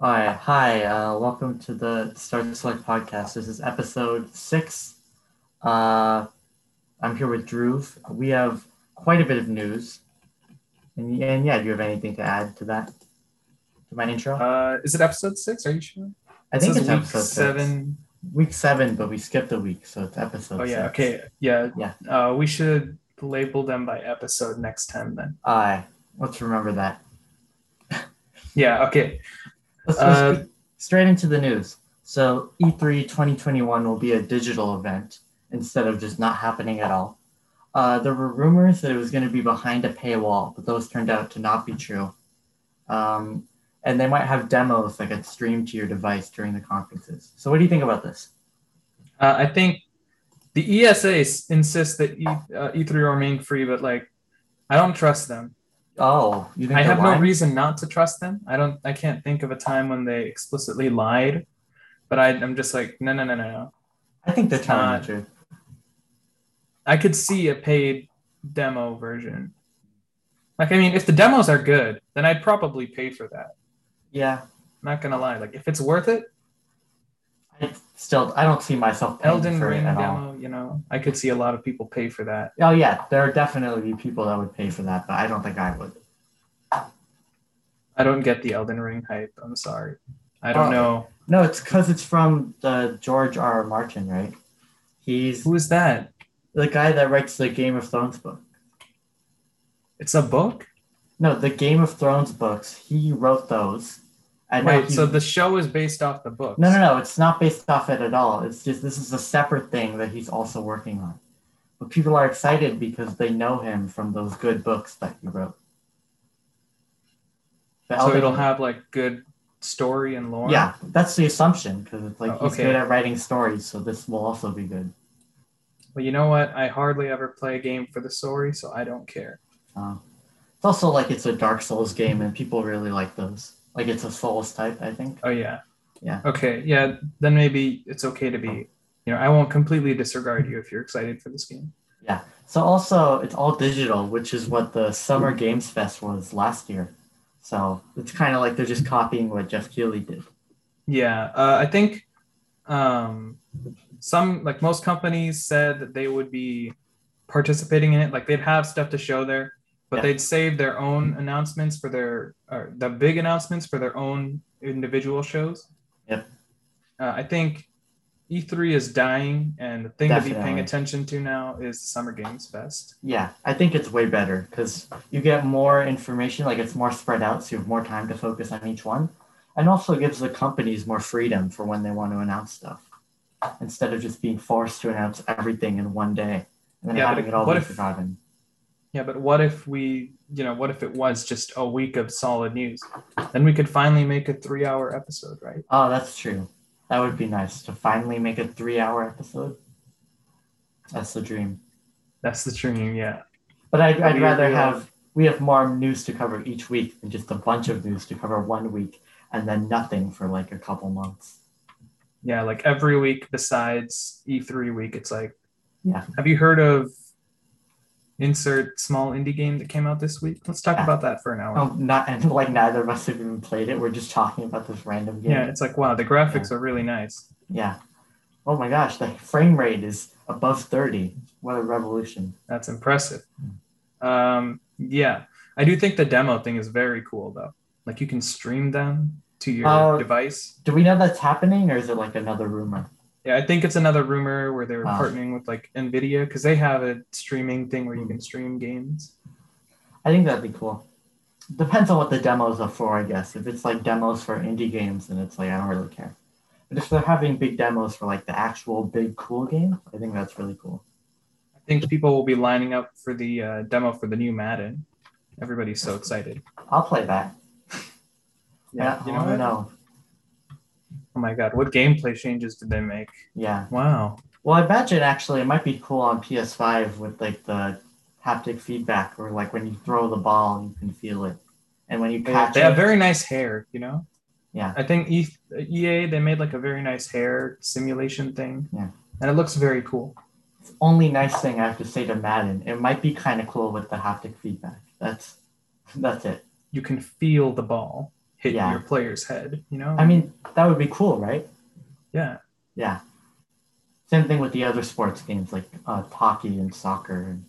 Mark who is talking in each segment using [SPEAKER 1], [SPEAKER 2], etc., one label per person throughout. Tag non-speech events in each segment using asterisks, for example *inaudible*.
[SPEAKER 1] All right. Hi. Uh, welcome to the Start Select podcast. This is episode six. Uh, I'm here with Drew. We have quite a bit of news. And, and yeah, do you have anything to add to that? To my intro?
[SPEAKER 2] Uh, is it episode six? Are you sure?
[SPEAKER 1] I think
[SPEAKER 2] It says
[SPEAKER 1] it's
[SPEAKER 2] week
[SPEAKER 1] episode six.
[SPEAKER 2] seven.
[SPEAKER 1] Week seven, but we skipped a week. So it's episode
[SPEAKER 2] Oh yeah.
[SPEAKER 1] six.
[SPEAKER 2] Okay. Yeah.
[SPEAKER 1] Yeah.
[SPEAKER 2] Uh, we should label them by episode next time then.
[SPEAKER 1] All right. Let's remember that.
[SPEAKER 2] Yeah. Okay.
[SPEAKER 1] Let's go
[SPEAKER 2] Uh,
[SPEAKER 1] sp- straight into the news. So E E3 2021 will be a digital event instead of just not happening at all. Uh, there were rumors that it was going to be behind a paywall, but those turned out to not be true. Um, and they might have demos that get streamed to your device during the conferences. So what do you think about this?
[SPEAKER 2] Uh, I think the ESA s- insists that e, uh, E3 remain free, but like, I don't trust them.
[SPEAKER 1] Oh, you think
[SPEAKER 2] I
[SPEAKER 1] they're
[SPEAKER 2] have no
[SPEAKER 1] lying?
[SPEAKER 2] reason not to trust them. I don't. I can't think of a time when they explicitly lied. But I, I'm just like, no, no, no, no, no.
[SPEAKER 1] I think they're telling
[SPEAKER 2] not-
[SPEAKER 1] the truth.
[SPEAKER 2] I could see a paid demo version. Like, I mean, if the demos are good, then I'd probably pay for that.
[SPEAKER 1] Yeah,
[SPEAKER 2] not gonna lie. Like if it's worth it,
[SPEAKER 1] I still I don't see myself paying
[SPEAKER 2] Elden
[SPEAKER 1] for it
[SPEAKER 2] Ring
[SPEAKER 1] at all.
[SPEAKER 2] demo, you know, I could see a lot of people pay for that.
[SPEAKER 1] Oh yeah, there are definitely people that would pay for that, but I don't think I would.
[SPEAKER 2] I don't get the Elden Ring hype. I'm sorry. I don't
[SPEAKER 1] Oh.
[SPEAKER 2] know.
[SPEAKER 1] No, it's because it's from the George R. R. Martin, right? He's
[SPEAKER 2] Who is that?
[SPEAKER 1] the guy that writes the Game of Thrones book.
[SPEAKER 2] It's a book?
[SPEAKER 1] No, the Game of Thrones books. He wrote those. And now
[SPEAKER 2] Wait,
[SPEAKER 1] he-
[SPEAKER 2] so the show is based off the book.
[SPEAKER 1] no, no, no. It's not based off it at all. It's just this is a separate thing that he's also working on. But people are excited because they know him from those good books that he wrote. The
[SPEAKER 2] So
[SPEAKER 1] Elden
[SPEAKER 2] it'll
[SPEAKER 1] Ring-
[SPEAKER 2] have like good story and lore.
[SPEAKER 1] Yeah, that's the assumption because it's like
[SPEAKER 2] Oh,
[SPEAKER 1] he's
[SPEAKER 2] okay.
[SPEAKER 1] good at writing stories, so this will also be good.
[SPEAKER 2] Well, you know what? I hardly ever play a game for the story, so I don't care.
[SPEAKER 1] Um, it's also like it's a Dark Souls game, and people really like those. Like it's a Souls type, I think.
[SPEAKER 2] Oh yeah.
[SPEAKER 1] Yeah.
[SPEAKER 2] Okay. Yeah. Then maybe it's okay to be. You know, I won't completely disregard you if you're excited for this game.
[SPEAKER 1] So also, it's all digital, which is what the Summer Games Fest was last year. So it's kind of like they're just copying what Jeff Keighley did.
[SPEAKER 2] Yeah, uh, I think um, some like most companies said that they would be participating in it. Like they'd have stuff to show there, but
[SPEAKER 1] Yeah.
[SPEAKER 2] they'd save their own announcements for their or the big announcements for their own individual shows.
[SPEAKER 1] Yep.
[SPEAKER 2] Uh, I think E3 is dying, and the thing to be paying
[SPEAKER 1] Definitely.
[SPEAKER 2] attention to now is the Summer Games Fest.
[SPEAKER 1] Yeah, I think it's way better because you get more information, like it's more spread out, so you have more time to focus on each one. And also gives the companies more freedom for when they want to announce stuff instead of just being forced to announce everything in one day and then
[SPEAKER 2] Yeah, but
[SPEAKER 1] having
[SPEAKER 2] if-
[SPEAKER 1] it all
[SPEAKER 2] what
[SPEAKER 1] be
[SPEAKER 2] if-
[SPEAKER 1] forgotten.
[SPEAKER 2] Yeah, but what if we, you know, what if it was just a week of solid news? Then we could finally make a three-hour episode, right?
[SPEAKER 1] Oh, that's true. That would be nice to finally make a three hour episode. That's the dream.
[SPEAKER 2] That's the dream, yeah.
[SPEAKER 1] But I'd, I'd
[SPEAKER 2] We-
[SPEAKER 1] rather
[SPEAKER 2] we- uh,
[SPEAKER 1] have, we have more news to cover each week than just a bunch of news to cover one week and then nothing for like a couple months.
[SPEAKER 2] Yeah, like every week besides E3 week, it's like,
[SPEAKER 1] Yeah.
[SPEAKER 2] Have you heard of insert small indie game that came out this week? Let's talk
[SPEAKER 1] Yeah.
[SPEAKER 2] about that for an hour.
[SPEAKER 1] Oh, not, and like neither of us have even played it. We're just talking about this random game.
[SPEAKER 2] yeah. it's like wow, the graphics are really nice.
[SPEAKER 1] Yeah. Oh my gosh, the frame rate is above 30. What a revolution.
[SPEAKER 2] That's impressive.
[SPEAKER 1] Mm.
[SPEAKER 2] Um, yeah, I do think the demo thing is very cool though. Like you can stream them to your
[SPEAKER 1] Uh,
[SPEAKER 2] device.
[SPEAKER 1] Do we know that's happening or is it like another rumor?
[SPEAKER 2] Yeah, I think it's another rumor where they're
[SPEAKER 1] Wow.
[SPEAKER 2] partnering with like Nvidia because they have a streaming thing where you
[SPEAKER 1] Hmm.
[SPEAKER 2] can stream games.
[SPEAKER 1] I think that'd be cool. Depends on what the demos are for, I guess. If it's like demos for indie games, then it's like I don't really care. But if they're having big demos for like the actual big cool game, I think that's really cool.
[SPEAKER 2] I think people will be lining up for the uh, demo for the new Madden. Everybody's so excited.
[SPEAKER 1] I'll play
[SPEAKER 2] *laughs*
[SPEAKER 1] that. Yeah,
[SPEAKER 2] you
[SPEAKER 1] I
[SPEAKER 2] know.
[SPEAKER 1] don't
[SPEAKER 2] what?
[SPEAKER 1] know.
[SPEAKER 2] Oh my god, what gameplay changes did they make?
[SPEAKER 1] Yeah.
[SPEAKER 2] Wow.
[SPEAKER 1] Well, I imagine actually it might be cool on PS5 with like the haptic feedback, or like when you throw the ball, you can feel it, and when you
[SPEAKER 2] They have,
[SPEAKER 1] catch
[SPEAKER 2] they have
[SPEAKER 1] it.
[SPEAKER 2] very nice hair, you know?
[SPEAKER 1] Yeah.
[SPEAKER 2] I think e- EA, they made like a very nice hair simulation thing.
[SPEAKER 1] Yeah.
[SPEAKER 2] And it looks very cool.
[SPEAKER 1] It's the only nice thing I have to say to Madden. It might be kind of cool with the haptic feedback. *laughs* That's that's it.
[SPEAKER 2] You can feel the ball. hit
[SPEAKER 1] Yeah.
[SPEAKER 2] your player's head. You know,
[SPEAKER 1] I mean, that would be cool, right?
[SPEAKER 2] yeah,
[SPEAKER 1] Yeah. Same thing with the other sports games like uh, hockey and soccer, and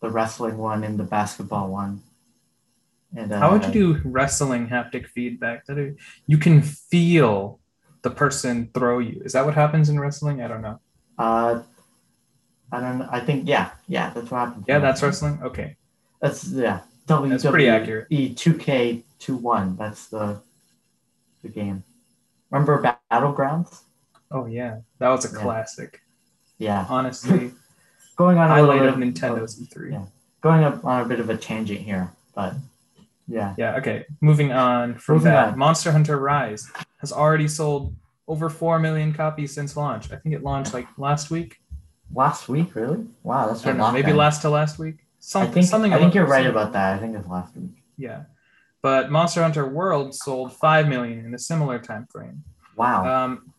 [SPEAKER 1] the wrestling one and the basketball one. And uh,
[SPEAKER 2] how would you do wrestling haptic feedback? That it- you can feel the person throw you. Is that what happens in wrestling? I don't know.
[SPEAKER 1] Uh, I don't. know. I think yeah, yeah. That's what happened.
[SPEAKER 2] Yeah, that's wrestling. Okay,
[SPEAKER 1] That's yeah. WWE
[SPEAKER 2] that's pretty accurate.
[SPEAKER 1] two K two one. That's the the game. Remember Ba- battlegrounds?
[SPEAKER 2] Oh yeah, that was a
[SPEAKER 1] Yeah.
[SPEAKER 2] classic.
[SPEAKER 1] Yeah. *laughs*
[SPEAKER 2] Honestly,
[SPEAKER 1] Going on a
[SPEAKER 2] highlight
[SPEAKER 1] little
[SPEAKER 2] of
[SPEAKER 1] bit
[SPEAKER 2] Nintendo's E E3.
[SPEAKER 1] yeah. going up on a bit of a tangent here, but yeah,
[SPEAKER 2] Yeah, okay. Moving on from
[SPEAKER 1] Moving
[SPEAKER 2] that,
[SPEAKER 1] on.
[SPEAKER 2] Monster Hunter Rise has already sold over 4 million copies since launch. I think it launched like last week.
[SPEAKER 1] last week really? Wow, that's
[SPEAKER 2] I don't
[SPEAKER 1] a
[SPEAKER 2] know,
[SPEAKER 1] lot
[SPEAKER 2] maybe
[SPEAKER 1] then.
[SPEAKER 2] last to last week.
[SPEAKER 1] I
[SPEAKER 2] Some,
[SPEAKER 1] think
[SPEAKER 2] something
[SPEAKER 1] I think you're right
[SPEAKER 2] something-
[SPEAKER 1] about that. I think it's last week.
[SPEAKER 2] Yeah. But Monster Hunter World sold 5 million in a similar time frame.
[SPEAKER 1] Wow.
[SPEAKER 2] Um,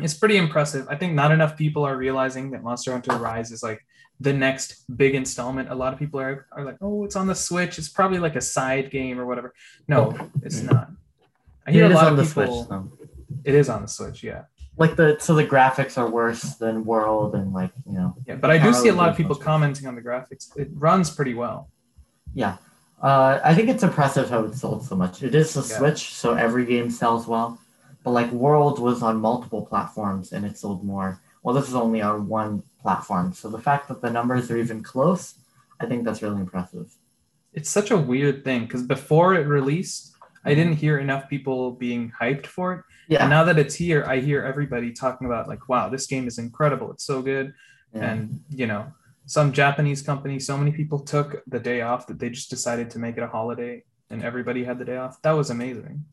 [SPEAKER 2] it's pretty impressive. I think not enough people are realizing that Monster Hunter Rise is like the next big installment. A lot of people are, are like, oh, it's on the Switch. It's probably like a side game or whatever. No, it's not. I
[SPEAKER 1] Here Oh,
[SPEAKER 2] hear
[SPEAKER 1] it
[SPEAKER 2] a
[SPEAKER 1] is
[SPEAKER 2] lot
[SPEAKER 1] on
[SPEAKER 2] of
[SPEAKER 1] the
[SPEAKER 2] people.
[SPEAKER 1] Switch though.
[SPEAKER 2] It is on the Switch, yeah.
[SPEAKER 1] Like the so the graphics are worse than World and like you know
[SPEAKER 2] Yeah, but I do see a lot of
[SPEAKER 1] Probably
[SPEAKER 2] people commenting on the graphics. It runs pretty well.
[SPEAKER 1] Uh, I think it's impressive how it sold so much. It is the
[SPEAKER 2] Yeah.
[SPEAKER 1] Switch, so every game sells well. But like World was on multiple platforms and it sold more. Well, this is only on one platform. So the fact that the numbers are even close, I think that's really impressive.
[SPEAKER 2] It's such a weird thing because before it released, I didn't hear enough people being hyped for it.
[SPEAKER 1] Mm-hmm. Yeah.
[SPEAKER 2] And now that it's here, I hear everybody talking about like, wow, this game is incredible. It's so good.
[SPEAKER 1] yeah.
[SPEAKER 2] And you know, some Japanese company, so many people took the day off that they just decided to make it a holiday and everybody had the day off. That was amazing.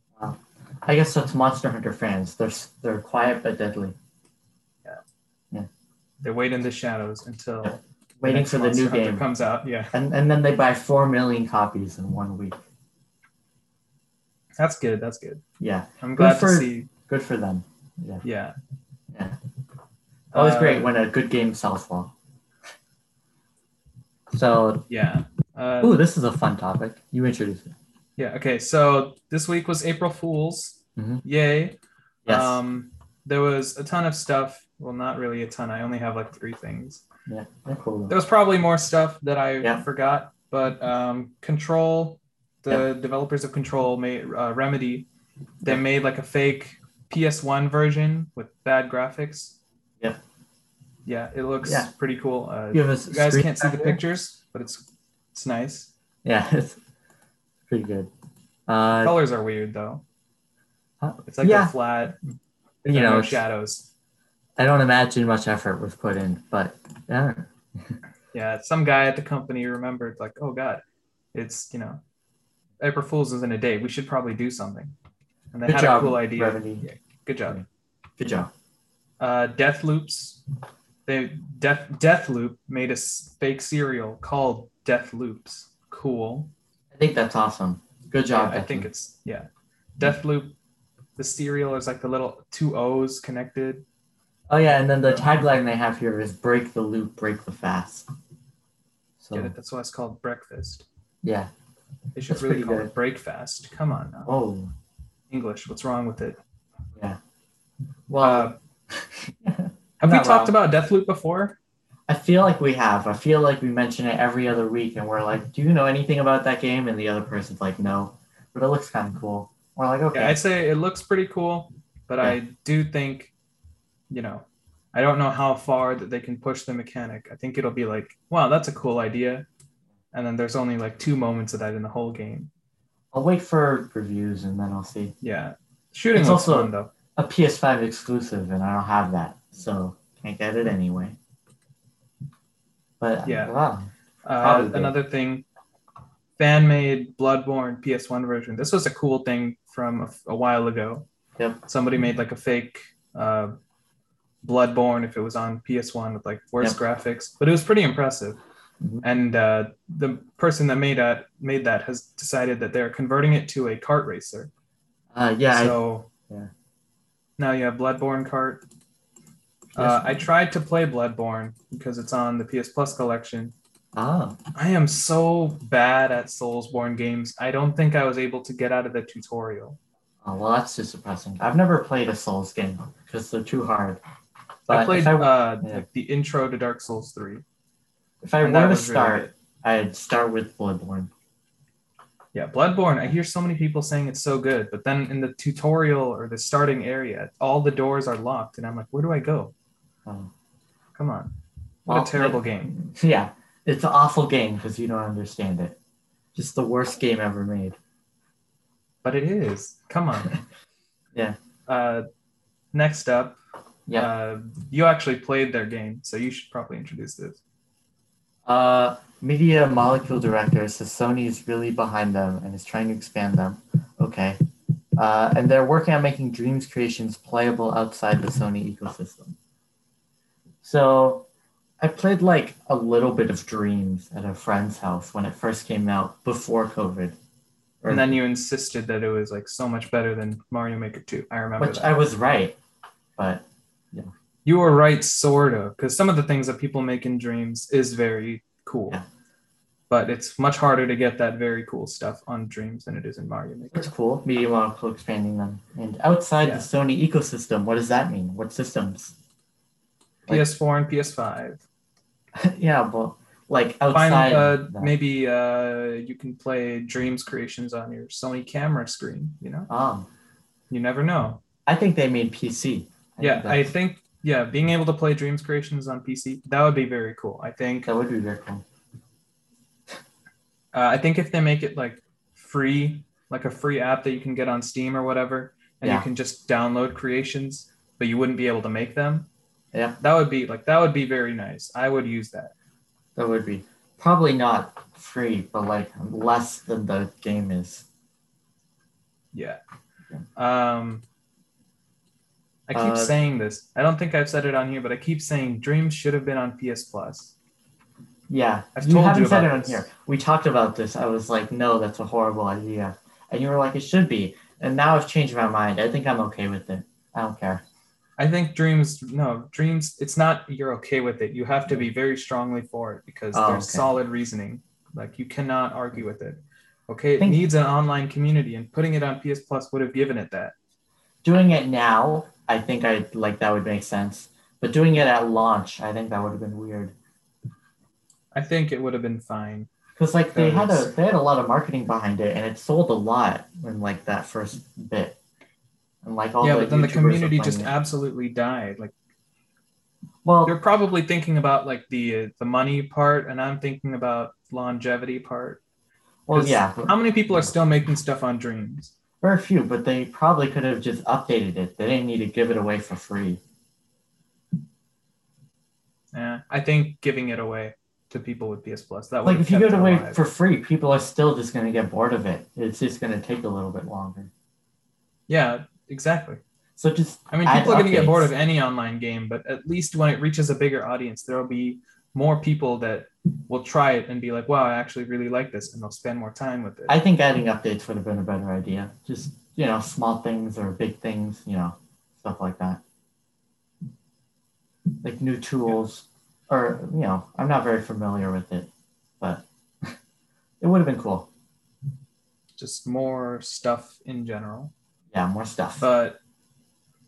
[SPEAKER 1] I guess that's Monster Hunter fans. They're s- they're quiet but deadly,
[SPEAKER 2] They wait in the shadows until the
[SPEAKER 1] *laughs* waiting
[SPEAKER 2] next
[SPEAKER 1] for the
[SPEAKER 2] Monster
[SPEAKER 1] new
[SPEAKER 2] Hunter
[SPEAKER 1] game.
[SPEAKER 2] comes out. Yeah.
[SPEAKER 1] And and then they buy four million copies in one week.
[SPEAKER 2] That's good. That's good.
[SPEAKER 1] Yeah,
[SPEAKER 2] I'm glad
[SPEAKER 1] for-
[SPEAKER 2] to see.
[SPEAKER 1] good for them. Yeah,
[SPEAKER 2] Yeah.
[SPEAKER 1] yeah. Always
[SPEAKER 2] Uh,
[SPEAKER 1] Oh, great when a good game sells well. So
[SPEAKER 2] Yeah. Uh,
[SPEAKER 1] Ooh, this is a fun topic. You introduced it.
[SPEAKER 2] Yeah. Okay. So this week was April Fool's.
[SPEAKER 1] Mhm.
[SPEAKER 2] Yay.
[SPEAKER 1] Yes.
[SPEAKER 2] Um, there was a ton of stuff. Well, not really a ton. I only have like three things.
[SPEAKER 1] yeah. they're cool.
[SPEAKER 2] There was probably more stuff that I
[SPEAKER 1] Yeah.
[SPEAKER 2] forgot, but um, Control, the developers of Control made uh, Remedy, they
[SPEAKER 1] Yeah.
[SPEAKER 2] made like a fake PS1 version with bad graphics.
[SPEAKER 1] Yeah.
[SPEAKER 2] Yeah. It looks
[SPEAKER 1] Yeah.
[SPEAKER 2] pretty cool. Uh,
[SPEAKER 1] You, have a
[SPEAKER 2] you guys
[SPEAKER 1] screen
[SPEAKER 2] can't see the
[SPEAKER 1] back there?
[SPEAKER 2] pictures, but it's it's nice.
[SPEAKER 1] Yeah, *laughs* it's pretty good. Uh,
[SPEAKER 2] Colors are weird though.
[SPEAKER 1] Huh?
[SPEAKER 2] It's like
[SPEAKER 1] Yeah.
[SPEAKER 2] a flat
[SPEAKER 1] you know, it's-
[SPEAKER 2] shadows.
[SPEAKER 1] I don't imagine much effort was put in, but yeah,
[SPEAKER 2] Yeah, some guy at the company remembered like, oh god, it's you know, April Fools is in a day. We should probably do something. And they
[SPEAKER 1] Good
[SPEAKER 2] had
[SPEAKER 1] job,
[SPEAKER 2] a cool idea.
[SPEAKER 1] Remedy.
[SPEAKER 2] Yeah, good job.
[SPEAKER 1] good job.
[SPEAKER 2] Uh, Death Loops. They Death Death Loop made a s- fake cereal called Death Loops. Cool.
[SPEAKER 1] I think that's awesome. Good job.
[SPEAKER 2] Yeah, I think it's yeah. Death Loop. The cereal is like the little two O's connected.
[SPEAKER 1] Oh yeah, and then the tagline they have here is "Break the loop, break the fast."
[SPEAKER 2] Get
[SPEAKER 1] So
[SPEAKER 2] it? That's why it's called breakfast.
[SPEAKER 1] yeah.
[SPEAKER 2] They should
[SPEAKER 1] Oh. That's
[SPEAKER 2] really
[SPEAKER 1] pretty
[SPEAKER 2] call
[SPEAKER 1] good.
[SPEAKER 2] it breakfast. Come on now.
[SPEAKER 1] Oh
[SPEAKER 2] English. What's wrong with it?
[SPEAKER 1] well,
[SPEAKER 2] *laughs* Have we
[SPEAKER 1] Uh, Not
[SPEAKER 2] talked about Deathloop before?
[SPEAKER 1] I feel like we have. I feel like we mention it every other week, and we're like, "Do you know anything about that game?" And the other person's like, "No," but it looks kind of cool. We're like, "Okay."
[SPEAKER 2] Yeah, I'd say it looks pretty cool, but I do think, you know, I don't know how far that they can push the mechanic. I think it'll be like, wow, that's a cool idea. And then there's only like two moments of that in the whole game.
[SPEAKER 1] I'll wait for reviews and then I'll see.
[SPEAKER 2] Yeah. Shooting
[SPEAKER 1] It's
[SPEAKER 2] looks
[SPEAKER 1] also-
[SPEAKER 2] fun though.
[SPEAKER 1] A PS5 exclusive, and I don't have that, so can't get it anyway. But
[SPEAKER 2] Yeah.
[SPEAKER 1] wow,
[SPEAKER 2] Uh,
[SPEAKER 1] probably.
[SPEAKER 2] another thing, fan made Bloodborne PS1 version. This was a cool thing from a, a while ago.
[SPEAKER 1] Yep.
[SPEAKER 2] Somebody made like a fake uh, Bloodborne if it was on PS1 with like worse
[SPEAKER 1] Yep.
[SPEAKER 2] graphics, but it was pretty impressive.
[SPEAKER 1] Mhm.
[SPEAKER 2] And uh, the person that made that made that has decided that they're converting it to a kart racer.
[SPEAKER 1] uh, yeah, I,
[SPEAKER 2] so
[SPEAKER 1] yeah.
[SPEAKER 2] now you have Bloodborne kart. Uh, I tried to play Bloodborne because it's on the PS Plus collection.
[SPEAKER 1] oh,
[SPEAKER 2] I am so bad at Soulsborne games. I don't think I was able to get out of the tutorial.
[SPEAKER 1] Oh, well, that's too depressing. I've never played a Souls game because they're too hard.
[SPEAKER 2] I
[SPEAKER 1] But
[SPEAKER 2] played
[SPEAKER 1] if I,
[SPEAKER 2] uh,
[SPEAKER 1] yeah.
[SPEAKER 2] like the intro to Dark Souls three.
[SPEAKER 1] if I
[SPEAKER 2] and that
[SPEAKER 1] were to
[SPEAKER 2] was really
[SPEAKER 1] start,
[SPEAKER 2] good.
[SPEAKER 1] I'd start with Bloodborne.
[SPEAKER 2] Yeah, Bloodborne. I hear so many people saying it's so good, but then in the tutorial or the starting area, all the doors are locked, and I'm like, where do I go?
[SPEAKER 1] Oh.
[SPEAKER 2] Come on, what
[SPEAKER 1] Well,
[SPEAKER 2] a terrible game.
[SPEAKER 1] *laughs* Yeah, it's an awful game because you don't understand it. Just the worst game ever made.
[SPEAKER 2] But it is. Come on.
[SPEAKER 1] *laughs* Yeah.
[SPEAKER 2] Uh, next up.
[SPEAKER 1] Yeah.
[SPEAKER 2] Uh, you actually played their game, so you should probably introduce this.
[SPEAKER 1] Uh, Media Molecule Director says Sony is really behind them and is trying to expand them. Okay. Uh, and they're working on making Dreams creations playable outside the Sony ecosystem. So I played like a little bit of Dreams at a friend's house when it first came out before COVID. Or-
[SPEAKER 2] And
[SPEAKER 1] Mm-hmm.
[SPEAKER 2] then you insisted that it was like so much better than Mario Maker 2. I remember
[SPEAKER 1] which
[SPEAKER 2] that.
[SPEAKER 1] I was right, but
[SPEAKER 2] You were right, sort of, because some of the things that people make in dreams is very cool.
[SPEAKER 1] Yeah.
[SPEAKER 2] But it's much harder to get that very cool stuff on dreams than it is in Mario Maker.
[SPEAKER 1] it's cool. Media Molecule expanding them. And outside
[SPEAKER 2] Yeah.
[SPEAKER 1] the Sony ecosystem, what does that mean? What systems? Like-
[SPEAKER 2] PS4 and PS5.
[SPEAKER 1] yeah, well, like outside.
[SPEAKER 2] Finally, uh,
[SPEAKER 1] that.
[SPEAKER 2] maybe uh, you can play Dreams creations on your Sony camera screen. You know,
[SPEAKER 1] Um,
[SPEAKER 2] you never know.
[SPEAKER 1] I think they made PC. I
[SPEAKER 2] yeah,
[SPEAKER 1] think that,
[SPEAKER 2] I think yeah, being able to play Dreams creations on PC that would be very cool. I think
[SPEAKER 1] that would be very cool.
[SPEAKER 2] Uh, I think if they make it like free, like a free app that you can get on Steam or whatever, and
[SPEAKER 1] Yeah.
[SPEAKER 2] you can just download creations, but you wouldn't be able to make them.
[SPEAKER 1] Yeah.
[SPEAKER 2] That would be like that would be very nice. I would use that.
[SPEAKER 1] That would be probably not free, but like less than the game is.
[SPEAKER 2] Yeah. Um I keep
[SPEAKER 1] Uh,
[SPEAKER 2] saying this. I don't think I've said it on here, but I keep saying dreams should have been on PS Plus.
[SPEAKER 1] Yeah,
[SPEAKER 2] I've
[SPEAKER 1] you
[SPEAKER 2] told
[SPEAKER 1] haven't
[SPEAKER 2] you
[SPEAKER 1] said it
[SPEAKER 2] about
[SPEAKER 1] on
[SPEAKER 2] this.
[SPEAKER 1] here. We talked about this. I was like, no, that's a horrible idea, and you were like, it should be. And now I've changed my mind. I think I'm okay with it. I don't care.
[SPEAKER 2] I think dreams no, dreams it's not you're okay with it. You have to be very strongly for it because
[SPEAKER 1] Mm-hmm. Oh,
[SPEAKER 2] there's
[SPEAKER 1] okay.
[SPEAKER 2] solid reasoning. Like you cannot argue with it. Okay, it
[SPEAKER 1] Thank-
[SPEAKER 2] needs an online community and putting it on PS Plus would have given it that.
[SPEAKER 1] Doing it now, I think I like that would make sense. But doing it at launch, I think that would have been weird.
[SPEAKER 2] I think it would have been fine.
[SPEAKER 1] Because like they had a
[SPEAKER 2] Those-
[SPEAKER 1] they had a lot of marketing behind it, and it sold a lot in like that first bit, and like all
[SPEAKER 2] yeah,
[SPEAKER 1] the
[SPEAKER 2] but then the
[SPEAKER 1] YouTubers were
[SPEAKER 2] community
[SPEAKER 1] playing
[SPEAKER 2] just
[SPEAKER 1] it.
[SPEAKER 2] absolutely died. Like
[SPEAKER 1] well,
[SPEAKER 2] you're probably thinking about like the uh, the money part and I'm thinking about longevity part.
[SPEAKER 1] well,
[SPEAKER 2] 'cause
[SPEAKER 1] yeah,
[SPEAKER 2] How many people are still making stuff on dreams?
[SPEAKER 1] very few, but they probably could have just updated it. They didn't need to give it away for free.
[SPEAKER 2] Yeah, Eh, I think giving it away to people with PS Plus that
[SPEAKER 1] Like
[SPEAKER 2] would have
[SPEAKER 1] if you give
[SPEAKER 2] kept
[SPEAKER 1] it
[SPEAKER 2] it
[SPEAKER 1] away
[SPEAKER 2] alive.
[SPEAKER 1] for free, people are still just gonna get bored of it. It's just gonna take a little bit longer.
[SPEAKER 2] Yeah, exactly.
[SPEAKER 1] So just
[SPEAKER 2] I mean,
[SPEAKER 1] Add
[SPEAKER 2] people are going to get
[SPEAKER 1] updates.
[SPEAKER 2] bored of any online game, but at least when it reaches a bigger audience, there will be more people that will try it and be like, wow, I actually really like this, and they'll spend more time with it.
[SPEAKER 1] I think adding updates would have been a better idea. Just you know, small things or big things, you know, stuff like that. Like new tools, or you know, I'm not very familiar with it, but *laughs* it would have been cool.
[SPEAKER 2] Just more stuff in general.
[SPEAKER 1] Yeah, more stuff.
[SPEAKER 2] But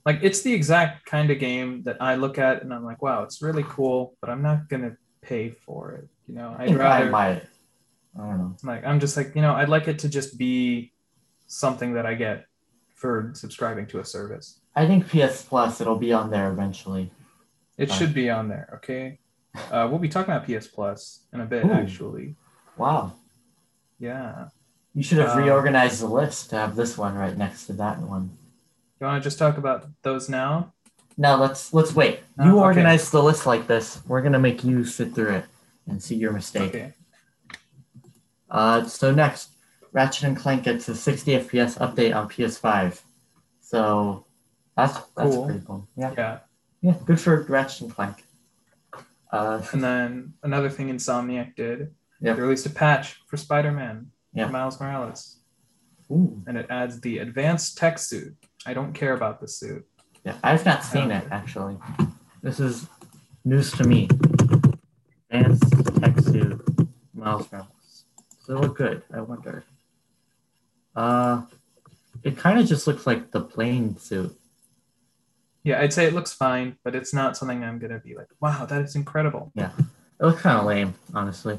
[SPEAKER 2] like, it's the exact kind of game that I look at and I'm like, wow, it's really cool, but I'm not going to pay for it. You know,
[SPEAKER 1] I
[SPEAKER 2] I'd
[SPEAKER 1] think
[SPEAKER 2] rather.
[SPEAKER 1] I'd buy it. I don't know.
[SPEAKER 2] like i'm just like you know i'd like it to just be something that i get for subscribing to a service
[SPEAKER 1] I think PS Plus it'll be on there eventually.
[SPEAKER 2] it
[SPEAKER 1] Fine.
[SPEAKER 2] should be on there okay uh, we'll be talking about ps plus in a bit
[SPEAKER 1] Ooh.
[SPEAKER 2] actually
[SPEAKER 1] Wow,
[SPEAKER 2] yeah
[SPEAKER 1] you should have
[SPEAKER 2] Um,
[SPEAKER 1] reorganized the list to have this one right next to that one.
[SPEAKER 2] you want to just talk about those now
[SPEAKER 1] No, let's let's wait.
[SPEAKER 2] Oh,
[SPEAKER 1] you
[SPEAKER 2] okay.
[SPEAKER 1] organize the list like this. We're gonna make you sit through it and see your mistake.
[SPEAKER 2] okay
[SPEAKER 1] Uh, so next, Ratchet and Clank gets a 60 FPS update on PS5. So that's that's
[SPEAKER 2] Cool.
[SPEAKER 1] pretty cool. Yeah,
[SPEAKER 2] yeah
[SPEAKER 1] yeah, good for Ratchet and Clank. Uh,
[SPEAKER 2] and then another thing insomniac did
[SPEAKER 1] Yep.
[SPEAKER 2] they released a patch for spider-man
[SPEAKER 1] Yep.
[SPEAKER 2] miles morales
[SPEAKER 1] ooh,
[SPEAKER 2] and it adds the advanced tech suit i don't care about the suit
[SPEAKER 1] yeah, I've not seen it actually. This is news to me. Advanced Tech Suit Miles Morales. Does it look good? I wonder. Uh, it kind of just looks like the plain suit.
[SPEAKER 2] Yeah, I'd say it looks fine, but it's not something I'm gonna be like, wow, that is incredible.
[SPEAKER 1] It looks kind of lame, honestly.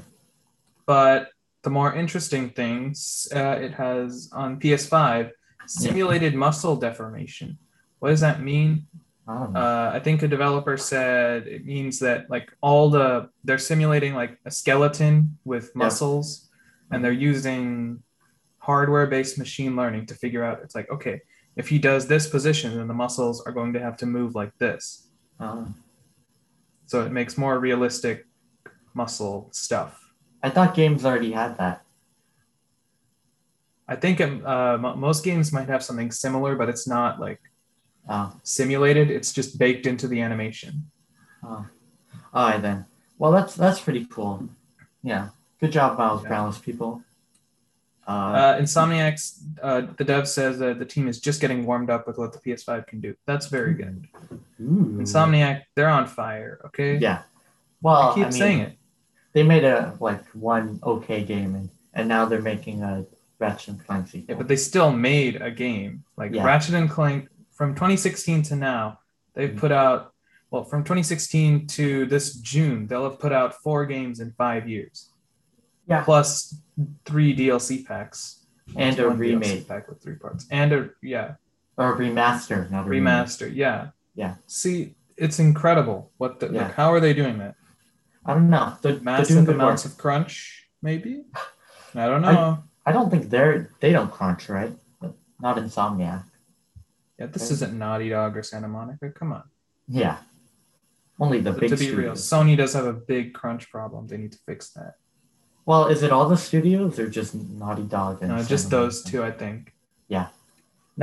[SPEAKER 2] But the more interesting things uh, it has on PS5 simulated muscle deformation. What does that mean?
[SPEAKER 1] I don't know.
[SPEAKER 2] Uh, I think a developer said it means that like all the they're simulating like a skeleton with muscles, and they're using hardware-based machine learning to figure out. It's like okay, if he does this position, then the muscles are going to have to move like this,
[SPEAKER 1] I don't know.
[SPEAKER 2] so it makes more realistic muscle stuff.
[SPEAKER 1] I thought games already had that.
[SPEAKER 2] I think um, uh, mo- most games might have something similar, but it's not like
[SPEAKER 1] Oh,
[SPEAKER 2] simulated. It's just baked into the animation.
[SPEAKER 1] oh. All right then. Well, that's that's pretty cool. Yeah. Good job, Miles
[SPEAKER 2] Yeah.
[SPEAKER 1] Brown's people. Uh,
[SPEAKER 2] Uh, Insomniacs, uh, the dev says that the team is just getting warmed up with what the PS5 can do. That's very good.
[SPEAKER 1] ooh.
[SPEAKER 2] Insomniac, they're on fire. Okay.
[SPEAKER 1] Mm-hmm. Yeah. Well,
[SPEAKER 2] I keep
[SPEAKER 1] I mean,
[SPEAKER 2] saying it.
[SPEAKER 1] they made a like one okay game, and, and now they're making a Ratchet and Clank
[SPEAKER 2] Yeah,
[SPEAKER 1] sequel.
[SPEAKER 2] but they still made a game like
[SPEAKER 1] Yeah.
[SPEAKER 2] Ratchet and Clank from 2016 to now. They've
[SPEAKER 1] Mhm.
[SPEAKER 2] put out well from 2016 to this June. They'll have put out four games in five years.
[SPEAKER 1] Yeah.
[SPEAKER 2] Plus three DLC packs.
[SPEAKER 1] and a
[SPEAKER 2] One DLC
[SPEAKER 1] remake
[SPEAKER 2] pack with three parts and a yeah
[SPEAKER 1] or a remaster, not a remake.
[SPEAKER 2] remaster yeah
[SPEAKER 1] Mm-hmm. Yeah.
[SPEAKER 2] see it's incredible what the
[SPEAKER 1] Yeah.
[SPEAKER 2] like, how are they doing that
[SPEAKER 1] I don't know. They're, they're doing
[SPEAKER 2] massive
[SPEAKER 1] good work.
[SPEAKER 2] amounts of crunch
[SPEAKER 1] *laughs*
[SPEAKER 2] maybe i don't know
[SPEAKER 1] I don't think they're they don't crunch, right? But not Insomniac.
[SPEAKER 2] yeah this isn't naughty dog or santa monica come on
[SPEAKER 1] Yeah. Only the
[SPEAKER 2] But
[SPEAKER 1] big
[SPEAKER 2] to be real
[SPEAKER 1] studios.
[SPEAKER 2] sony does have a big crunch problem they need to fix that
[SPEAKER 1] Well, is it all the studios or just Naughty Dog? And
[SPEAKER 2] no, Uh, just
[SPEAKER 1] Sony?
[SPEAKER 2] those two i think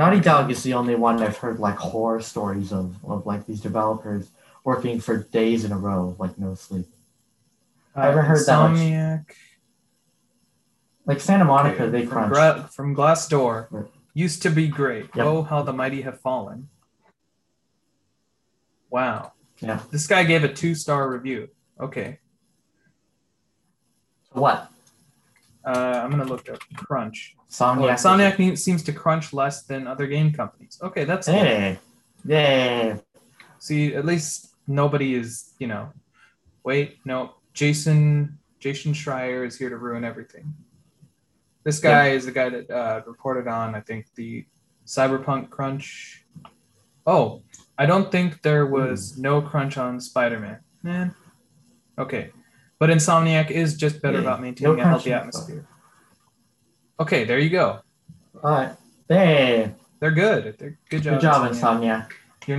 [SPEAKER 1] Naughty Dog is the only one I've heard like horror stories of, of like these developers working for days in a row, like no sleep. I haven't heard that much.
[SPEAKER 2] Uh, Insomniac.
[SPEAKER 1] Like Santa Monica,
[SPEAKER 2] okay,
[SPEAKER 1] they
[SPEAKER 2] from,
[SPEAKER 1] crunch.
[SPEAKER 2] Gra- from Glassdoor
[SPEAKER 1] Right.
[SPEAKER 2] used to be great.
[SPEAKER 1] Yep.
[SPEAKER 2] Oh, how the mighty have fallen. Wow.
[SPEAKER 1] Yeah.
[SPEAKER 2] This guy gave a two star review. Okay.
[SPEAKER 1] what?
[SPEAKER 2] Uh, I'm going to look up Crunch. Oh,
[SPEAKER 1] Insomniac. is-
[SPEAKER 2] Insomniac ne- seems to crunch less than other game companies. Okay, that's good.
[SPEAKER 1] Hey. Yay.
[SPEAKER 2] See, at least nobody is, you know, wait, no, Jason Jason Schreier is here to ruin everything. This guy is the guy that uh, reported on, I think, the Cyberpunk crunch. Oh, I don't think there
[SPEAKER 1] Hmm.
[SPEAKER 2] was no crunch on Spider-Man. Man, okay, but Insomniac is just better
[SPEAKER 1] Yeah,
[SPEAKER 2] about maintaining
[SPEAKER 1] no
[SPEAKER 2] a healthy
[SPEAKER 1] crunch on Spider-
[SPEAKER 2] atmosphere. Okay, there you go.
[SPEAKER 1] All right. Hey.
[SPEAKER 2] They're good. They're good job.
[SPEAKER 1] Good job,
[SPEAKER 2] Insomniac.
[SPEAKER 1] Insomniac.
[SPEAKER 2] You're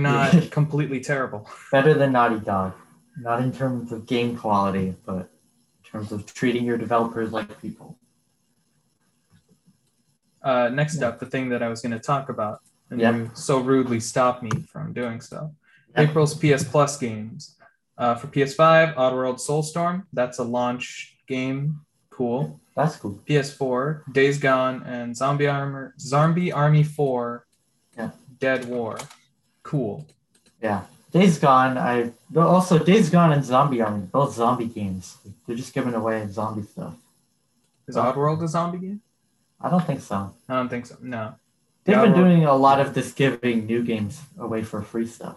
[SPEAKER 1] *laughs*
[SPEAKER 2] not completely terrible.
[SPEAKER 1] better than Naughty Dog. Not in terms of game quality, but in terms of treating your developers like people.
[SPEAKER 2] uh, next
[SPEAKER 1] Yeah.
[SPEAKER 2] up, the thing that I was going to talk about, and
[SPEAKER 1] Yeah.
[SPEAKER 2] you so rudely stopped me from doing so.
[SPEAKER 1] Yeah.
[SPEAKER 2] April's PS Plus games uh, for PS5, Oddworld Soulstorm. That's a launch game. Cool.
[SPEAKER 1] That's cool.
[SPEAKER 2] PS4, Days Gone, and Zombie Armor, Zombie Army 4,
[SPEAKER 1] Yeah.
[SPEAKER 2] Dead War. Cool.
[SPEAKER 1] Yeah. Days Gone, I though also Days Gone and Zombie Army, both zombie games. They're just giving away zombie stuff.
[SPEAKER 2] Is
[SPEAKER 1] Wow.
[SPEAKER 2] Oddworld a zombie game?
[SPEAKER 1] I don't think so.
[SPEAKER 2] I don't think so. No.
[SPEAKER 1] They've
[SPEAKER 2] Yeah,
[SPEAKER 1] been
[SPEAKER 2] well-
[SPEAKER 1] doing a lot of this giving new games away for free stuff.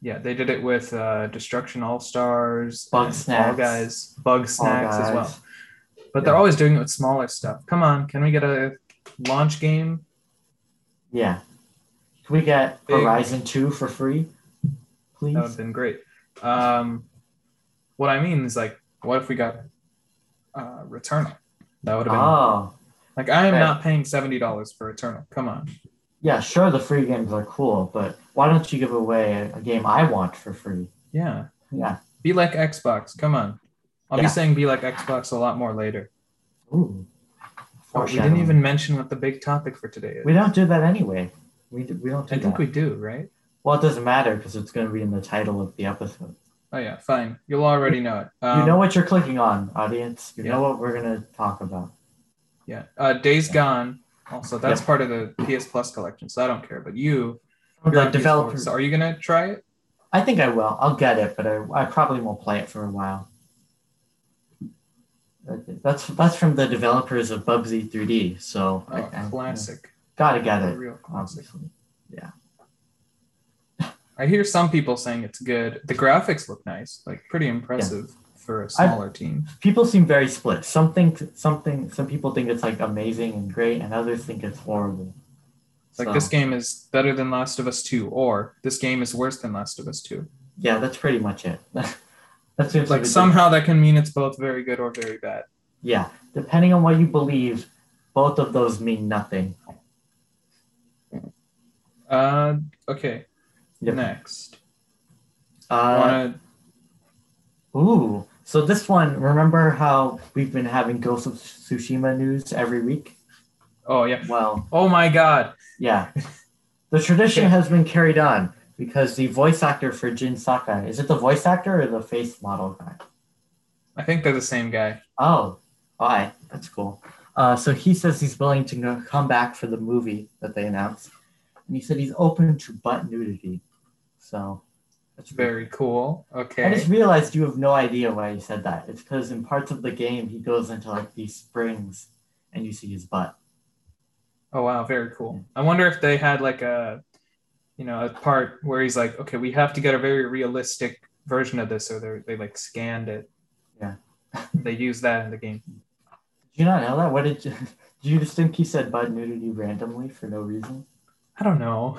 [SPEAKER 2] Yeah, they did it with uh, Destruction All Stars,
[SPEAKER 1] Bug
[SPEAKER 2] and Fall
[SPEAKER 1] Snacks.
[SPEAKER 2] Guys, Bug
[SPEAKER 1] Fall
[SPEAKER 2] Snacks as well.
[SPEAKER 1] Guys.
[SPEAKER 2] But they're
[SPEAKER 1] Yeah.
[SPEAKER 2] always doing it with smaller stuff. Come on, can we get a launch game?
[SPEAKER 1] Yeah. Can we get
[SPEAKER 2] Big-
[SPEAKER 1] Horizon 2 for free? Please?
[SPEAKER 2] That would have been great. Um, what I mean is like, what if we got uh, Returnal? That would have been
[SPEAKER 1] oh.
[SPEAKER 2] like I am
[SPEAKER 1] Right.
[SPEAKER 2] not paying seventy dollars for Returnal. Come on,
[SPEAKER 1] Yeah, sure the free games are cool, but why don't you give away a- a game I want for free?
[SPEAKER 2] yeah,
[SPEAKER 1] Yeah.
[SPEAKER 2] be like Xbox. Come on, I'll
[SPEAKER 1] Yeah.
[SPEAKER 2] be saying be like Xbox a lot more later.
[SPEAKER 1] Ooh.
[SPEAKER 2] Oh, we didn't even mention what the big topic for today is.
[SPEAKER 1] We don't do that anyway. We, d- we don't do
[SPEAKER 2] I think
[SPEAKER 1] that.
[SPEAKER 2] we do, right?
[SPEAKER 1] well, it doesn't matter because it's going to be in the title of the episode.
[SPEAKER 2] Oh yeah, fine. You'll already know it. Um,
[SPEAKER 1] you know what you're clicking on, audience. You
[SPEAKER 2] yeah.
[SPEAKER 1] know what we're going to talk about.
[SPEAKER 2] Yeah. Uh, Days Gone. Also, that's part of the PS Plus collection, so I don't care. But you
[SPEAKER 1] From
[SPEAKER 2] You're
[SPEAKER 1] Oh, the
[SPEAKER 2] on PS4,
[SPEAKER 1] developer.
[SPEAKER 2] So are you gonna try it?
[SPEAKER 1] I think I will. I'll get it, but I, I probably won't play it for a while. That's that's from the developers of Bubsy 3D. So
[SPEAKER 2] Oh,
[SPEAKER 1] I- I-
[SPEAKER 2] classic.
[SPEAKER 1] Gotta get
[SPEAKER 2] A
[SPEAKER 1] it,
[SPEAKER 2] real classic.
[SPEAKER 1] obviously.
[SPEAKER 2] I hear some people saying it's good. The graphics look nice, like pretty impressive for a smaller team.
[SPEAKER 1] People seem very split. Some think something. Some people think it's like amazing and great, and others think it's horrible.
[SPEAKER 2] Like
[SPEAKER 1] So,
[SPEAKER 2] this game is better than Last of Us 2 or this game is worse than Last of Us 2.
[SPEAKER 1] Yeah, that's pretty much it. *laughs* that's seems
[SPEAKER 2] Like
[SPEAKER 1] the-
[SPEAKER 2] somehow that can mean it's both very good or very bad.
[SPEAKER 1] Yeah, depending on what you believe, both of those mean nothing.
[SPEAKER 2] Uh okay,
[SPEAKER 1] Yep.
[SPEAKER 2] next.
[SPEAKER 1] Uh,
[SPEAKER 2] Wanna,
[SPEAKER 1] ooh, so this one. Remember how we've been having Ghost of Tsushima news every week?
[SPEAKER 2] oh yeah.
[SPEAKER 1] Well,
[SPEAKER 2] Oh my god.
[SPEAKER 1] yeah, *laughs* the tradition
[SPEAKER 2] Okay.
[SPEAKER 1] has been carried on because the voice actor for Jin Sakai is it the voice actor or the face model guy?
[SPEAKER 2] I think they're the same guy.
[SPEAKER 1] Oh, why? That's cool. Uh, so he says he's willing to go- come back for the movie that they announced, and he said he's open to butt nudity. So that's very.
[SPEAKER 2] Very cool.
[SPEAKER 1] I just
[SPEAKER 2] Okay.
[SPEAKER 1] realized you have no idea why he said that. It's because in parts of the game he goes into like these springs and you see his butt.
[SPEAKER 2] Oh wow, very cool. I wonder if they had like a you know, a part where he's like, okay, we have to get a very realistic version of this, or they they like scanned it.
[SPEAKER 1] Yeah.
[SPEAKER 2] *laughs* they use that in the game.
[SPEAKER 1] Did you not know that? What did you? *laughs* Did you just think he said butt nudity randomly for no reason?
[SPEAKER 2] I don't
[SPEAKER 1] *laughs*
[SPEAKER 2] know.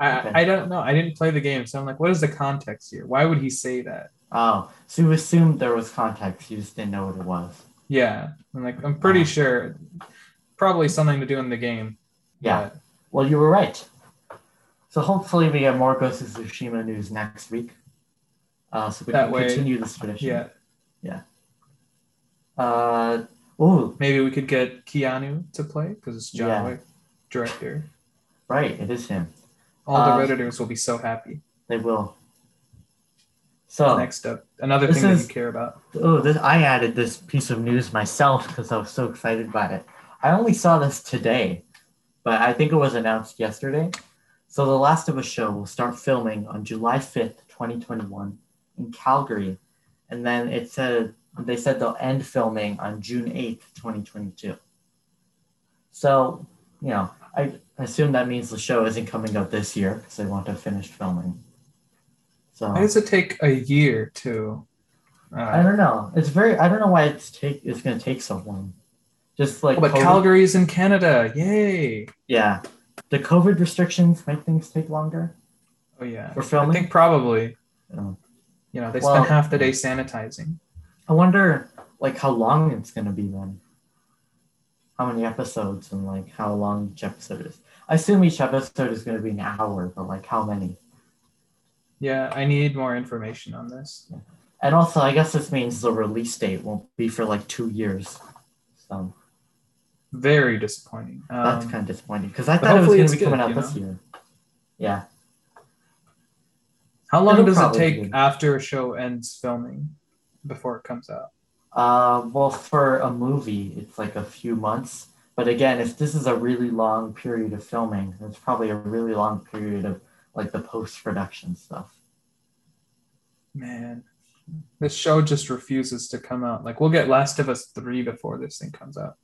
[SPEAKER 2] I,
[SPEAKER 1] Okay.
[SPEAKER 2] I don't know. I didn't play the game, so I'm like, what is the context here? Why would he say that?
[SPEAKER 1] Oh, so you assumed there was context. You just didn't know what it was.
[SPEAKER 2] Yeah, I'm like, I'm pretty
[SPEAKER 1] Wow.
[SPEAKER 2] sure, probably something to do in the game.
[SPEAKER 1] Yeah.
[SPEAKER 2] but
[SPEAKER 1] Well, you were right. So hopefully we get more Ghost of Tsushima news next week. Uh, so we
[SPEAKER 2] That
[SPEAKER 1] can
[SPEAKER 2] way-
[SPEAKER 1] continue this tradition.
[SPEAKER 2] yeah.
[SPEAKER 1] Uh, oh,
[SPEAKER 2] Maybe we could get Keanu to play because it's John
[SPEAKER 1] Yeah.
[SPEAKER 2] Wick director.
[SPEAKER 1] right. It is him.
[SPEAKER 2] All
[SPEAKER 1] Uh,
[SPEAKER 2] the redditors will be so happy.
[SPEAKER 1] They will. So.
[SPEAKER 2] Next up, another
[SPEAKER 1] This
[SPEAKER 2] thing that
[SPEAKER 1] is-
[SPEAKER 2] you care about.
[SPEAKER 1] Oh, this I added this piece of news myself *laughs* because I was so excited by it. I only saw this today, but I think it was announced yesterday. So The Last of Us show will start filming on July 5th, 2021 in Calgary. And then it said they said they'll end filming on June 8th, 2022. So, you know, I assume that means the show isn't coming out this year because they want to finish filming. So
[SPEAKER 2] Why does it take a year to?
[SPEAKER 1] I
[SPEAKER 2] Uh,
[SPEAKER 1] don't know. It's very. I don't know why it's take. It's gonna take so long. Just like
[SPEAKER 2] oh, but
[SPEAKER 1] COVID-
[SPEAKER 2] Calgary is in Canada. Yay!
[SPEAKER 1] Yeah, the COVID restrictions make things take longer
[SPEAKER 2] Oh yeah.
[SPEAKER 1] for
[SPEAKER 2] I
[SPEAKER 1] filming.
[SPEAKER 2] think probably.
[SPEAKER 1] Oh.
[SPEAKER 2] You know, they
[SPEAKER 1] Well-
[SPEAKER 2] spent half the day sanitizing.
[SPEAKER 1] I wonder like how long it's gonna be then. How many episodes and like how long each episode is. I assume each episode is gonna be an hour, but like how many?
[SPEAKER 2] Yeah, I need more information on this.
[SPEAKER 1] And also, I guess this means the release date won't be for like two years. So
[SPEAKER 2] Very disappointing. Um,
[SPEAKER 1] that's kind of disappointing because I
[SPEAKER 2] but
[SPEAKER 1] thought it was
[SPEAKER 2] hopefully
[SPEAKER 1] gonna
[SPEAKER 2] it's
[SPEAKER 1] be
[SPEAKER 2] good,
[SPEAKER 1] coming out
[SPEAKER 2] you know?
[SPEAKER 1] this year. Yeah.
[SPEAKER 2] how long
[SPEAKER 1] it'll
[SPEAKER 2] does it
[SPEAKER 1] probably
[SPEAKER 2] take
[SPEAKER 1] be.
[SPEAKER 2] after a show ends filming before it comes out?
[SPEAKER 1] Uh, well, for a movie, it's like a few months. But again, if this is a really long period of filming, it's probably a really long period of like the post production stuff.
[SPEAKER 2] Man, this show just refuses to come out. Like, we'll get Last of Us 3 before this thing comes out.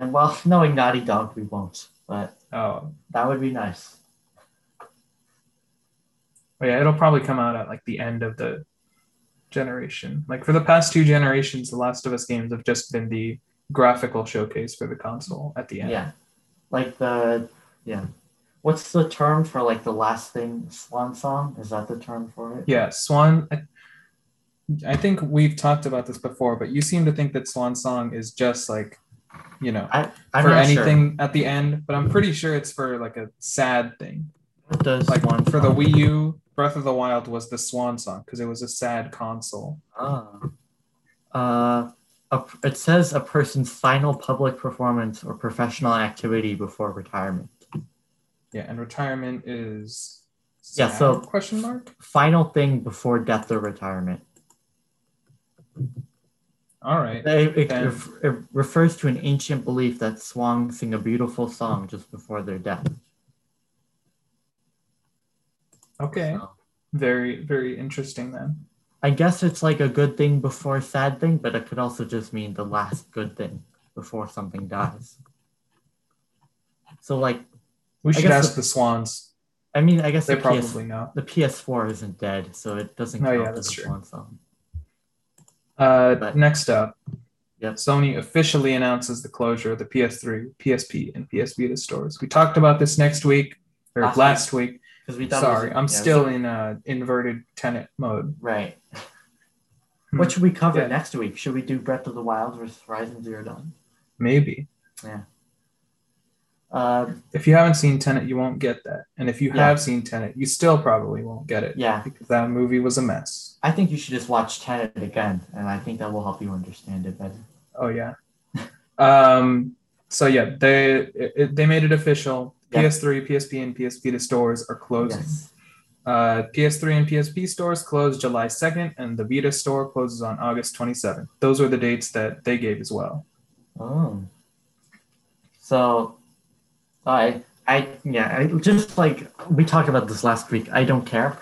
[SPEAKER 1] And well, *laughs* knowing Naughty Dog, we won't, but
[SPEAKER 2] Oh,
[SPEAKER 1] that would be nice.
[SPEAKER 2] oh yeah, it'll probably come out at like the end of the generation. Like, for the past two generations, the Last of Us games have just been the graphical showcase for the console at the
[SPEAKER 1] Yeah.
[SPEAKER 2] end.
[SPEAKER 1] Like the, yeah. What's the term for like the last thing, swan song? Is that the term for it?
[SPEAKER 2] Yeah, Swan. I, I think we've talked about this before, but you seem to think that Swan Song is just like, you know,
[SPEAKER 1] I'm
[SPEAKER 2] for
[SPEAKER 1] not sure.
[SPEAKER 2] anything at the end. But I'm pretty sure it's for like a sad thing.
[SPEAKER 1] What does
[SPEAKER 2] Like
[SPEAKER 1] swan
[SPEAKER 2] for the
[SPEAKER 1] song-
[SPEAKER 2] Wii U, Breath of the Wild was the Swan Song because it was a sad console.
[SPEAKER 1] Ah. Uh, a, it says a person's final public performance or professional activity before retirement.
[SPEAKER 2] Yeah, and retirement is.
[SPEAKER 1] Yeah,
[SPEAKER 2] sad?
[SPEAKER 1] so-
[SPEAKER 2] question mark.
[SPEAKER 1] Final thing before death or retirement.
[SPEAKER 2] All right.
[SPEAKER 1] It, it-
[SPEAKER 2] Okay.
[SPEAKER 1] it- it refers to an ancient belief that swans sing a beautiful song just before their death.
[SPEAKER 2] Okay.
[SPEAKER 1] So,
[SPEAKER 2] Very very interesting then.
[SPEAKER 1] I guess it's like a good thing before a sad thing, but it could also just mean the last good thing before something dies. So like,
[SPEAKER 2] We should
[SPEAKER 1] guess
[SPEAKER 2] ask the, Swans.
[SPEAKER 1] I mean, I guess
[SPEAKER 2] They
[SPEAKER 1] the PS
[SPEAKER 2] probably know.
[SPEAKER 1] the PS4 isn't dead, so it doesn't
[SPEAKER 2] Oh,
[SPEAKER 1] count
[SPEAKER 2] yeah,
[SPEAKER 1] as
[SPEAKER 2] that's
[SPEAKER 1] a
[SPEAKER 2] true.
[SPEAKER 1] Swan song.
[SPEAKER 2] Uh,
[SPEAKER 1] But-
[SPEAKER 2] next up,
[SPEAKER 1] Yep.
[SPEAKER 2] Sony officially announces the closure of the PS3, PSP, and PS Vita stores. We talked about this next week or
[SPEAKER 1] Last
[SPEAKER 2] last, week.
[SPEAKER 1] Because we thought. it was-
[SPEAKER 2] Sorry, I'm
[SPEAKER 1] yeah,
[SPEAKER 2] still in uh, inverted tenant mode.
[SPEAKER 1] right.
[SPEAKER 2] *laughs* Hmm.
[SPEAKER 1] What should we cover
[SPEAKER 2] Yeah.
[SPEAKER 1] next week? Should we do Breath of the Wild versus Horizon Zero Dawn?
[SPEAKER 2] Maybe
[SPEAKER 1] Uh,
[SPEAKER 2] if you haven't seen Tenant, you won't get that, and if you
[SPEAKER 1] Yeah.
[SPEAKER 2] have seen Tenant, you still probably won't get it
[SPEAKER 1] yeah,
[SPEAKER 2] because that movie was a mess.
[SPEAKER 1] I think you should just watch Tenet again, and I think that will help you understand it better.
[SPEAKER 2] Oh yeah. um. So yeah, they it, it- they made it official.
[SPEAKER 1] Yeah.
[SPEAKER 2] PS3, PSP, and PS Vita stores are closing.
[SPEAKER 1] Yes.
[SPEAKER 2] Uh, PS3 and PSP stores close July 2nd, and the Vita store closes on August 27th. Those were the dates that they gave as well.
[SPEAKER 1] Oh. So, I, I, yeah, I just like we talked about this last week. I don't care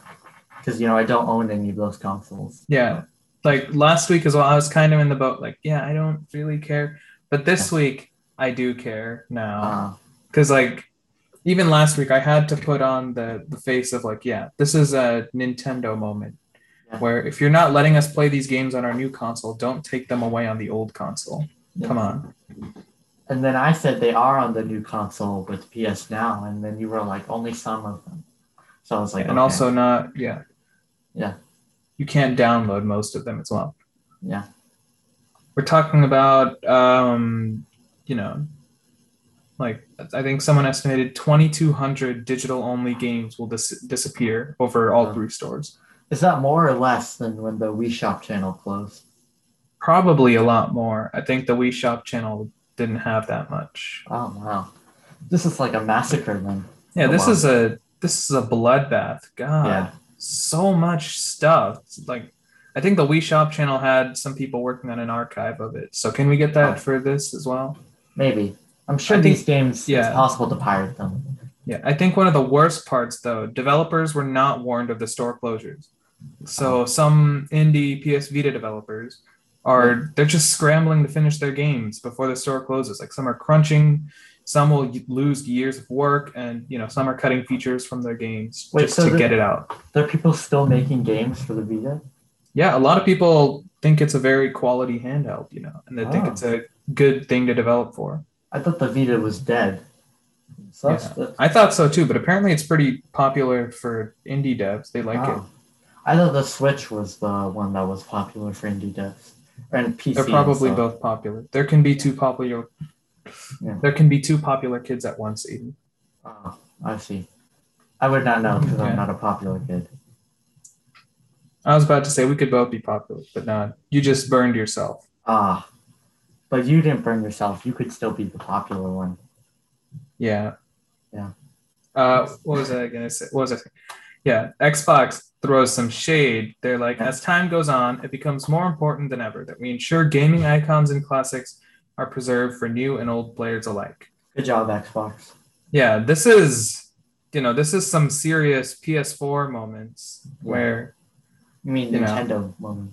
[SPEAKER 1] because you know I don't own any of those consoles.
[SPEAKER 2] Yeah. Like last week as well, I was kind of in the boat, like, yeah, I don't really care. But this week, I do care now.
[SPEAKER 1] Uh,
[SPEAKER 2] Because, like, even last week, I had to put on the, the face of, like, yeah, this is a Nintendo moment.
[SPEAKER 1] Yeah.
[SPEAKER 2] Where if you're not letting us play these games on our new console, don't take them away on the old console.
[SPEAKER 1] Yeah.
[SPEAKER 2] Come on.
[SPEAKER 1] and then I said they are on the new console with PS Now, and then you were like only some of them. So I was like,
[SPEAKER 2] and
[SPEAKER 1] okay.
[SPEAKER 2] also not yeah
[SPEAKER 1] Yeah.
[SPEAKER 2] you can't download most of them as well
[SPEAKER 1] Yeah.
[SPEAKER 2] we're talking about um you know like i think someone estimated 2200 digital only games will dis- disappear over all
[SPEAKER 1] Wow.
[SPEAKER 2] three stores
[SPEAKER 1] is that more or less than when the Wii Shop channel closed?
[SPEAKER 2] probably a lot more i think the wii shop channel didn't have that much
[SPEAKER 1] Oh wow, this is like a massacre then.
[SPEAKER 2] yeah
[SPEAKER 1] Oh,
[SPEAKER 2] this
[SPEAKER 1] wow.
[SPEAKER 2] is a this is a bloodbath god
[SPEAKER 1] Yeah.
[SPEAKER 2] so much stuff. Like, I think the Wii Shop channel had some people working on an archive of it. So, can we get that
[SPEAKER 1] Oh.
[SPEAKER 2] for this as well?
[SPEAKER 1] Maybe. I'm sure
[SPEAKER 2] I think-
[SPEAKER 1] these games,
[SPEAKER 2] yeah.
[SPEAKER 1] it's possible to pirate them.
[SPEAKER 2] Yeah, I think one of the worst parts though, developers were not warned of the store closures.
[SPEAKER 1] Oh.
[SPEAKER 2] So some indie PS Vita developers are they're just scrambling to finish their games before the store closes. Like some are crunching, some will y- lose years of work, and you know some are cutting features from their games
[SPEAKER 1] Wait,
[SPEAKER 2] just
[SPEAKER 1] so
[SPEAKER 2] to
[SPEAKER 1] the-
[SPEAKER 2] get it out.
[SPEAKER 1] There are people still making games for the Vita?
[SPEAKER 2] yeah, a lot of people think it's a very quality handheld, you know, and they think
[SPEAKER 1] Oh.
[SPEAKER 2] it's a good thing to develop for.
[SPEAKER 1] I thought the Vita was dead. So that's
[SPEAKER 2] Yeah.
[SPEAKER 1] the,
[SPEAKER 2] I thought so too, but apparently it's pretty popular for indie devs. They like it.
[SPEAKER 1] wow. I thought the Switch was the one that was popular for indie devs. And PC.
[SPEAKER 2] They're probably
[SPEAKER 1] so-
[SPEAKER 2] both popular. There can be two popular
[SPEAKER 1] Yeah.
[SPEAKER 2] there can be two popular kids at once even.
[SPEAKER 1] Oh, I see. I would not know because
[SPEAKER 2] Okay.
[SPEAKER 1] I'm not a popular kid.
[SPEAKER 2] I was about to say we could both be popular, but not. You just burned yourself.
[SPEAKER 1] Ah. But you didn't burn yourself. You could still be the popular one.
[SPEAKER 2] Yeah.
[SPEAKER 1] Yeah.
[SPEAKER 2] Uh, what was I gonna say? What was I? Saying? Yeah, Xbox throws some shade. They're like,
[SPEAKER 1] Yeah.
[SPEAKER 2] as time goes on, it becomes more important than ever that we ensure gaming icons and classics are preserved for new and old players alike.
[SPEAKER 1] Good job, Xbox.
[SPEAKER 2] Yeah, this is, you know, this is some serious PS4 moments where
[SPEAKER 1] You mean
[SPEAKER 2] You know.
[SPEAKER 1] Nintendo moment.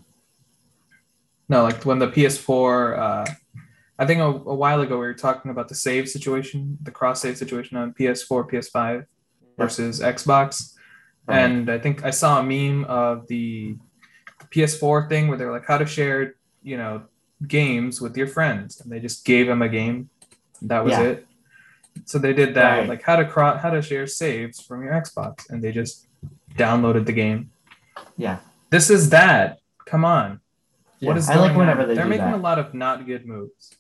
[SPEAKER 2] No, like when the PS4, uh, I think a, a while ago we were talking about the save situation, the cross save situation on PS4, PS5 versus Xbox.
[SPEAKER 1] Right.
[SPEAKER 2] And I think I saw a meme of the PS4 thing where they're like, how to share, you know, games with your friends. And they just gave him a game. That was
[SPEAKER 1] Yeah.
[SPEAKER 2] it. So they did that,
[SPEAKER 1] Right.
[SPEAKER 2] like how to cro- how to share saves from your Xbox, and they just downloaded the game.
[SPEAKER 1] Yeah.
[SPEAKER 2] This is that. Come on. What
[SPEAKER 1] Yeah,
[SPEAKER 2] is
[SPEAKER 1] I like
[SPEAKER 2] going
[SPEAKER 1] whenever
[SPEAKER 2] on?
[SPEAKER 1] they
[SPEAKER 2] They're
[SPEAKER 1] do
[SPEAKER 2] making
[SPEAKER 1] that.
[SPEAKER 2] a lot of not good moves.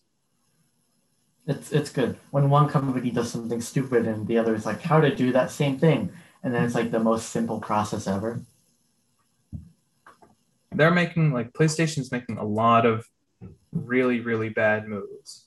[SPEAKER 1] It's it's good when one company does something stupid and the other is like how to do that same thing, and then it's like the most simple process ever.
[SPEAKER 2] They're making like PlayStation's making a lot of really really bad moves.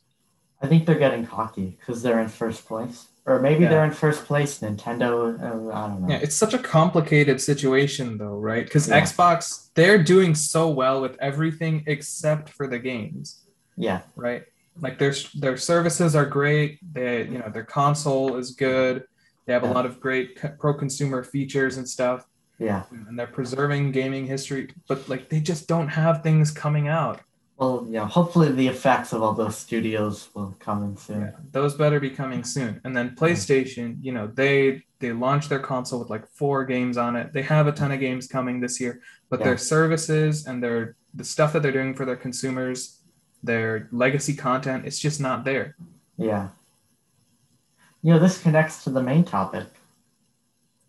[SPEAKER 1] I think they're getting cocky because they're in first place, or maybe
[SPEAKER 2] Yeah.
[SPEAKER 1] they're in first place. Nintendo, uh, I don't know.
[SPEAKER 2] Yeah, it's such a complicated situation though, right? Because
[SPEAKER 1] Yeah.
[SPEAKER 2] Xbox they're doing so well with everything except for the games,
[SPEAKER 1] Yeah,
[SPEAKER 2] right? Like their their services are great. They you know their console is good. They have a
[SPEAKER 1] Yeah.
[SPEAKER 2] lot of great pro consumer features and stuff,
[SPEAKER 1] yeah.
[SPEAKER 2] and they're preserving gaming history. But like they just don't have things coming out.
[SPEAKER 1] Well, yeah, hopefully the effects of all those studios will come in soon.
[SPEAKER 2] Yeah, those better be coming soon. And then PlayStation, you know, they they launched their console with like four games on it. They have a ton of games coming this year, but
[SPEAKER 1] Yeah.
[SPEAKER 2] their services and their the stuff that they're doing for their consumers, their legacy content, it's just not there.
[SPEAKER 1] Yeah. You know, this connects to the main topic,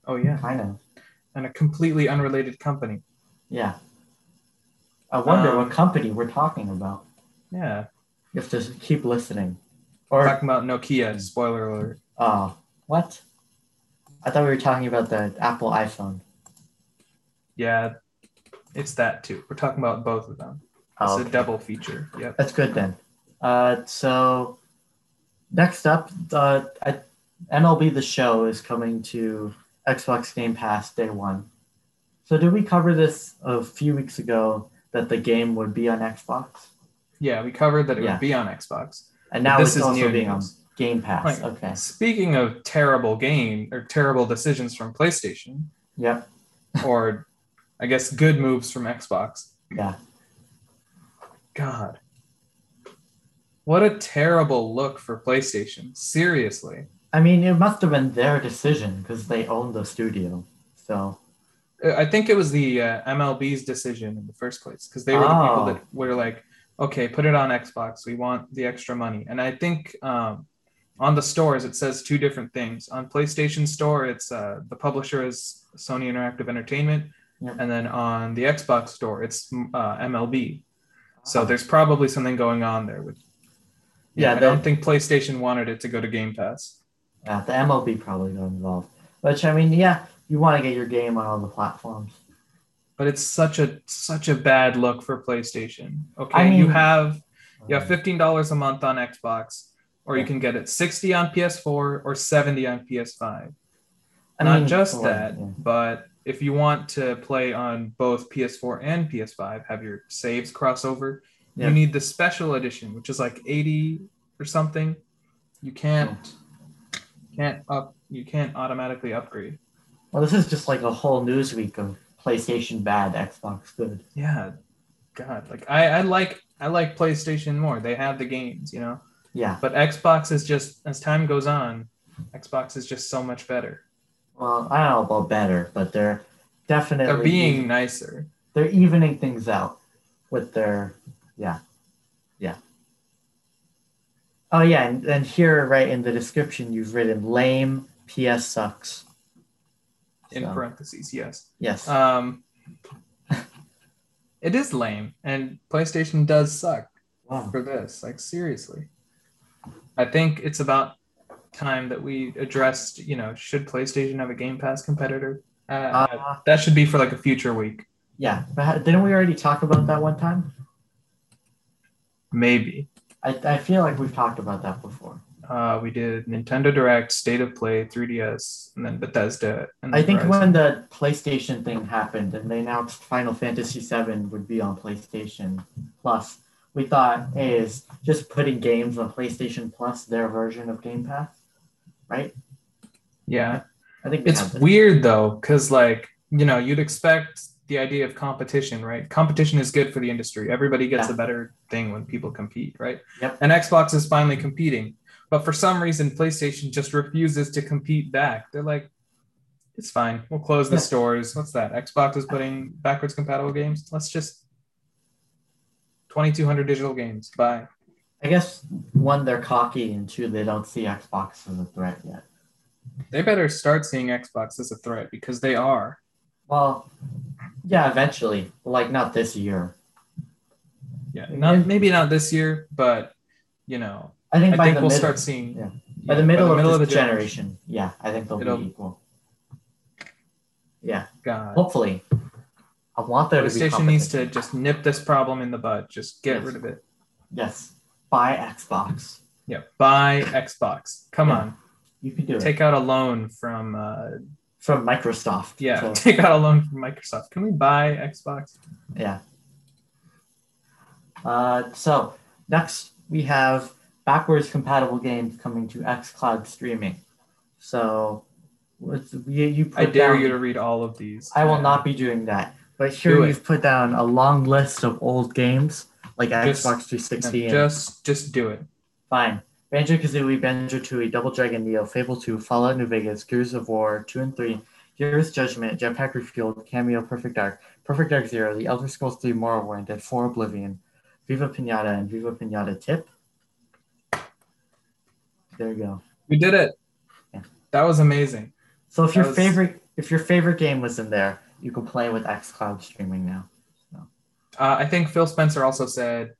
[SPEAKER 2] Oh yeah,
[SPEAKER 1] kind of.
[SPEAKER 2] and a completely unrelated company.
[SPEAKER 1] Yeah. I wonder
[SPEAKER 2] Um,
[SPEAKER 1] what company we're talking about.
[SPEAKER 2] Yeah,
[SPEAKER 1] You have to keep listening.
[SPEAKER 2] we're
[SPEAKER 1] Or, Mm-hmm.
[SPEAKER 2] talking about Nokia. Spoiler alert.
[SPEAKER 1] uh, what? I thought we were talking about the Apple iPhone.
[SPEAKER 2] Yeah, it's that too. We're talking about both of them.
[SPEAKER 1] Oh,
[SPEAKER 2] It's a
[SPEAKER 1] okay.
[SPEAKER 2] double feature. Yep.
[SPEAKER 1] That's good then. Uh, so next up, uh, I- MLB The Show is coming to Xbox Game Pass day one. So did we cover this a few weeks ago that the game would be on Xbox?
[SPEAKER 2] Yeah, we covered that it
[SPEAKER 1] Yeah.
[SPEAKER 2] would be on Xbox.
[SPEAKER 1] And now
[SPEAKER 2] This
[SPEAKER 1] it's
[SPEAKER 2] is
[SPEAKER 1] also
[SPEAKER 2] new
[SPEAKER 1] being on
[SPEAKER 2] news.
[SPEAKER 1] Game Pass.
[SPEAKER 2] Right.
[SPEAKER 1] Okay.
[SPEAKER 2] Speaking of terrible game or terrible decisions from PlayStation,
[SPEAKER 1] Yep.
[SPEAKER 2] or I guess good moves from Xbox.
[SPEAKER 1] Yeah.
[SPEAKER 2] God. What a terrible look for PlayStation. Seriously.
[SPEAKER 1] I mean, it must have been their decision because they own the studio. So
[SPEAKER 2] Uh, I think it was the uh, MLB's decision in the first place because they were the people
[SPEAKER 1] Oh.
[SPEAKER 2] that were like, okay, put it on Xbox. We want the extra money. And I think um, on the stores, it says two different things. On PlayStation Store, it's uh, the publisher is Sony Interactive Entertainment.
[SPEAKER 1] Yep.
[SPEAKER 2] And then on the Xbox Store, it's mm, uh, MLB. So there's probably something going on there. With
[SPEAKER 1] Ah. Yeah,
[SPEAKER 2] I
[SPEAKER 1] they-
[SPEAKER 2] don't think PlayStation wanted it to go to Game Pass.
[SPEAKER 1] yeah, the MLB probably got involved. Which I mean, yeah, you want to get your game on all the platforms.
[SPEAKER 2] but it's such a such a bad look for PlayStation. Okay,
[SPEAKER 1] I mean-
[SPEAKER 2] you have you have fifteen dollars a month on Xbox, or you
[SPEAKER 1] Yeah.
[SPEAKER 2] can get it sixty on PS4 or seventy on PS5.
[SPEAKER 1] I
[SPEAKER 2] Not
[SPEAKER 1] mean,
[SPEAKER 2] just
[SPEAKER 1] well,
[SPEAKER 2] that,
[SPEAKER 1] Mm, yeah.
[SPEAKER 2] but if you want to play on both PS4 and PS5, have your saves crossover,
[SPEAKER 1] Yeah.
[SPEAKER 2] you need the special edition, which is like eighty or something. You can't can't up you can't automatically upgrade.
[SPEAKER 1] Well, this is just like a whole news week of PlayStation bad, Xbox good.
[SPEAKER 2] yeah god like i i like i like playstation more they have the games you know
[SPEAKER 1] Yeah.
[SPEAKER 2] but xbox is just as time goes on xbox is just so much better
[SPEAKER 1] Well, I don't know about better, but they're definitely
[SPEAKER 2] they're being nicer
[SPEAKER 1] they're evening things out with their yeah yeah. Oh yeah, and, and here right in the description you've written lame PS sucks.
[SPEAKER 2] in
[SPEAKER 1] So,
[SPEAKER 2] parentheses yes
[SPEAKER 1] yes.
[SPEAKER 2] um *laughs* it is lame and playstation does suck
[SPEAKER 1] wow.
[SPEAKER 2] for this like seriously i think it's about time that we addressed you know should playstation have a game pass competitor uh,
[SPEAKER 1] Uh,
[SPEAKER 2] that should be for like a future week
[SPEAKER 1] yeah, but ha- didn't we already talk about that one time?
[SPEAKER 2] maybe
[SPEAKER 1] I, I feel like we've talked about that before.
[SPEAKER 2] Uh, we did Nintendo Direct, State of Play, 3DS, and then Bethesda. And
[SPEAKER 1] I
[SPEAKER 2] then
[SPEAKER 1] think
[SPEAKER 2] Horizon.
[SPEAKER 1] when the PlayStation thing happened and they announced Final Fantasy VII would be on PlayStation Plus, we thought, hey, is just putting games on PlayStation Plus their version of Game Pass, right?
[SPEAKER 2] yeah,
[SPEAKER 1] I think we
[SPEAKER 2] it's
[SPEAKER 1] have it.
[SPEAKER 2] weird though, because like you know, you'd expect the idea of competition, right? Competition is good for the industry. Everybody gets
[SPEAKER 1] Yeah.
[SPEAKER 2] a better thing when people compete, right?
[SPEAKER 1] Yep.
[SPEAKER 2] And Xbox is finally competing, but for some reason, PlayStation just refuses to compete back. They're like, it's fine. We'll close the
[SPEAKER 1] Yeah.
[SPEAKER 2] stores. What's that? Xbox is putting backwards compatible games. Let's just 2200 digital games. Bye.
[SPEAKER 1] I guess one, they're cocky, and two, they don't see Xbox as a threat yet.
[SPEAKER 2] They better start seeing Xbox as a threat because they are.
[SPEAKER 1] Well, yeah, eventually, like not this year.
[SPEAKER 2] Yeah. Not maybe not this year, but you know,
[SPEAKER 1] I
[SPEAKER 2] I
[SPEAKER 1] think
[SPEAKER 2] think
[SPEAKER 1] by
[SPEAKER 2] we'll
[SPEAKER 1] the middle,
[SPEAKER 2] start seeing
[SPEAKER 1] yeah. by the middle, of, this
[SPEAKER 2] the
[SPEAKER 1] generation. Yeah, I think they'll
[SPEAKER 2] It'll-
[SPEAKER 1] be equal. Yeah,
[SPEAKER 2] God.
[SPEAKER 1] hopefully. I want there to be
[SPEAKER 2] PlayStation needs
[SPEAKER 1] competition.
[SPEAKER 2] to just nip this problem in the bud. Just get
[SPEAKER 1] Yes.
[SPEAKER 2] rid of it.
[SPEAKER 1] Yes. Buy Xbox.
[SPEAKER 2] Yeah. Buy Xbox. Come
[SPEAKER 1] Yeah.
[SPEAKER 2] on.
[SPEAKER 1] You can do it.
[SPEAKER 2] Take out a loan from uh
[SPEAKER 1] From Microsoft.
[SPEAKER 2] yeah,
[SPEAKER 1] So,
[SPEAKER 2] *laughs* take out a loan from Microsoft. Can we buy Xbox?
[SPEAKER 1] yeah. Uh, so next we have backwards compatible games coming to xCloud streaming. So what's- you, you put
[SPEAKER 2] I dare
[SPEAKER 1] down-
[SPEAKER 2] you to read all of these.
[SPEAKER 1] I will not be doing that. But here
[SPEAKER 2] Do it.
[SPEAKER 1] you've put down a long list of old games, like
[SPEAKER 2] Just-
[SPEAKER 1] Xbox 360.
[SPEAKER 2] No,
[SPEAKER 1] and-
[SPEAKER 2] just just do it.
[SPEAKER 1] Fine. Banjo Kazooie, Banjo Tooie, Double Dragon Neo, Fable 2, Fallout New Vegas, Gears of War 2 and 3, Gears Judgment, Jetpack Refueled, Cameo, Perfect Dark, Perfect Dark Zero, The Elder Scrolls 3 Morrowind, and 4 Oblivion, Viva Pinata, and Viva Pinata Tip. There you go.
[SPEAKER 2] We did it.
[SPEAKER 1] Yeah.
[SPEAKER 2] That was amazing.
[SPEAKER 1] So if your
[SPEAKER 2] That was-
[SPEAKER 1] favorite if your favorite game was in there, you can play with xCloud streaming now.
[SPEAKER 2] Uh, I think Phil Spencer also said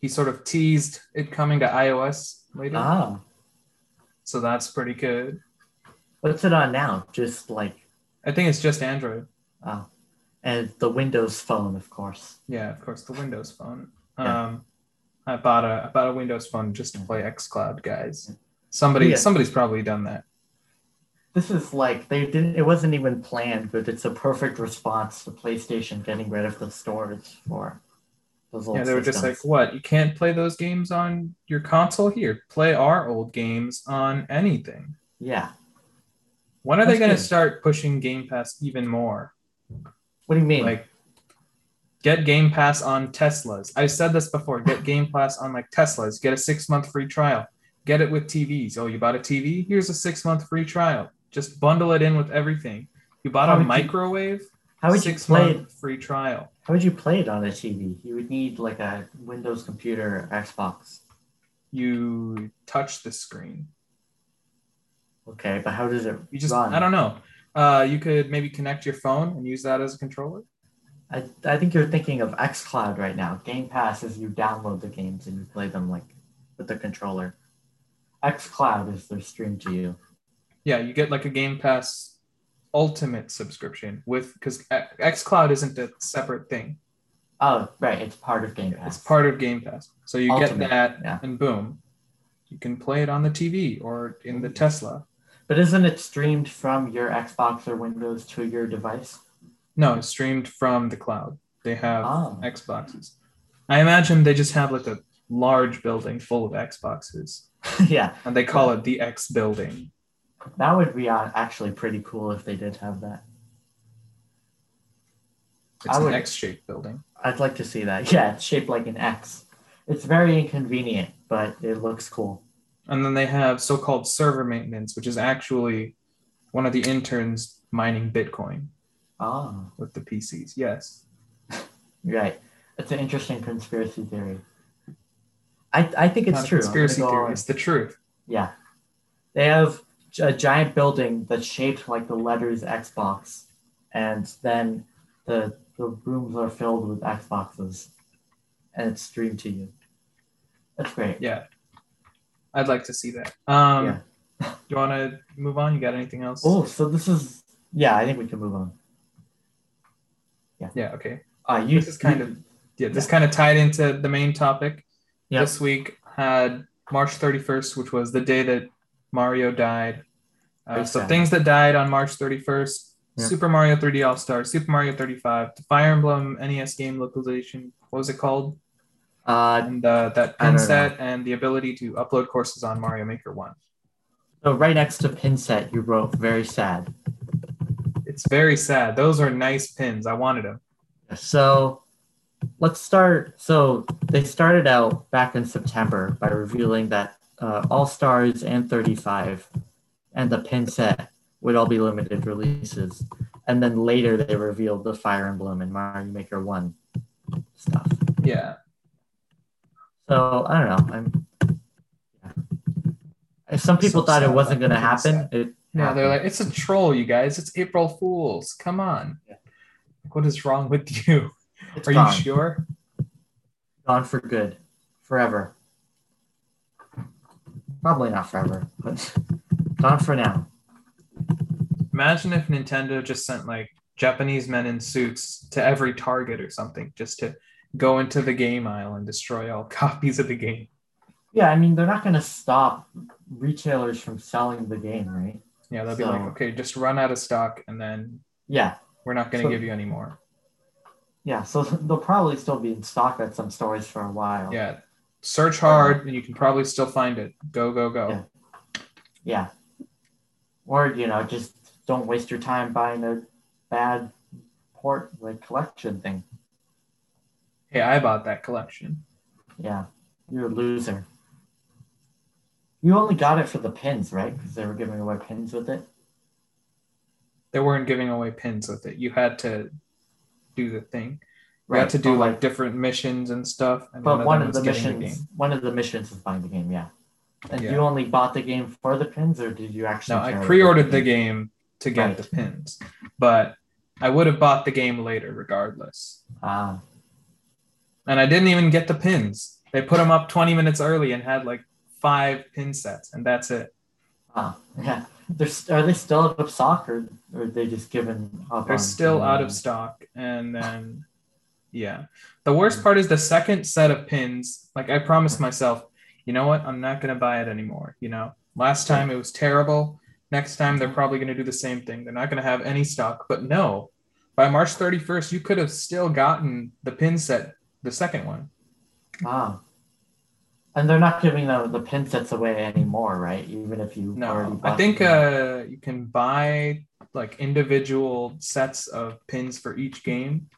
[SPEAKER 2] he sort of teased it coming to iOS later,
[SPEAKER 1] Ah,
[SPEAKER 2] so that's pretty good.
[SPEAKER 1] what's it on now? Just like
[SPEAKER 2] I think it's just Android.
[SPEAKER 1] oh, and the Windows Phone, of course.
[SPEAKER 2] Yeah, of course, the Windows Phone.
[SPEAKER 1] Yeah.
[SPEAKER 2] Um, I bought a I bought a Windows Phone just to play XCloud, guys. Somebody
[SPEAKER 1] Oh, Yeah.
[SPEAKER 2] somebody's probably done that.
[SPEAKER 1] This is like they didn't. It wasn't even planned, but it's a perfect response to PlayStation getting rid of the stores for those old.
[SPEAKER 2] yeah, they were just like,
[SPEAKER 1] systems.
[SPEAKER 2] "What? You can't play those games on your console? Here, play our old games on anything."
[SPEAKER 1] yeah.
[SPEAKER 2] When are they
[SPEAKER 1] That's
[SPEAKER 2] going to
[SPEAKER 1] good.
[SPEAKER 2] start pushing Game Pass even more?
[SPEAKER 1] What do you mean?
[SPEAKER 2] Like, get Game Pass on Teslas. I've said this before.
[SPEAKER 1] *laughs*
[SPEAKER 2] Get Game Pass on like Teslas. Get a six month free trial. Get it with TVs. Oh, you bought a TV? Here's a six month free trial. Just bundle it in with everything. You bought
[SPEAKER 1] How
[SPEAKER 2] a
[SPEAKER 1] would you-
[SPEAKER 2] microwave?
[SPEAKER 1] how would you
[SPEAKER 2] six
[SPEAKER 1] play?
[SPEAKER 2] month free trial.
[SPEAKER 1] How would you play it on a TV? You would need like a Windows computer, or Xbox.
[SPEAKER 2] You touch the screen.
[SPEAKER 1] Okay, but how does it?
[SPEAKER 2] You just
[SPEAKER 1] run?
[SPEAKER 2] I don't know. Uh, you could maybe connect your phone and use that as a controller.
[SPEAKER 1] I, I think you're thinking of xCloud right now. Game Pass is you download the games and you play them like with the controller. xCloud is their stream to you.
[SPEAKER 2] Yeah, you get like a Game Pass Ultimate subscription with because XCloud isn't a separate thing.
[SPEAKER 1] Oh, right, it's part of Game Pass.
[SPEAKER 2] It's part of Game Pass. So you
[SPEAKER 1] Ultimate,
[SPEAKER 2] get that
[SPEAKER 1] yeah.
[SPEAKER 2] and boom. You can play it on the TV or in the Tesla.
[SPEAKER 1] But isn't it streamed from your Xbox or Windows to your device? *laughs*
[SPEAKER 2] No, it's streamed from the cloud. They have
[SPEAKER 1] Oh.
[SPEAKER 2] Xboxes. I imagine they just have like a large building full of Xboxes
[SPEAKER 1] yeah,
[SPEAKER 2] and they call it the X building.
[SPEAKER 1] that would be uh, actually pretty cool if they did have that.
[SPEAKER 2] It's
[SPEAKER 1] I
[SPEAKER 2] an
[SPEAKER 1] would-
[SPEAKER 2] X shaped building.
[SPEAKER 1] I'd like to see that. *laughs* Yeah, it's shaped like an X. It's very inconvenient, but it looks cool.
[SPEAKER 2] And then they have so called server maintenance, which is actually one of the interns mining Bitcoin
[SPEAKER 1] Oh,
[SPEAKER 2] with the PCs. Yes.
[SPEAKER 1] right. It's an interesting conspiracy theory. I, I think it's
[SPEAKER 2] Not a
[SPEAKER 1] true. I'm gonna
[SPEAKER 2] Conspiracy
[SPEAKER 1] go
[SPEAKER 2] theory.
[SPEAKER 1] on.
[SPEAKER 2] It's the truth.
[SPEAKER 1] Yeah. They have gi- a giant building that's shaped like the letters Xbox, and then the, the rooms are filled with Xboxes, and it's streamed to you. That's great.
[SPEAKER 2] I'd like to see that. Um,
[SPEAKER 1] Yeah.
[SPEAKER 2] do *laughs* you want to move on? You got anything else?
[SPEAKER 1] Oh, so this is yeah. I think we can move on.
[SPEAKER 2] Yeah. Okay.
[SPEAKER 1] Uh, you
[SPEAKER 2] This is kind
[SPEAKER 1] you-
[SPEAKER 2] of- Yeah. This kind of tied into the main topic.
[SPEAKER 1] Yeah.
[SPEAKER 2] This week had March 31st, which was the day that Mario died. Uh,
[SPEAKER 1] Very
[SPEAKER 2] so
[SPEAKER 1] sad.
[SPEAKER 2] things that died on March 31st:
[SPEAKER 1] Yeah.
[SPEAKER 2] Super Mario 3D All Star, Super Mario 35, the Fire Emblem NES game localization. What was it called?
[SPEAKER 1] uh,
[SPEAKER 2] And uh, that
[SPEAKER 1] I don't
[SPEAKER 2] pin set and the ability to upload courses on Mario Maker One.
[SPEAKER 1] so right next to pin set, you wrote very sad.
[SPEAKER 2] It's very sad. Those are nice pins. I wanted them.
[SPEAKER 1] So let's start. So they started out back in September by revealing that uh, All Stars and 35 and the pin set would all be limited releases. And then later they revealed the Fire Emblem and Mario Maker 1 stuff.
[SPEAKER 2] Yeah.
[SPEAKER 1] So I don't know. I'm, yeah. Some people
[SPEAKER 2] So
[SPEAKER 1] thought it
[SPEAKER 2] sad
[SPEAKER 1] wasn't going
[SPEAKER 2] about
[SPEAKER 1] to
[SPEAKER 2] the
[SPEAKER 1] happen.
[SPEAKER 2] pin
[SPEAKER 1] It
[SPEAKER 2] No, they're
[SPEAKER 1] happened.
[SPEAKER 2] like, it's a troll, you guys. It's April Fools. Come on.
[SPEAKER 1] Yeah.
[SPEAKER 2] What is wrong with *laughs* you?
[SPEAKER 1] It's
[SPEAKER 2] Are
[SPEAKER 1] gone.
[SPEAKER 2] you sure?
[SPEAKER 1] gone for good, forever. Probably not forever, but gone for now.
[SPEAKER 2] Imagine if Nintendo just sent like Japanese men in suits to every Target or something just to go into the game aisle and destroy all *laughs* copies of the game.
[SPEAKER 1] Yeah, I mean they're not gonna stop retailers from selling the game, right?
[SPEAKER 2] Yeah, they'll be
[SPEAKER 1] So-
[SPEAKER 2] like, okay, just run out of stock and then
[SPEAKER 1] Yeah,
[SPEAKER 2] we're not going to
[SPEAKER 1] So-
[SPEAKER 2] give you any more.
[SPEAKER 1] yeah. So *laughs* they'll probably still be in stock at some stores for a while.
[SPEAKER 2] Yeah. Search hard and you can probably still find it. Go, go, go.
[SPEAKER 1] Yeah. Yeah. Or you know, just don't waste your time buying a bad port like collection thing.
[SPEAKER 2] hey, I bought that collection.
[SPEAKER 1] Yeah, you're a loser. You only got it for the pins, right? Because they were giving away pins with it.
[SPEAKER 2] They weren't giving away pins with it. You had to do the thing. You
[SPEAKER 1] Right.
[SPEAKER 2] had to do
[SPEAKER 1] but,
[SPEAKER 2] like, different missions and stuff. And
[SPEAKER 1] but one of the
[SPEAKER 2] them was getting
[SPEAKER 1] missions, one of the missions is buying the game. Yeah. And
[SPEAKER 2] Yeah.
[SPEAKER 1] you only bought the game for the pins, or did you actually?
[SPEAKER 2] No, I
[SPEAKER 1] carry it?
[SPEAKER 2] pre-ordered the game to get
[SPEAKER 1] Right.
[SPEAKER 2] the pins, but I would have bought the game later regardless.
[SPEAKER 1] Ah,
[SPEAKER 2] And I didn't even get the pins. They put them up 20 minutes early and had like five pin sets, and that's it.
[SPEAKER 1] ah, yeah. They're, st- are they still out of stock, or, or are they just given up?
[SPEAKER 2] They're
[SPEAKER 1] on-
[SPEAKER 2] still out of stock. And then, yeah, the worst part is the second set of pins. Like I promised myself, you know what? I'm not gonna buy it anymore. You know, last time it was terrible. Next time they're probably gonna do the same thing. They're not gonna have any stock. But no, by March 31st, you could have still gotten the pin set, the second one.
[SPEAKER 1] Ah. And they're not giving the, the pin sets away anymore, right? Even if you already
[SPEAKER 2] No,
[SPEAKER 1] bought
[SPEAKER 2] I think
[SPEAKER 1] the game.
[SPEAKER 2] uh, you can buy like individual sets of pins for each game.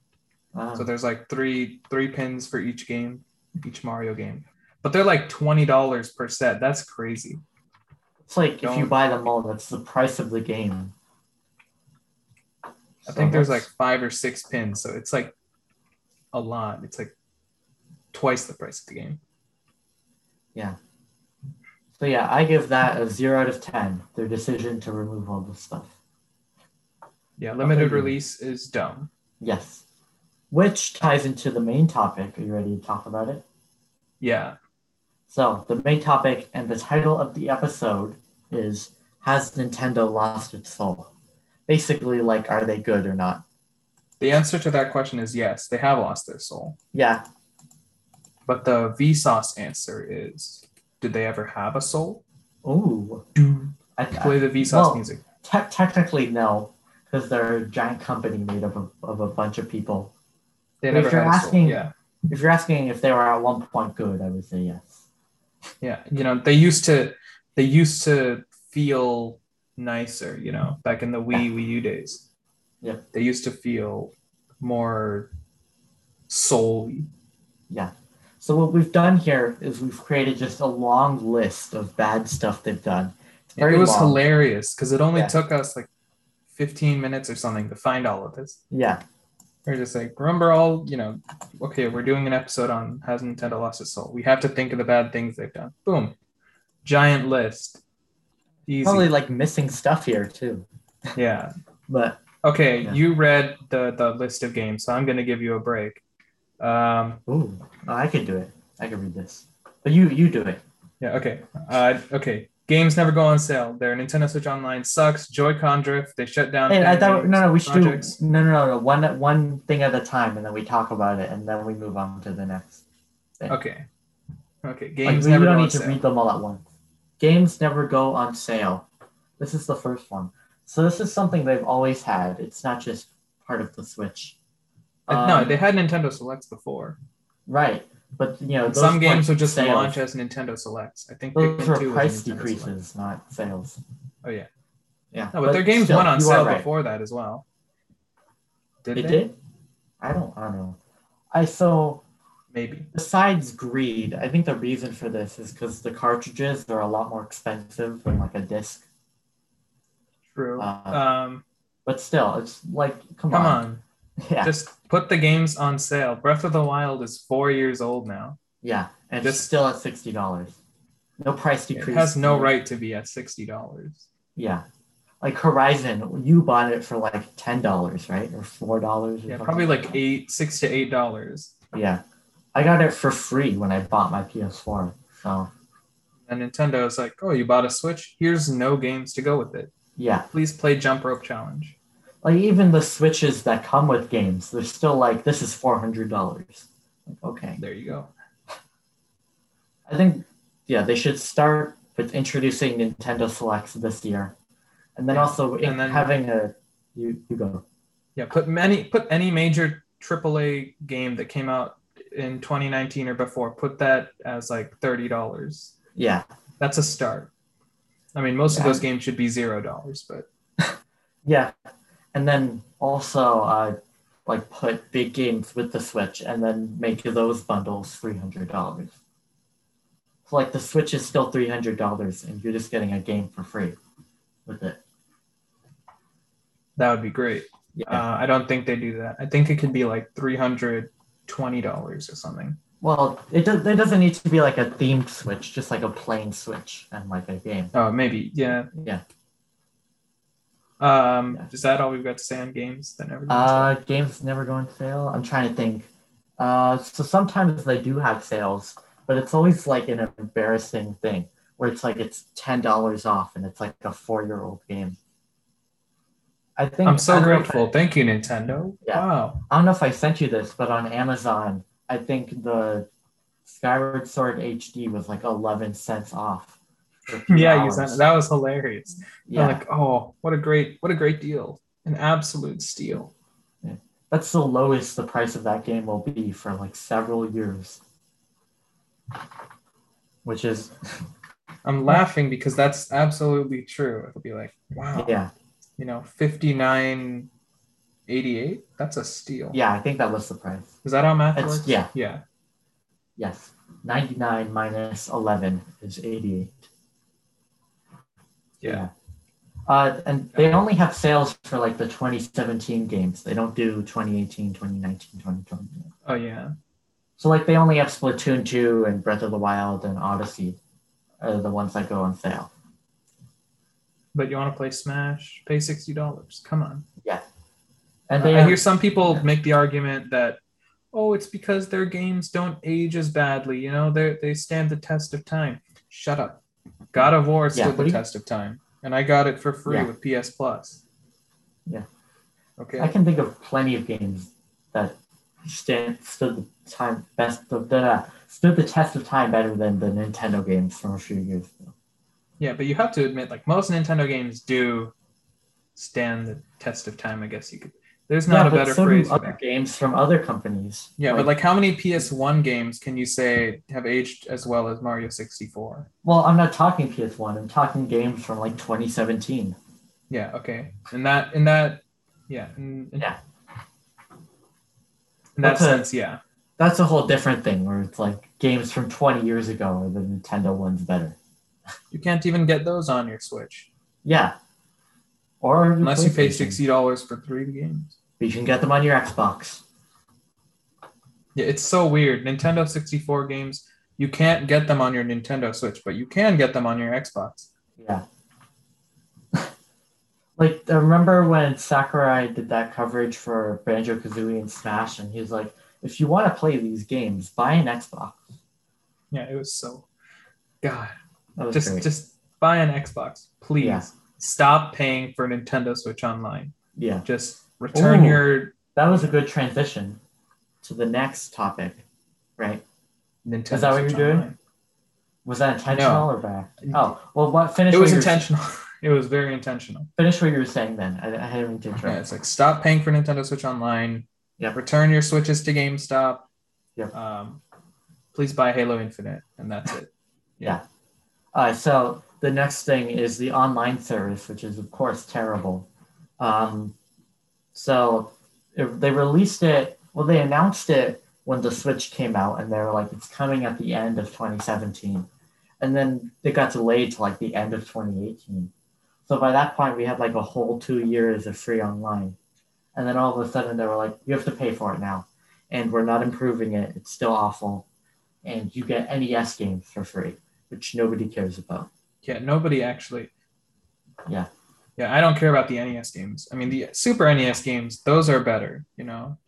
[SPEAKER 1] Ah.
[SPEAKER 2] So there's like three three pins for each game, each Mario game. But they're like twenty dollars per set. That's crazy.
[SPEAKER 1] It's like if you
[SPEAKER 2] Don't-
[SPEAKER 1] buy them all, that's the price of the game.
[SPEAKER 2] I
[SPEAKER 1] So
[SPEAKER 2] think there's like
[SPEAKER 1] that's-
[SPEAKER 2] five or six pins, so it's like a lot. It's like twice the price of the game.
[SPEAKER 1] So yeah, I give that a zero out of ten. Their decision to remove all this stuff.
[SPEAKER 2] Yeah, limited
[SPEAKER 1] Okay.
[SPEAKER 2] release is dumb.
[SPEAKER 1] Yes, which ties into the main topic. Are you ready to talk about it?
[SPEAKER 2] Yeah,
[SPEAKER 1] So the main topic and the title of the episode is "Has Nintendo Lost Its Soul?" Basically, like, are they good or not?
[SPEAKER 2] the answer to that question is yes. They have lost their soul.
[SPEAKER 1] Yeah,
[SPEAKER 2] But the Vsauce answer is, did they ever have a soul?
[SPEAKER 1] Ooh,
[SPEAKER 2] Do
[SPEAKER 1] I,
[SPEAKER 2] play the Vsauce
[SPEAKER 1] Well,
[SPEAKER 2] music.
[SPEAKER 1] te- technically no, because they're a giant company made up of, of a bunch of people.
[SPEAKER 2] They
[SPEAKER 1] if
[SPEAKER 2] never
[SPEAKER 1] you're
[SPEAKER 2] had a soul.
[SPEAKER 1] asking-
[SPEAKER 2] Yeah.
[SPEAKER 1] If you're asking if they were at one point good, I would say yes.
[SPEAKER 2] yeah you know they used to they used to feel nicer you know back in the wii wii u days
[SPEAKER 1] Yeah.
[SPEAKER 2] they used to feel more soul
[SPEAKER 1] So what we've done here is we've created just a long list of bad stuff they've done. It's
[SPEAKER 2] it
[SPEAKER 1] very
[SPEAKER 2] was
[SPEAKER 1] long.
[SPEAKER 2] hilarious because it only
[SPEAKER 1] Yeah.
[SPEAKER 2] took us like 15 minutes or something to find all of this
[SPEAKER 1] Yeah,
[SPEAKER 2] we're just like remember all you know okay we're doing an episode on has nintendo lost its soul we have to think of the bad things they've done boom giant list easy
[SPEAKER 1] probably like missing stuff here too.
[SPEAKER 2] yeah
[SPEAKER 1] But
[SPEAKER 2] Okay,
[SPEAKER 1] Yeah.
[SPEAKER 2] you read the the list of games, so I'm gonna give you a break. Um,
[SPEAKER 1] ooh, oh, I could do it. I could read this. But you you do it.
[SPEAKER 2] yeah, okay, uh, okay. Games never go on sale. Their Nintendo Switch Online sucks. Joy-Con drift. They shut down.
[SPEAKER 1] Hey, I thought
[SPEAKER 2] fan
[SPEAKER 1] no no we should
[SPEAKER 2] projects.
[SPEAKER 1] do no no no no one one thing at a time and then we talk about it and then we move on to the next.
[SPEAKER 2] Okay, okay.
[SPEAKER 1] Like,
[SPEAKER 2] Games
[SPEAKER 1] we
[SPEAKER 2] never go
[SPEAKER 1] don't
[SPEAKER 2] on
[SPEAKER 1] need to
[SPEAKER 2] sale.
[SPEAKER 1] read them all at once. Games never go on sale. This is the first one. So this is something they've always had. It's not just part of the Switch.
[SPEAKER 2] Uh, no,
[SPEAKER 1] Um,
[SPEAKER 2] they had Nintendo Selects before.
[SPEAKER 1] Right, but you know, those
[SPEAKER 2] Some games
[SPEAKER 1] weren't
[SPEAKER 2] would just
[SPEAKER 1] sales.
[SPEAKER 2] launch as Nintendo Selects. I think
[SPEAKER 1] Those
[SPEAKER 2] Pikmin 2
[SPEAKER 1] were
[SPEAKER 2] was
[SPEAKER 1] price
[SPEAKER 2] Nintendo Select.
[SPEAKER 1] decreases, not sales.
[SPEAKER 2] Oh yeah,
[SPEAKER 1] Yeah,
[SPEAKER 2] no, but, their games
[SPEAKER 1] still,
[SPEAKER 2] went on
[SPEAKER 1] you are
[SPEAKER 2] sale
[SPEAKER 1] right.
[SPEAKER 2] before that as well. Did
[SPEAKER 1] They
[SPEAKER 2] they?
[SPEAKER 1] did. I don't. I don't know. I so
[SPEAKER 2] Maybe.
[SPEAKER 1] besides greed, I think the reason for this is because the cartridges are a lot more expensive than like a disc.
[SPEAKER 2] True.
[SPEAKER 1] Uh,
[SPEAKER 2] um,
[SPEAKER 1] But still, it's like come,
[SPEAKER 2] come
[SPEAKER 1] on.
[SPEAKER 2] on.
[SPEAKER 1] *laughs* yeah,
[SPEAKER 2] Just put the games on sale. Breath of the Wild is four years old now.
[SPEAKER 1] yeah, and it's
[SPEAKER 2] Just-
[SPEAKER 1] still at sixty dollars. No price
[SPEAKER 2] It
[SPEAKER 1] decrease.
[SPEAKER 2] has no right to be at sixty dollars.
[SPEAKER 1] Yeah, like Horizon, you bought it for like ten dollars, right, or four dollars?
[SPEAKER 2] Yeah, probably like eight, six to eight dollars.
[SPEAKER 1] Yeah. I got it for free when I bought my PS4. So,
[SPEAKER 2] And Nintendo is like, oh, you bought a Switch? Here's no games to go with it.
[SPEAKER 1] yeah.
[SPEAKER 2] Please play Jump Rope Challenge.
[SPEAKER 1] Like, even the Switches that come with games, they're still like, this is $400. Like, okay.
[SPEAKER 2] There you go.
[SPEAKER 1] I think, yeah, they should start with introducing Nintendo Selects this year. And then
[SPEAKER 2] Yeah.
[SPEAKER 1] also in-
[SPEAKER 2] And then-
[SPEAKER 1] having a. You, you go.
[SPEAKER 2] Yeah, put many, put any major AAA game that came out in 2019 or before. Put that as like thirty dollars.
[SPEAKER 1] Yeah.
[SPEAKER 2] That's a start. I mean, most of
[SPEAKER 1] Yeah.
[SPEAKER 2] those games should be zero dollars, but
[SPEAKER 1] Yeah. And then also, uh, like put big games with the Switch and then make those bundles three hundred dollars. So like the Switch is still three hundred dollars, and you're just getting a game for free with it.
[SPEAKER 2] That would be great.
[SPEAKER 1] Yeah.
[SPEAKER 2] Uh, I don't think they do that. I think it could be like three hundred twenty dollars or something.
[SPEAKER 1] well, it, does, it doesn't need to be like a themed Switch, just like a plain Switch and like a game.
[SPEAKER 2] Oh, maybe. Yeah.
[SPEAKER 1] Yeah.
[SPEAKER 2] Um,
[SPEAKER 1] Yeah.
[SPEAKER 2] is that all we've got to say on games? That never.
[SPEAKER 1] Uh, games never go on sale. I'm trying to think. Uh, so sometimes they do have sales, but it's always like an embarrassing thing where it's like it's ten dollars off and it's like a four-year-old game. I think
[SPEAKER 2] I'm so
[SPEAKER 1] I don't know if I-
[SPEAKER 2] grateful. Thank you, Nintendo.
[SPEAKER 1] Yeah.
[SPEAKER 2] Wow.
[SPEAKER 1] I don't know if I sent you this, but on Amazon, I think the Skyward Sword HD was like 11 cents off. for two
[SPEAKER 2] *laughs* Yeah, you
[SPEAKER 1] dollars.
[SPEAKER 2] sent, that was hilarious.
[SPEAKER 1] Yeah,
[SPEAKER 2] I'm like, oh, what a great, what a great deal, an absolute steal.
[SPEAKER 1] that's the lowest the price of that game will be for like several years, which is
[SPEAKER 2] I'm laughing because that's absolutely true. It'll be like, wow,
[SPEAKER 1] yeah,
[SPEAKER 2] you know, fifty nine eighty eight. That's a steal.
[SPEAKER 1] yeah. I think that was the price.
[SPEAKER 2] Is that how math
[SPEAKER 1] That's-
[SPEAKER 2] works?
[SPEAKER 1] yeah.
[SPEAKER 2] Yeah.
[SPEAKER 1] Yes, 99 minus 11 is 88.
[SPEAKER 2] Yeah.
[SPEAKER 1] Uh, and they only have sales for like the 2017 games. They don't do 2018, 2019, 2020.
[SPEAKER 2] Oh yeah.
[SPEAKER 1] So like they only have Splatoon 2 and Breath of the Wild and Odyssey are the ones that go on sale.
[SPEAKER 2] But you want to play Smash? Pay sixty dollars. Come on.
[SPEAKER 1] And they
[SPEAKER 2] I
[SPEAKER 1] have,
[SPEAKER 2] hear some people
[SPEAKER 1] yeah.
[SPEAKER 2] make the argument that, oh, it's because their games don't age as badly. You know, they they stand the test of time. Shut up. God of War stood
[SPEAKER 1] Yeah,
[SPEAKER 2] the
[SPEAKER 1] what do you-
[SPEAKER 2] test of time, and I got it for free
[SPEAKER 1] Yeah.
[SPEAKER 2] with PS Plus.
[SPEAKER 1] Yeah.
[SPEAKER 2] Okay.
[SPEAKER 1] I can think of plenty of games that stand stood the time best of the stood the test of time better than the Nintendo games from a few years ago.
[SPEAKER 2] yeah, but you have to admit, like most Nintendo games do stand the test of time. I guess you could. There's not a
[SPEAKER 1] but
[SPEAKER 2] better
[SPEAKER 1] so do
[SPEAKER 2] phrase. for
[SPEAKER 1] other
[SPEAKER 2] that.
[SPEAKER 1] games from other companies.
[SPEAKER 2] Yeah, but like how many PS1 games can you say have aged as well as Mario 64?
[SPEAKER 1] well, I'm not talking PS1. I'm talking games from like 2017.
[SPEAKER 2] Yeah. Okay. And that. And that. Yeah. In, in-
[SPEAKER 1] Yeah.
[SPEAKER 2] In that
[SPEAKER 1] That's a-
[SPEAKER 2] sense, yeah.
[SPEAKER 1] That's a whole different thing where it's like games from 20 years ago are the Nintendo ones better.
[SPEAKER 2] You can't even get those on your Switch
[SPEAKER 1] Yeah. Or
[SPEAKER 2] unless you pay
[SPEAKER 1] PlayStation.
[SPEAKER 2] sixty dollars for three games.
[SPEAKER 1] But you can get them on your Xbox.
[SPEAKER 2] Yeah, it's so weird. Nintendo sixty four games, you can't get them on your Nintendo Switch, but you can get them on your Xbox.
[SPEAKER 1] Yeah. *laughs* like, I remember when Sakurai did that coverage for Banjo Kazooie and Smash, and he was like, if you want to play these games, buy an Xbox.
[SPEAKER 2] Yeah, it was so. God,
[SPEAKER 1] That was
[SPEAKER 2] just
[SPEAKER 1] great.
[SPEAKER 2] just buy an Xbox, please.
[SPEAKER 1] Yeah.
[SPEAKER 2] Stop paying for Nintendo Switch Online.
[SPEAKER 1] yeah.
[SPEAKER 2] Just return
[SPEAKER 1] Ooh.
[SPEAKER 2] your
[SPEAKER 1] That was a good transition to the next topic, right?
[SPEAKER 2] Nintendo.
[SPEAKER 1] Is that what
[SPEAKER 2] Switch
[SPEAKER 1] you're doing?
[SPEAKER 2] Online.
[SPEAKER 1] Was that intentional or bad? Oh, well, what, finish,
[SPEAKER 2] It was
[SPEAKER 1] what you were-
[SPEAKER 2] *laughs* intentional. It was very intentional.
[SPEAKER 1] finish what you were saying then. I, I didn't mean to
[SPEAKER 2] Yeah,
[SPEAKER 1] interrupt.
[SPEAKER 2] it's like stop paying for Nintendo Switch Online.
[SPEAKER 1] Yep.
[SPEAKER 2] Return your Switches to GameStop.
[SPEAKER 1] Yep.
[SPEAKER 2] Um, please buy Halo Infinite, and that's it.
[SPEAKER 1] Uh, so the next thing is the online service, which is of course terrible. Um, so it, they released it. Well, they announced it when the Switch came out, and they were like, "It's coming at the end of 2017," and then it got delayed to like the end of 2018. So by that point, we had like a whole two years of free online, and then all of a sudden they were like, "You have to pay for it now," and we're not improving it. It's still awful, and you get NES games for free which nobody cares about.
[SPEAKER 2] Yeah, nobody actually.
[SPEAKER 1] Yeah.
[SPEAKER 2] Yeah, I don't care about the NES games. I mean, the Super NES games; those are better, you know.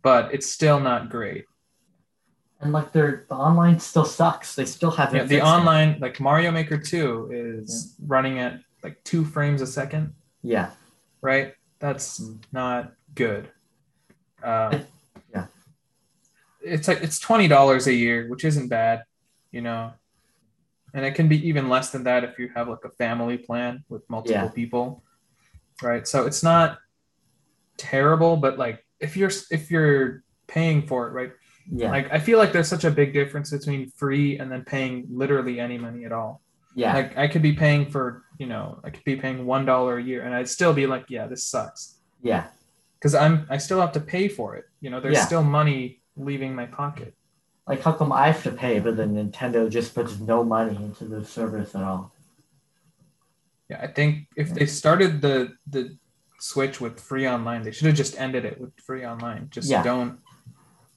[SPEAKER 2] But it's still not great.
[SPEAKER 1] And like their the online still sucks. They still haven't.
[SPEAKER 2] Yeah, the
[SPEAKER 1] fixed it.
[SPEAKER 2] online, like Mario Maker Two, is running at like two frames a second,
[SPEAKER 1] Yeah,
[SPEAKER 2] right? That's
[SPEAKER 1] Mm.
[SPEAKER 2] not good. Um,
[SPEAKER 1] *laughs* yeah.
[SPEAKER 2] It's like it's twenty dollars a year, which isn't bad, you know. And it can be even less than that if you have like a family plan with multiple
[SPEAKER 1] Yeah.
[SPEAKER 2] people, right? So it's not terrible, but like if you're if you're paying for it, right?
[SPEAKER 1] yeah,
[SPEAKER 2] Like I feel like there's such a big difference between free and then paying literally any money at all.
[SPEAKER 1] yeah,
[SPEAKER 2] Like I could be paying for, you know, I could be paying one dollar a year and I'd still be like, yeah, this sucks
[SPEAKER 1] yeah.
[SPEAKER 2] because I'm I still have to pay for it. You know, there's
[SPEAKER 1] Yeah.
[SPEAKER 2] still money leaving my pocket.
[SPEAKER 1] Like, how come I have to pay, but then Nintendo just puts no money into the service at all?
[SPEAKER 2] Yeah, I think if they started the the switch with free online, they should have just ended it with free online. Just
[SPEAKER 1] Yeah.
[SPEAKER 2] don't.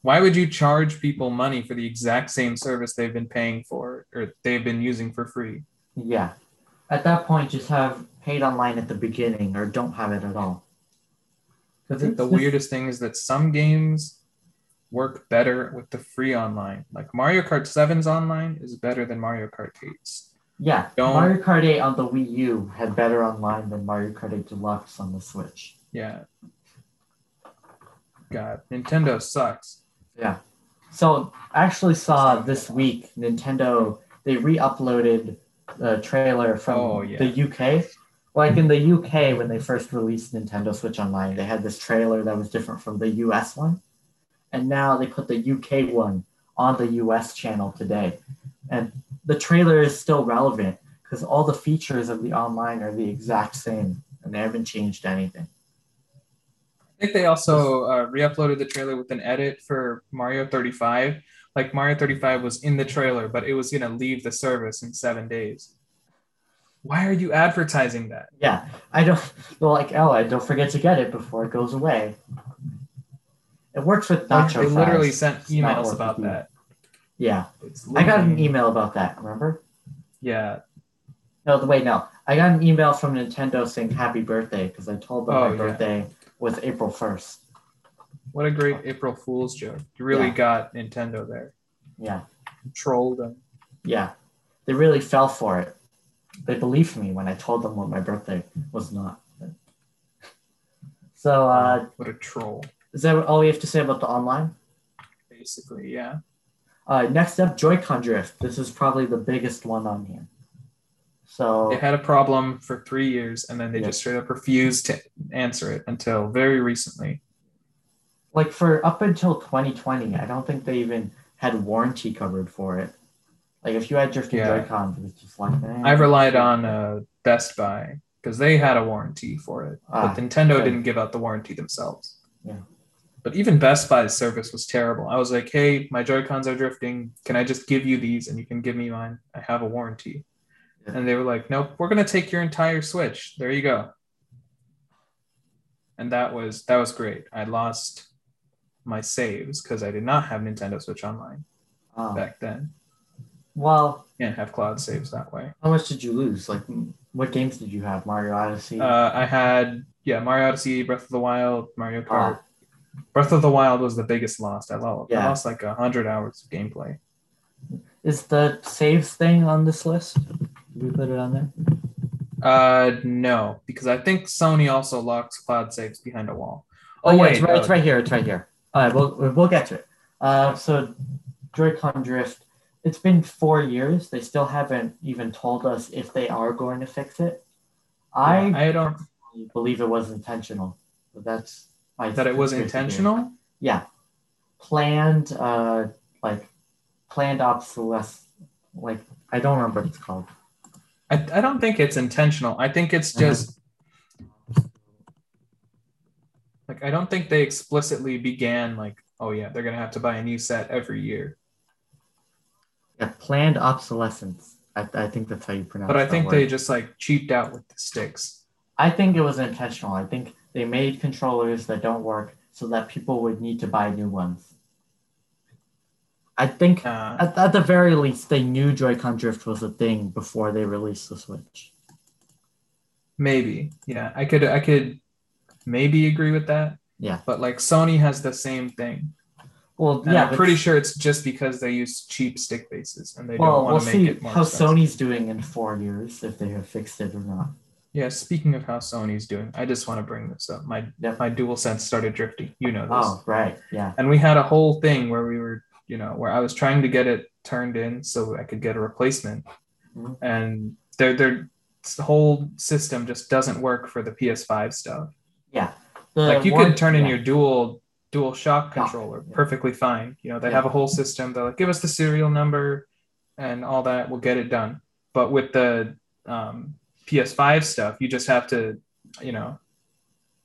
[SPEAKER 2] Why would you charge people money for the exact same service they've been paying for or they've been using for free?
[SPEAKER 1] Yeah. At that point, just have paid online at the beginning or don't have it at all.
[SPEAKER 2] I think the
[SPEAKER 1] It's just-
[SPEAKER 2] weirdest thing is that some games work better with the free online. Like Mario Kart 7's online is better than Mario Kart 8's.
[SPEAKER 1] Yeah,
[SPEAKER 2] Don't-
[SPEAKER 1] Mario Kart 8 on the Wii U had better online than Mario Kart 8 Deluxe on the Switch.
[SPEAKER 2] Yeah. God, Nintendo sucks.
[SPEAKER 1] So I actually saw this week Nintendo they re-uploaded the trailer from
[SPEAKER 2] Oh, yeah.
[SPEAKER 1] the UK. Like in the UK when they first released Nintendo Switch Online, they had this trailer that was different from the US one. And now they put the UK one on the US channel today. And the trailer is still relevant because all the features of the online are the exact same and they haven't changed anything.
[SPEAKER 2] I think they also uh, re-uploaded the trailer with an edit for Mario 35. Like Mario 35 was in the trailer, but it was gonna leave the service in seven days. Why are you advertising that?
[SPEAKER 1] Yeah, I don't *laughs* well, like Ella. Don't forget to get it before it goes away. It works with
[SPEAKER 2] Like,
[SPEAKER 1] nacho
[SPEAKER 2] they literally
[SPEAKER 1] fries.
[SPEAKER 2] sent
[SPEAKER 1] not
[SPEAKER 2] emails
[SPEAKER 1] working.
[SPEAKER 2] about that.
[SPEAKER 1] Yeah,
[SPEAKER 2] It's
[SPEAKER 1] I got an
[SPEAKER 2] literally-
[SPEAKER 1] email about that. Remember?
[SPEAKER 2] Yeah,
[SPEAKER 1] No, the wait, no. I got an email from Nintendo saying happy birthday because I told them
[SPEAKER 2] Oh,
[SPEAKER 1] my
[SPEAKER 2] yeah.
[SPEAKER 1] birthday was April first.
[SPEAKER 2] What a great April Fool's joke. You really
[SPEAKER 1] Yeah.
[SPEAKER 2] got Nintendo there.
[SPEAKER 1] Yeah,
[SPEAKER 2] You trolled them.
[SPEAKER 1] yeah. They really fell for it. They believed me when I told them what my birthday was not. *laughs* So, uh,
[SPEAKER 2] what a troll,
[SPEAKER 1] is that all we have to say about the online?
[SPEAKER 2] basically. Yeah.
[SPEAKER 1] Uh, next up, Joy-Con drift. This is probably the biggest one on here. So
[SPEAKER 2] They had a problem for three years and then they
[SPEAKER 1] Yeah.
[SPEAKER 2] just straight up refused to answer it until very recently.
[SPEAKER 1] like for up until 2020, I don't think they even had warranty covered for it. Like if you had drifting
[SPEAKER 2] Yeah.
[SPEAKER 1] Joy-Cons, it was just like eh.
[SPEAKER 2] I relied on uh, Best Buy because they had a warranty for it,
[SPEAKER 1] Ah,
[SPEAKER 2] but Nintendo
[SPEAKER 1] okay.
[SPEAKER 2] didn't give out the warranty themselves.
[SPEAKER 1] Yeah.
[SPEAKER 2] But even Best Buy's service was terrible. I was like, hey, my Joy Cons are drifting. Can I just give you these and you can give me mine? I have a warranty.
[SPEAKER 1] Yeah.
[SPEAKER 2] And they were like, nope, we're going to take your entire Switch. There you go. And that was that was great. I lost my saves because I did not have Nintendo Switch Online
[SPEAKER 1] um,
[SPEAKER 2] back then.
[SPEAKER 1] well,
[SPEAKER 2] Can't have cloud saves that way.
[SPEAKER 1] how much did you lose? Like what games did you have? Mario Odyssey.
[SPEAKER 2] Uh, I had yeah, Mario Odyssey, Breath of the Wild, Mario Kart.
[SPEAKER 1] Ah.
[SPEAKER 2] Breath of the Wild was the biggest loss. I lost. I
[SPEAKER 1] Yeah.
[SPEAKER 2] lost like hundred hours of gameplay.
[SPEAKER 1] is the saves thing on this list? Did we put it on there?
[SPEAKER 2] Uh, no, because I think Sony also locks cloud saves behind a wall. Oh,
[SPEAKER 1] yeah,
[SPEAKER 2] wait,
[SPEAKER 1] it's right,
[SPEAKER 2] no.
[SPEAKER 1] it's right here. It's right here. All right, we'll we'll get to it. Uh, so Joy-Con drift. It's been four years. They still haven't even told us if they are going to fix it.
[SPEAKER 2] Yeah,
[SPEAKER 1] I
[SPEAKER 2] I don't
[SPEAKER 1] believe it was intentional. But that's my
[SPEAKER 2] that it was
[SPEAKER 1] conspiracy theory.
[SPEAKER 2] intentional.
[SPEAKER 1] Yeah, planned. Uh, like planned obsolescence. Like I don't remember what it's called.
[SPEAKER 2] I, I don't think it's intentional. I think it's
[SPEAKER 1] Mhm.
[SPEAKER 2] just like I don't think they explicitly began like oh yeah they're gonna have to buy a new set every year.
[SPEAKER 1] Yeah, planned obsolescence. I, I think that's how you pronounce.
[SPEAKER 2] But I
[SPEAKER 1] that
[SPEAKER 2] think
[SPEAKER 1] word.
[SPEAKER 2] they just like cheaped out with the sticks.
[SPEAKER 1] I think it was intentional. I think they made controllers that don't work so that people would need to buy new ones. I think
[SPEAKER 2] Uh,
[SPEAKER 1] at, at the very least, they knew Joy-Con drift was a thing before they released the Switch.
[SPEAKER 2] Maybe. Yeah. I could I could maybe agree with that.
[SPEAKER 1] Yeah.
[SPEAKER 2] But like Sony has the same thing.
[SPEAKER 1] Well,
[SPEAKER 2] And
[SPEAKER 1] yeah,
[SPEAKER 2] I'm
[SPEAKER 1] but-
[SPEAKER 2] pretty sure it's just because they use cheap stick bases and they
[SPEAKER 1] Well,
[SPEAKER 2] don't
[SPEAKER 1] we'll
[SPEAKER 2] want to
[SPEAKER 1] see
[SPEAKER 2] make it more
[SPEAKER 1] how
[SPEAKER 2] expensive.
[SPEAKER 1] Sony's doing in four years if they have fixed it or not.
[SPEAKER 2] Yeah, speaking of how Sony's doing, I just want to bring this up. My
[SPEAKER 1] Yep.
[SPEAKER 2] my dual sense started drifting. You know this.
[SPEAKER 1] Oh, right, yeah,
[SPEAKER 2] And we had a whole thing where we were, you know, where I was trying to get it turned in so I could get a replacement.
[SPEAKER 1] Mhm.
[SPEAKER 2] And their their whole system just doesn't work for the PS5 stuff.
[SPEAKER 1] yeah. The
[SPEAKER 2] like you
[SPEAKER 1] war-
[SPEAKER 2] could turn in
[SPEAKER 1] yeah.
[SPEAKER 2] your dual dual shock
[SPEAKER 1] Shock,
[SPEAKER 2] controller
[SPEAKER 1] yeah.
[SPEAKER 2] perfectly fine you know they
[SPEAKER 1] Yeah.
[SPEAKER 2] have a whole system they're like give us the serial number and all that we'll get it done but with the um, ps5 stuff you just have to you know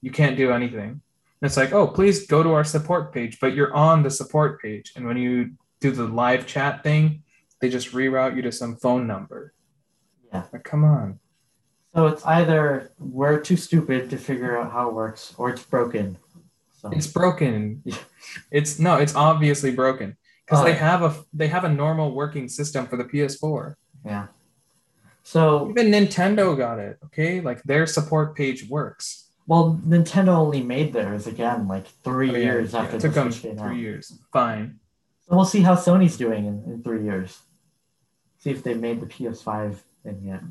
[SPEAKER 2] you can't do anything And it's like, oh, please go to our support page, but you're on the support page. And when you do the live chat thing, they just reroute you to some phone number.
[SPEAKER 1] Yeah.
[SPEAKER 2] Like, come on.
[SPEAKER 1] So it's either we're too stupid to figure out how it works or it's broken. So
[SPEAKER 2] It's broken. It's no, it's obviously broken. Because
[SPEAKER 1] Oh,
[SPEAKER 2] they
[SPEAKER 1] yeah.
[SPEAKER 2] have a they have a normal working system for the PS4.
[SPEAKER 1] yeah. So
[SPEAKER 2] Even Nintendo got it. Okay, like their support page works.
[SPEAKER 1] well Nintendo only made theirs again like three
[SPEAKER 2] Oh, yeah,
[SPEAKER 1] years
[SPEAKER 2] yeah,
[SPEAKER 1] after
[SPEAKER 2] it
[SPEAKER 1] the
[SPEAKER 2] took them
[SPEAKER 1] Switch came out.
[SPEAKER 2] three years. Fine.
[SPEAKER 1] So we'll see how Sony's doing in, in three years. See if they made the PS5 thing yet.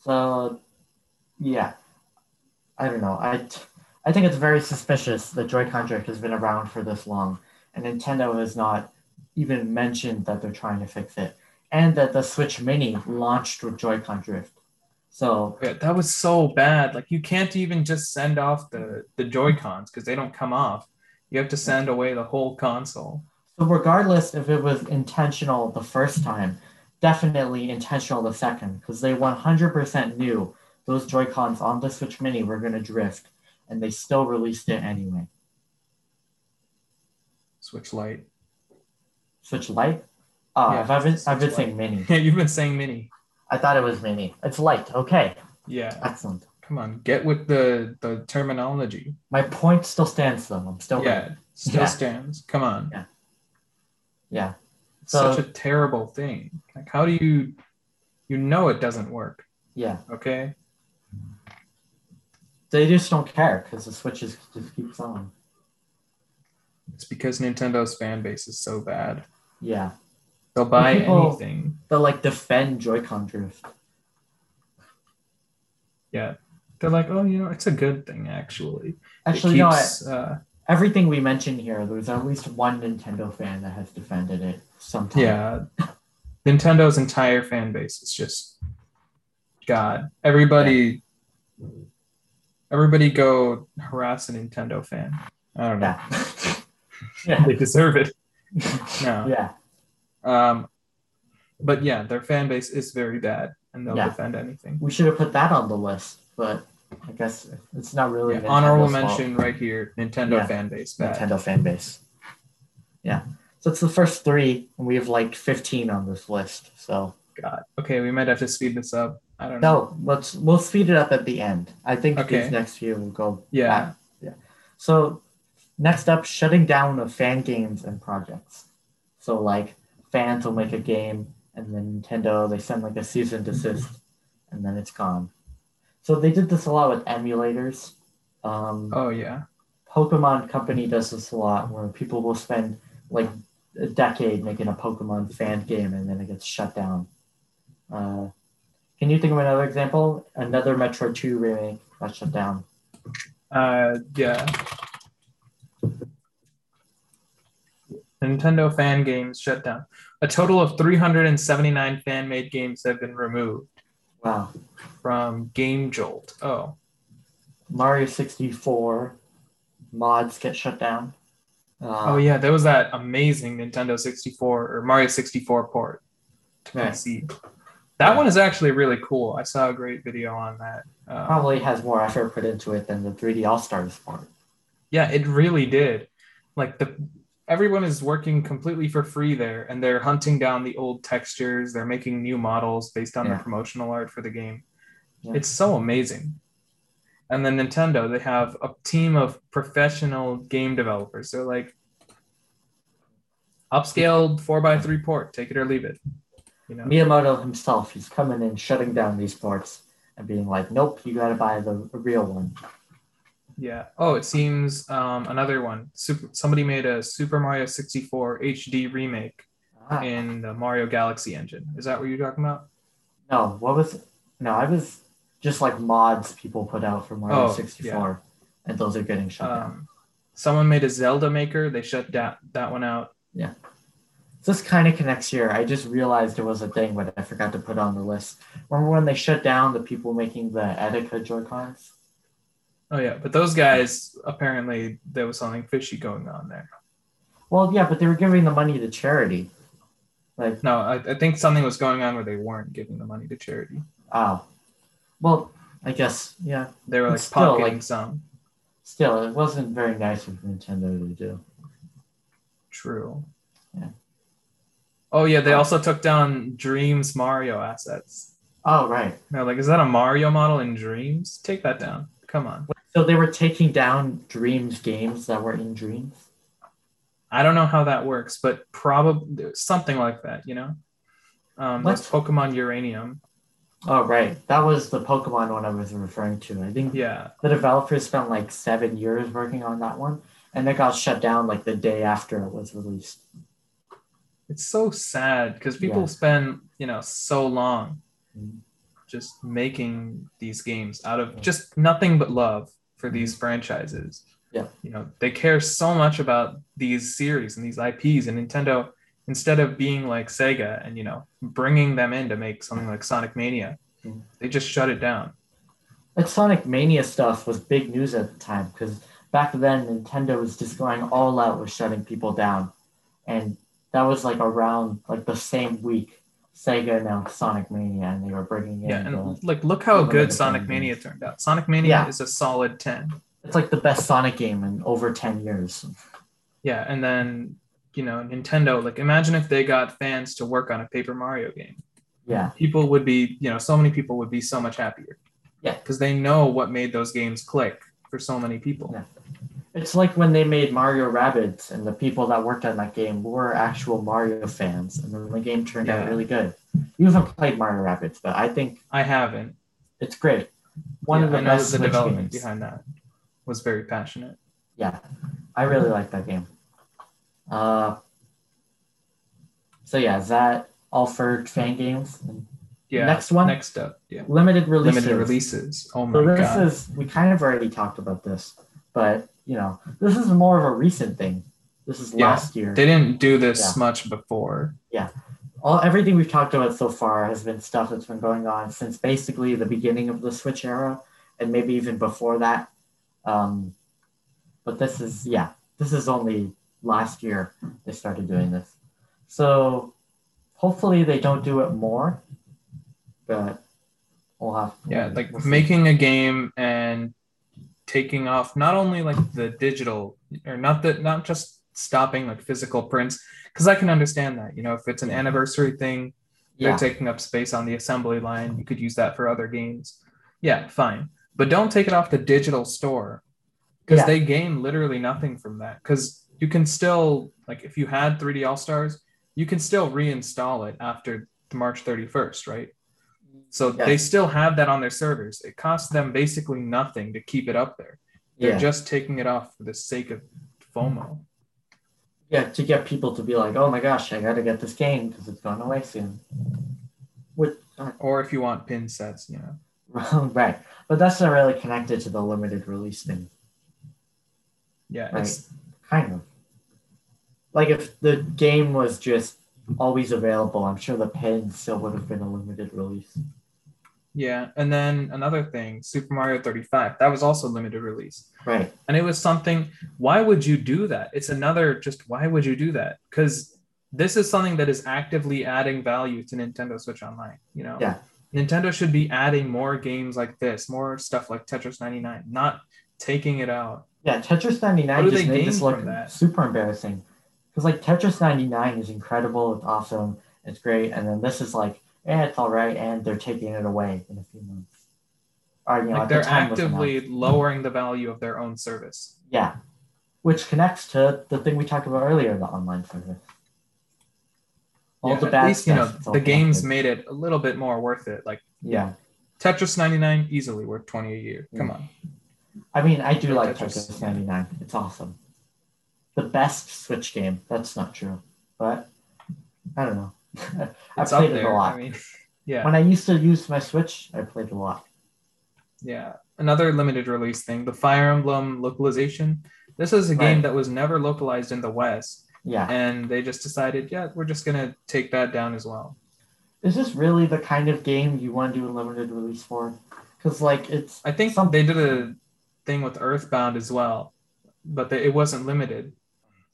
[SPEAKER 1] So, yeah, I don't know. I, t- I think it's very suspicious that Joy-Con Drift has been around for this long, and Nintendo has not even mentioned that they're trying to fix it, and that the Switch Mini launched with Joy-Con Drift. So,
[SPEAKER 2] Yeah, that was so bad. Like you can't even just send off the the Joy Cons because they don't come off. You have to send away the whole console.
[SPEAKER 1] so regardless if it was intentional the first time, definitely intentional the second, because they 100% knew those Joy Cons on the Switch Mini were going to drift, and they still released it anyway.
[SPEAKER 2] Switch Lite. *laughs*
[SPEAKER 1] Switch Lite? Uh,
[SPEAKER 2] Yeah,
[SPEAKER 1] if I've been, I've
[SPEAKER 2] Switch
[SPEAKER 1] been
[SPEAKER 2] Lite.
[SPEAKER 1] saying Mini.
[SPEAKER 2] Yeah, you've been saying Mini.
[SPEAKER 1] I thought it was Mini. It's Lite. Okay.
[SPEAKER 2] Yeah,
[SPEAKER 1] Excellent.
[SPEAKER 2] come on, get with the the terminology.
[SPEAKER 1] My point still stands, though. I'm still. right.
[SPEAKER 2] Yeah, still
[SPEAKER 1] Yeah.
[SPEAKER 2] stands. Come on.
[SPEAKER 1] Yeah. So,
[SPEAKER 2] Such a terrible thing. Like how do you, you know it doesn't work.
[SPEAKER 1] yeah.
[SPEAKER 2] Okay.
[SPEAKER 1] They just don't care because the Switch is, just keeps on.
[SPEAKER 2] It's because Nintendo's fan base is so bad.
[SPEAKER 1] Yeah.
[SPEAKER 2] They'll buy
[SPEAKER 1] People-
[SPEAKER 2] anything.
[SPEAKER 1] They'll like defend Joy-Con drift.
[SPEAKER 2] Yeah. They're like, oh, you know, it's a good thing actually.
[SPEAKER 1] Actually,
[SPEAKER 2] it
[SPEAKER 1] no. I,
[SPEAKER 2] keeps, uh,
[SPEAKER 1] everything we mentioned here, there's at least one Nintendo fan that has defended it sometime.
[SPEAKER 2] *laughs* yeah. Nintendo's entire fan base is just God. Everybody, everybody, go harass a Nintendo fan. I don't know.
[SPEAKER 1] Yeah.
[SPEAKER 2] they deserve *laughs* it. No.
[SPEAKER 1] Yeah.
[SPEAKER 2] Um, but yeah, their fan base is very bad, and they'll
[SPEAKER 1] Yeah.
[SPEAKER 2] defend anything.
[SPEAKER 1] We should have put that on the list, but I guess it's not really
[SPEAKER 2] Yeah,
[SPEAKER 1] Nintendo's
[SPEAKER 2] honorable
[SPEAKER 1] fault.
[SPEAKER 2] mention right here: Nintendo
[SPEAKER 1] Yeah.
[SPEAKER 2] fan base bad.
[SPEAKER 1] Nintendo fan base. Yeah. So it's the first three, and we have like 15 on this list. So
[SPEAKER 2] God. Okay, we might have to speed this up. I don't know.
[SPEAKER 1] no, let's we'll speed it up at the end. I think
[SPEAKER 2] Okay.
[SPEAKER 1] these next few will go.
[SPEAKER 2] Yeah.
[SPEAKER 1] back. So next up, shutting down of fan games and projects. So like fans will make a game, and then Nintendo they send like a cease and desist, and then it's gone. So they did this a lot with emulators. Um,
[SPEAKER 2] Oh yeah.
[SPEAKER 1] Pokemon Company does this a lot, where people will spend like a decade making a Pokemon fan game and then it gets shut down. Uh, can you think of another example? Another Metro 2 remake got shut down.
[SPEAKER 2] Uh yeah. Nintendo fan games shut down. A total of 379 fan-made games have been removed
[SPEAKER 1] Wow.
[SPEAKER 2] from Game Jolt. Oh,
[SPEAKER 1] Mario 64 mods get shut down. Uh,
[SPEAKER 2] oh yeah, there was that amazing Nintendo 64 or Mario 64 port to
[SPEAKER 1] Right.
[SPEAKER 2] PC. That one is actually really cool. I saw a great video on that. Uh,
[SPEAKER 1] Probably has more effort put into it than the 3D All Stars part.
[SPEAKER 2] Yeah, it really did. Like the everyone is working completely for free there and they're hunting down the old textures, they're making new models based on
[SPEAKER 1] Yeah.
[SPEAKER 2] the promotional art for the game.
[SPEAKER 1] Yeah.
[SPEAKER 2] It's so amazing. And then Nintendo, they have a team of professional game developers. They're like upscaled 4x3 port, take it or leave it. You know.
[SPEAKER 1] Miyamoto himself, he's coming in, shutting down these ports and being like, nope, you gotta buy the real one.
[SPEAKER 2] Yeah. Oh, it seems um, another one. Super, somebody made a Super Mario 64 HD remake
[SPEAKER 1] Ah.
[SPEAKER 2] in the Mario Galaxy engine. Is that what you're talking about?
[SPEAKER 1] No, what was no, I was just like mods people put out for Mario
[SPEAKER 2] Oh,
[SPEAKER 1] 64 and those are getting shut down.
[SPEAKER 2] Um, someone made a Zelda maker. They shut that that one out.
[SPEAKER 1] This kind of connects here. I just realized it was a thing, but I forgot to put on the list. Remember when they shut down the people making the Etika Joy-Cons?
[SPEAKER 2] Oh yeah, but those guys apparently there was something fishy going on there.
[SPEAKER 1] Well, yeah, but they were giving the money to charity. Like,
[SPEAKER 2] No, I, I think something was going on where they weren't giving the money to charity.
[SPEAKER 1] oh, Ah. well, I guess, yeah.
[SPEAKER 2] They were
[SPEAKER 1] But
[SPEAKER 2] like
[SPEAKER 1] still,
[SPEAKER 2] pocketing
[SPEAKER 1] like-
[SPEAKER 2] some.
[SPEAKER 1] still, it wasn't very nice of Nintendo to do.
[SPEAKER 2] True.
[SPEAKER 1] Yeah.
[SPEAKER 2] Oh yeah, they also took down Dreams Mario assets.
[SPEAKER 1] Oh, right.
[SPEAKER 2] They're like, is that a Mario model in Dreams? Take that down. Come on.
[SPEAKER 1] So they were taking down Dreams games that were in Dreams.
[SPEAKER 2] I don't know how that works, but probably something like that, you know? Um,
[SPEAKER 1] What?
[SPEAKER 2] that's Pokemon Uranium.
[SPEAKER 1] Oh, right. That was the Pokemon one I was referring to. I think
[SPEAKER 2] Yeah.
[SPEAKER 1] the developers spent like seven years working on that one, and it got shut down like the day after it was released.
[SPEAKER 2] It's so sad because people
[SPEAKER 1] Yeah.
[SPEAKER 2] spend, you know, so long Mm-hmm.
[SPEAKER 1] Mhm.
[SPEAKER 2] just making these games out of
[SPEAKER 1] Yeah.
[SPEAKER 2] just nothing but love for these franchises.
[SPEAKER 1] Mm-hmm. Yeah.
[SPEAKER 2] You know, they care so much about these series and these IPs and Nintendo instead of being like Sega and, you know, bringing them in to make something like Sonic Mania,
[SPEAKER 1] Mhm.
[SPEAKER 2] they just shut it down.
[SPEAKER 1] That Sonic Mania stuff was big news at the time because back then Nintendo was just going all out with shutting people down, and that was like around like the same week Sega announced Sonic Mania and they were bringing in.
[SPEAKER 2] Yeah, and
[SPEAKER 1] the-
[SPEAKER 2] like look how
[SPEAKER 1] Over
[SPEAKER 2] good
[SPEAKER 1] the
[SPEAKER 2] Sonic
[SPEAKER 1] ten
[SPEAKER 2] Mania
[SPEAKER 1] years.
[SPEAKER 2] turned out. Sonic Mania
[SPEAKER 1] Yeah.
[SPEAKER 2] is a solid ten.
[SPEAKER 1] it's like the best Sonic game in over ten years.
[SPEAKER 2] Yeah, and then you know Nintendo. Like imagine if they got fans to work on a Paper Mario game.
[SPEAKER 1] Yeah,
[SPEAKER 2] People would be, you know, so many people would be so much happier.
[SPEAKER 1] Yeah.
[SPEAKER 2] because they know what made those games click for so many people.
[SPEAKER 1] Yeah. it's like when they made Mario Rabbids and the people that worked on that game were actual Mario fans, and then the game turned out
[SPEAKER 2] Yeah.
[SPEAKER 1] really good. You haven't played Mario Rabbids, but I think
[SPEAKER 2] I haven't.
[SPEAKER 1] it's great. One
[SPEAKER 2] Yeah,
[SPEAKER 1] of the
[SPEAKER 2] I know
[SPEAKER 1] best
[SPEAKER 2] the
[SPEAKER 1] Switch
[SPEAKER 2] development
[SPEAKER 1] games.
[SPEAKER 2] behind that was very passionate.
[SPEAKER 1] yeah, I really like that game. Uh, so yeah, is that all for fan games? And
[SPEAKER 2] Yeah.
[SPEAKER 1] Next one?
[SPEAKER 2] Next up. Yeah.
[SPEAKER 1] Limited releases.
[SPEAKER 2] Limited releases. Oh my
[SPEAKER 1] So this
[SPEAKER 2] god.
[SPEAKER 1] is we kind of already talked about this, but you know this is more of a recent thing. This is
[SPEAKER 2] Yeah.
[SPEAKER 1] last year.
[SPEAKER 2] They didn't do this
[SPEAKER 1] Yeah.
[SPEAKER 2] much before.
[SPEAKER 1] All everything we've talked about so far has been stuff that's been going on since basically the beginning of the Switch era, and maybe even before that. Um, but this is yeah, this is only last year they started doing this. So hopefully they don't do it more, but we'll have
[SPEAKER 2] yeah like
[SPEAKER 1] we'll see.
[SPEAKER 2] making a game and taking off not only like the digital or not the not just stopping like physical prints because i can understand that you know if it's an anniversary thing
[SPEAKER 1] yeah.
[SPEAKER 2] they're taking up space on the assembly line you could use that for other games yeah fine but don't take it off the digital store because
[SPEAKER 1] Yeah.
[SPEAKER 2] they gain literally nothing from that because you can still like if you had 3d all stars you can still reinstall it after march 31st right so
[SPEAKER 1] Yeah.
[SPEAKER 2] they still have that on their servers. It costs them basically nothing to keep it up there. They're
[SPEAKER 1] yeah.
[SPEAKER 2] just taking it off for the sake of FOMO.
[SPEAKER 1] yeah, to get people to be like, oh my gosh, I gotta get this game because it's going away soon. *laughs* Which, uh,
[SPEAKER 2] Or if you want pin sets, you know.
[SPEAKER 1] right, but that's not really connected to the limited release thing,
[SPEAKER 2] Yeah,
[SPEAKER 1] Right.
[SPEAKER 2] it's
[SPEAKER 1] kind of. Like if the game was just always available, I'm sure the pin still would have been a limited release.
[SPEAKER 2] yeah. And then another thing, Super Mario 35, that was also limited release.
[SPEAKER 1] Right.
[SPEAKER 2] And it was something why would you do that? It's another just why would you do that? Cuz this is something that is actively adding value to Nintendo Switch Online, you know.
[SPEAKER 1] Yeah.
[SPEAKER 2] Nintendo should be adding more games like this, more stuff like Tetris 99, not taking it out.
[SPEAKER 1] Yeah, Tetris 99
[SPEAKER 2] What do
[SPEAKER 1] just
[SPEAKER 2] they
[SPEAKER 1] made this
[SPEAKER 2] gain
[SPEAKER 1] look
[SPEAKER 2] from that?
[SPEAKER 1] super embarrassing. Because like Tetris 99 is incredible, it's awesome, it's great, and then this is like, eh, it's all right, and they're taking it away in a few months. Or, you know,
[SPEAKER 2] like
[SPEAKER 1] at
[SPEAKER 2] they're
[SPEAKER 1] the time was announced.
[SPEAKER 2] actively lowering the value of their own service.
[SPEAKER 1] Yeah. Which connects to the thing we talked about earlier, the online service. All
[SPEAKER 2] Yeah,
[SPEAKER 1] the
[SPEAKER 2] at
[SPEAKER 1] bad
[SPEAKER 2] least,
[SPEAKER 1] stuff.
[SPEAKER 2] you
[SPEAKER 1] it's
[SPEAKER 2] know,
[SPEAKER 1] all
[SPEAKER 2] the games
[SPEAKER 1] connected.
[SPEAKER 2] made it a little bit more worth it. Like
[SPEAKER 1] Yeah.
[SPEAKER 2] Tetris 99 easily worth 20 a year.
[SPEAKER 1] Mm.
[SPEAKER 2] Come on.
[SPEAKER 1] I mean, I do
[SPEAKER 2] Or
[SPEAKER 1] like
[SPEAKER 2] Tetris.
[SPEAKER 1] Tetris 99. It's awesome. The best Switch game. That's not true. But I don't know. *laughs* I
[SPEAKER 2] It's up
[SPEAKER 1] played it a
[SPEAKER 2] there.
[SPEAKER 1] lot.
[SPEAKER 2] I mean, *laughs* yeah.
[SPEAKER 1] When I used to use my Switch, I played a lot.
[SPEAKER 2] Yeah. Another limited release thing, the Fire Emblem localization. This is a
[SPEAKER 1] Right.
[SPEAKER 2] game that was never localized in the West,
[SPEAKER 1] Yeah.
[SPEAKER 2] and they just decided, yeah, we're just gonna take that down as well.
[SPEAKER 1] Is this really the kind of game you want to do a limited release for? Because, like, it's.
[SPEAKER 2] I think
[SPEAKER 1] Some-
[SPEAKER 2] they did a thing with Earthbound as well, but they, it wasn't limited.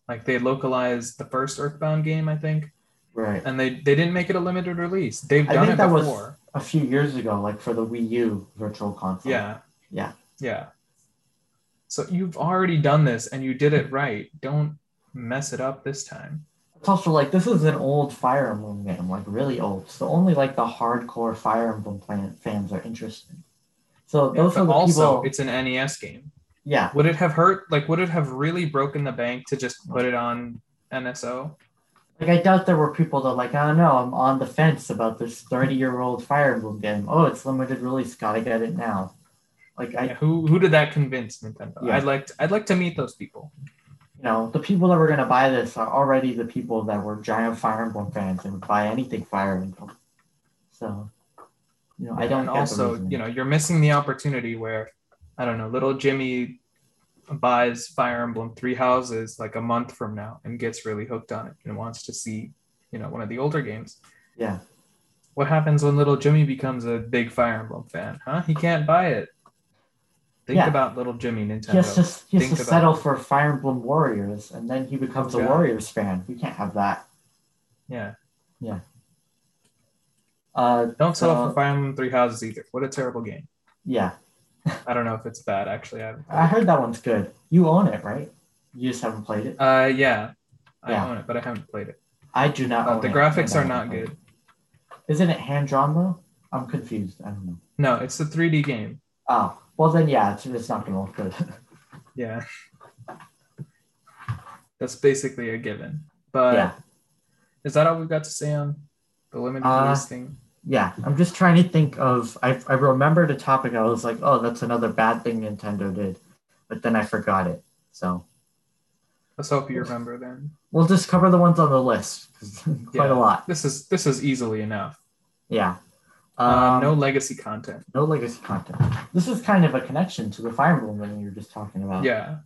[SPEAKER 2] Like they localized the first Earthbound game, I think,
[SPEAKER 1] Right.
[SPEAKER 2] and they they didn't make it a limited release. They've
[SPEAKER 1] I
[SPEAKER 2] done
[SPEAKER 1] think
[SPEAKER 2] it
[SPEAKER 1] that was-
[SPEAKER 2] before.
[SPEAKER 1] A few years ago, like for the Wii U virtual console.
[SPEAKER 2] Yeah.
[SPEAKER 1] Yeah.
[SPEAKER 2] Yeah. So you've already done this and you did it right. Don't mess it up this time.
[SPEAKER 1] It's also like this is an old Fire Emblem game, like really old. So only like the hardcore Fire Emblem fan- fans are interested. So
[SPEAKER 2] Yeah,
[SPEAKER 1] those
[SPEAKER 2] but
[SPEAKER 1] are the
[SPEAKER 2] also,
[SPEAKER 1] people.
[SPEAKER 2] it's an NES game.
[SPEAKER 1] Yeah,
[SPEAKER 2] Would it have hurt? Like, would it have really broken the bank to just put it on NSO?
[SPEAKER 1] like I doubt there were people that like, oh no, I'm on the fence about this 30 year old Fire Emblem game. Oh, it's limited release, gotta get it now. Like I,
[SPEAKER 2] Yeah, who who did that convince Nintendo?
[SPEAKER 1] Yeah.
[SPEAKER 2] I'd like to, I'd like to meet those people.
[SPEAKER 1] you know, the people that were gonna buy this are already the people that were giant Fire Emblem fans and buy anything Fire Emblem. So, you know, I don't.
[SPEAKER 2] And
[SPEAKER 1] get the
[SPEAKER 2] also,
[SPEAKER 1] reasoning.
[SPEAKER 2] you know, you're missing the opportunity where, I don't know, little Jimmy buys Fire Emblem Three Houses like a month from now and gets really hooked on it and wants to see, you know, one of the older games.
[SPEAKER 1] Yeah.
[SPEAKER 2] What happens when little Jimmy becomes a big Fire Emblem fan? Huh? He can't buy it. Think
[SPEAKER 1] Yeah.
[SPEAKER 2] about little Jimmy
[SPEAKER 1] He
[SPEAKER 2] Nintendo.
[SPEAKER 1] has to, he has
[SPEAKER 2] Think
[SPEAKER 1] to
[SPEAKER 2] about
[SPEAKER 1] settle for Fire Emblem Warriors, and then he becomes a
[SPEAKER 2] Yeah.
[SPEAKER 1] Warriors fan. We can't have that.
[SPEAKER 2] yeah.
[SPEAKER 1] Uh,
[SPEAKER 2] Don't settle
[SPEAKER 1] Uh,
[SPEAKER 2] for Fire Emblem Three Houses either. What a terrible game.
[SPEAKER 1] yeah,
[SPEAKER 2] I don't know if it's bad actually. I,
[SPEAKER 1] I heard that one's good. You own it, right? You just haven't played it.
[SPEAKER 2] uh, yeah, I
[SPEAKER 1] Yeah. Oh,
[SPEAKER 2] own it, but I haven't played it.
[SPEAKER 1] I do not.
[SPEAKER 2] Uh,
[SPEAKER 1] own
[SPEAKER 2] the
[SPEAKER 1] it,
[SPEAKER 2] graphics
[SPEAKER 1] and I
[SPEAKER 2] are not
[SPEAKER 1] haven't played
[SPEAKER 2] good.
[SPEAKER 1] it. Isn't it hand drawn though? I'm confused. I don't know.
[SPEAKER 2] No, it's a 3D game.
[SPEAKER 1] Oh, well then, yeah, it's, it's not gonna look good.
[SPEAKER 2] Yeah, *laughs* that's basically a given. But
[SPEAKER 1] yeah,
[SPEAKER 2] is that all we've got to say on the limited
[SPEAKER 1] Uh,
[SPEAKER 2] release thing?
[SPEAKER 1] yeah. I'm just trying to think of. I I remembered a topic. I was like, oh, that's another bad thing Nintendo did, but then I forgot it. So
[SPEAKER 2] Let's hope you remember then.
[SPEAKER 1] we'll just cover the ones on the list. 'cause *laughs* Quite
[SPEAKER 2] Yeah.
[SPEAKER 1] a lot.
[SPEAKER 2] This is this is easily enough.
[SPEAKER 1] Yeah. Um,
[SPEAKER 2] Uh, no legacy content.
[SPEAKER 1] no legacy content. This is kind of a connection to the Fire Emblem that you were just talking about.
[SPEAKER 2] Yeah,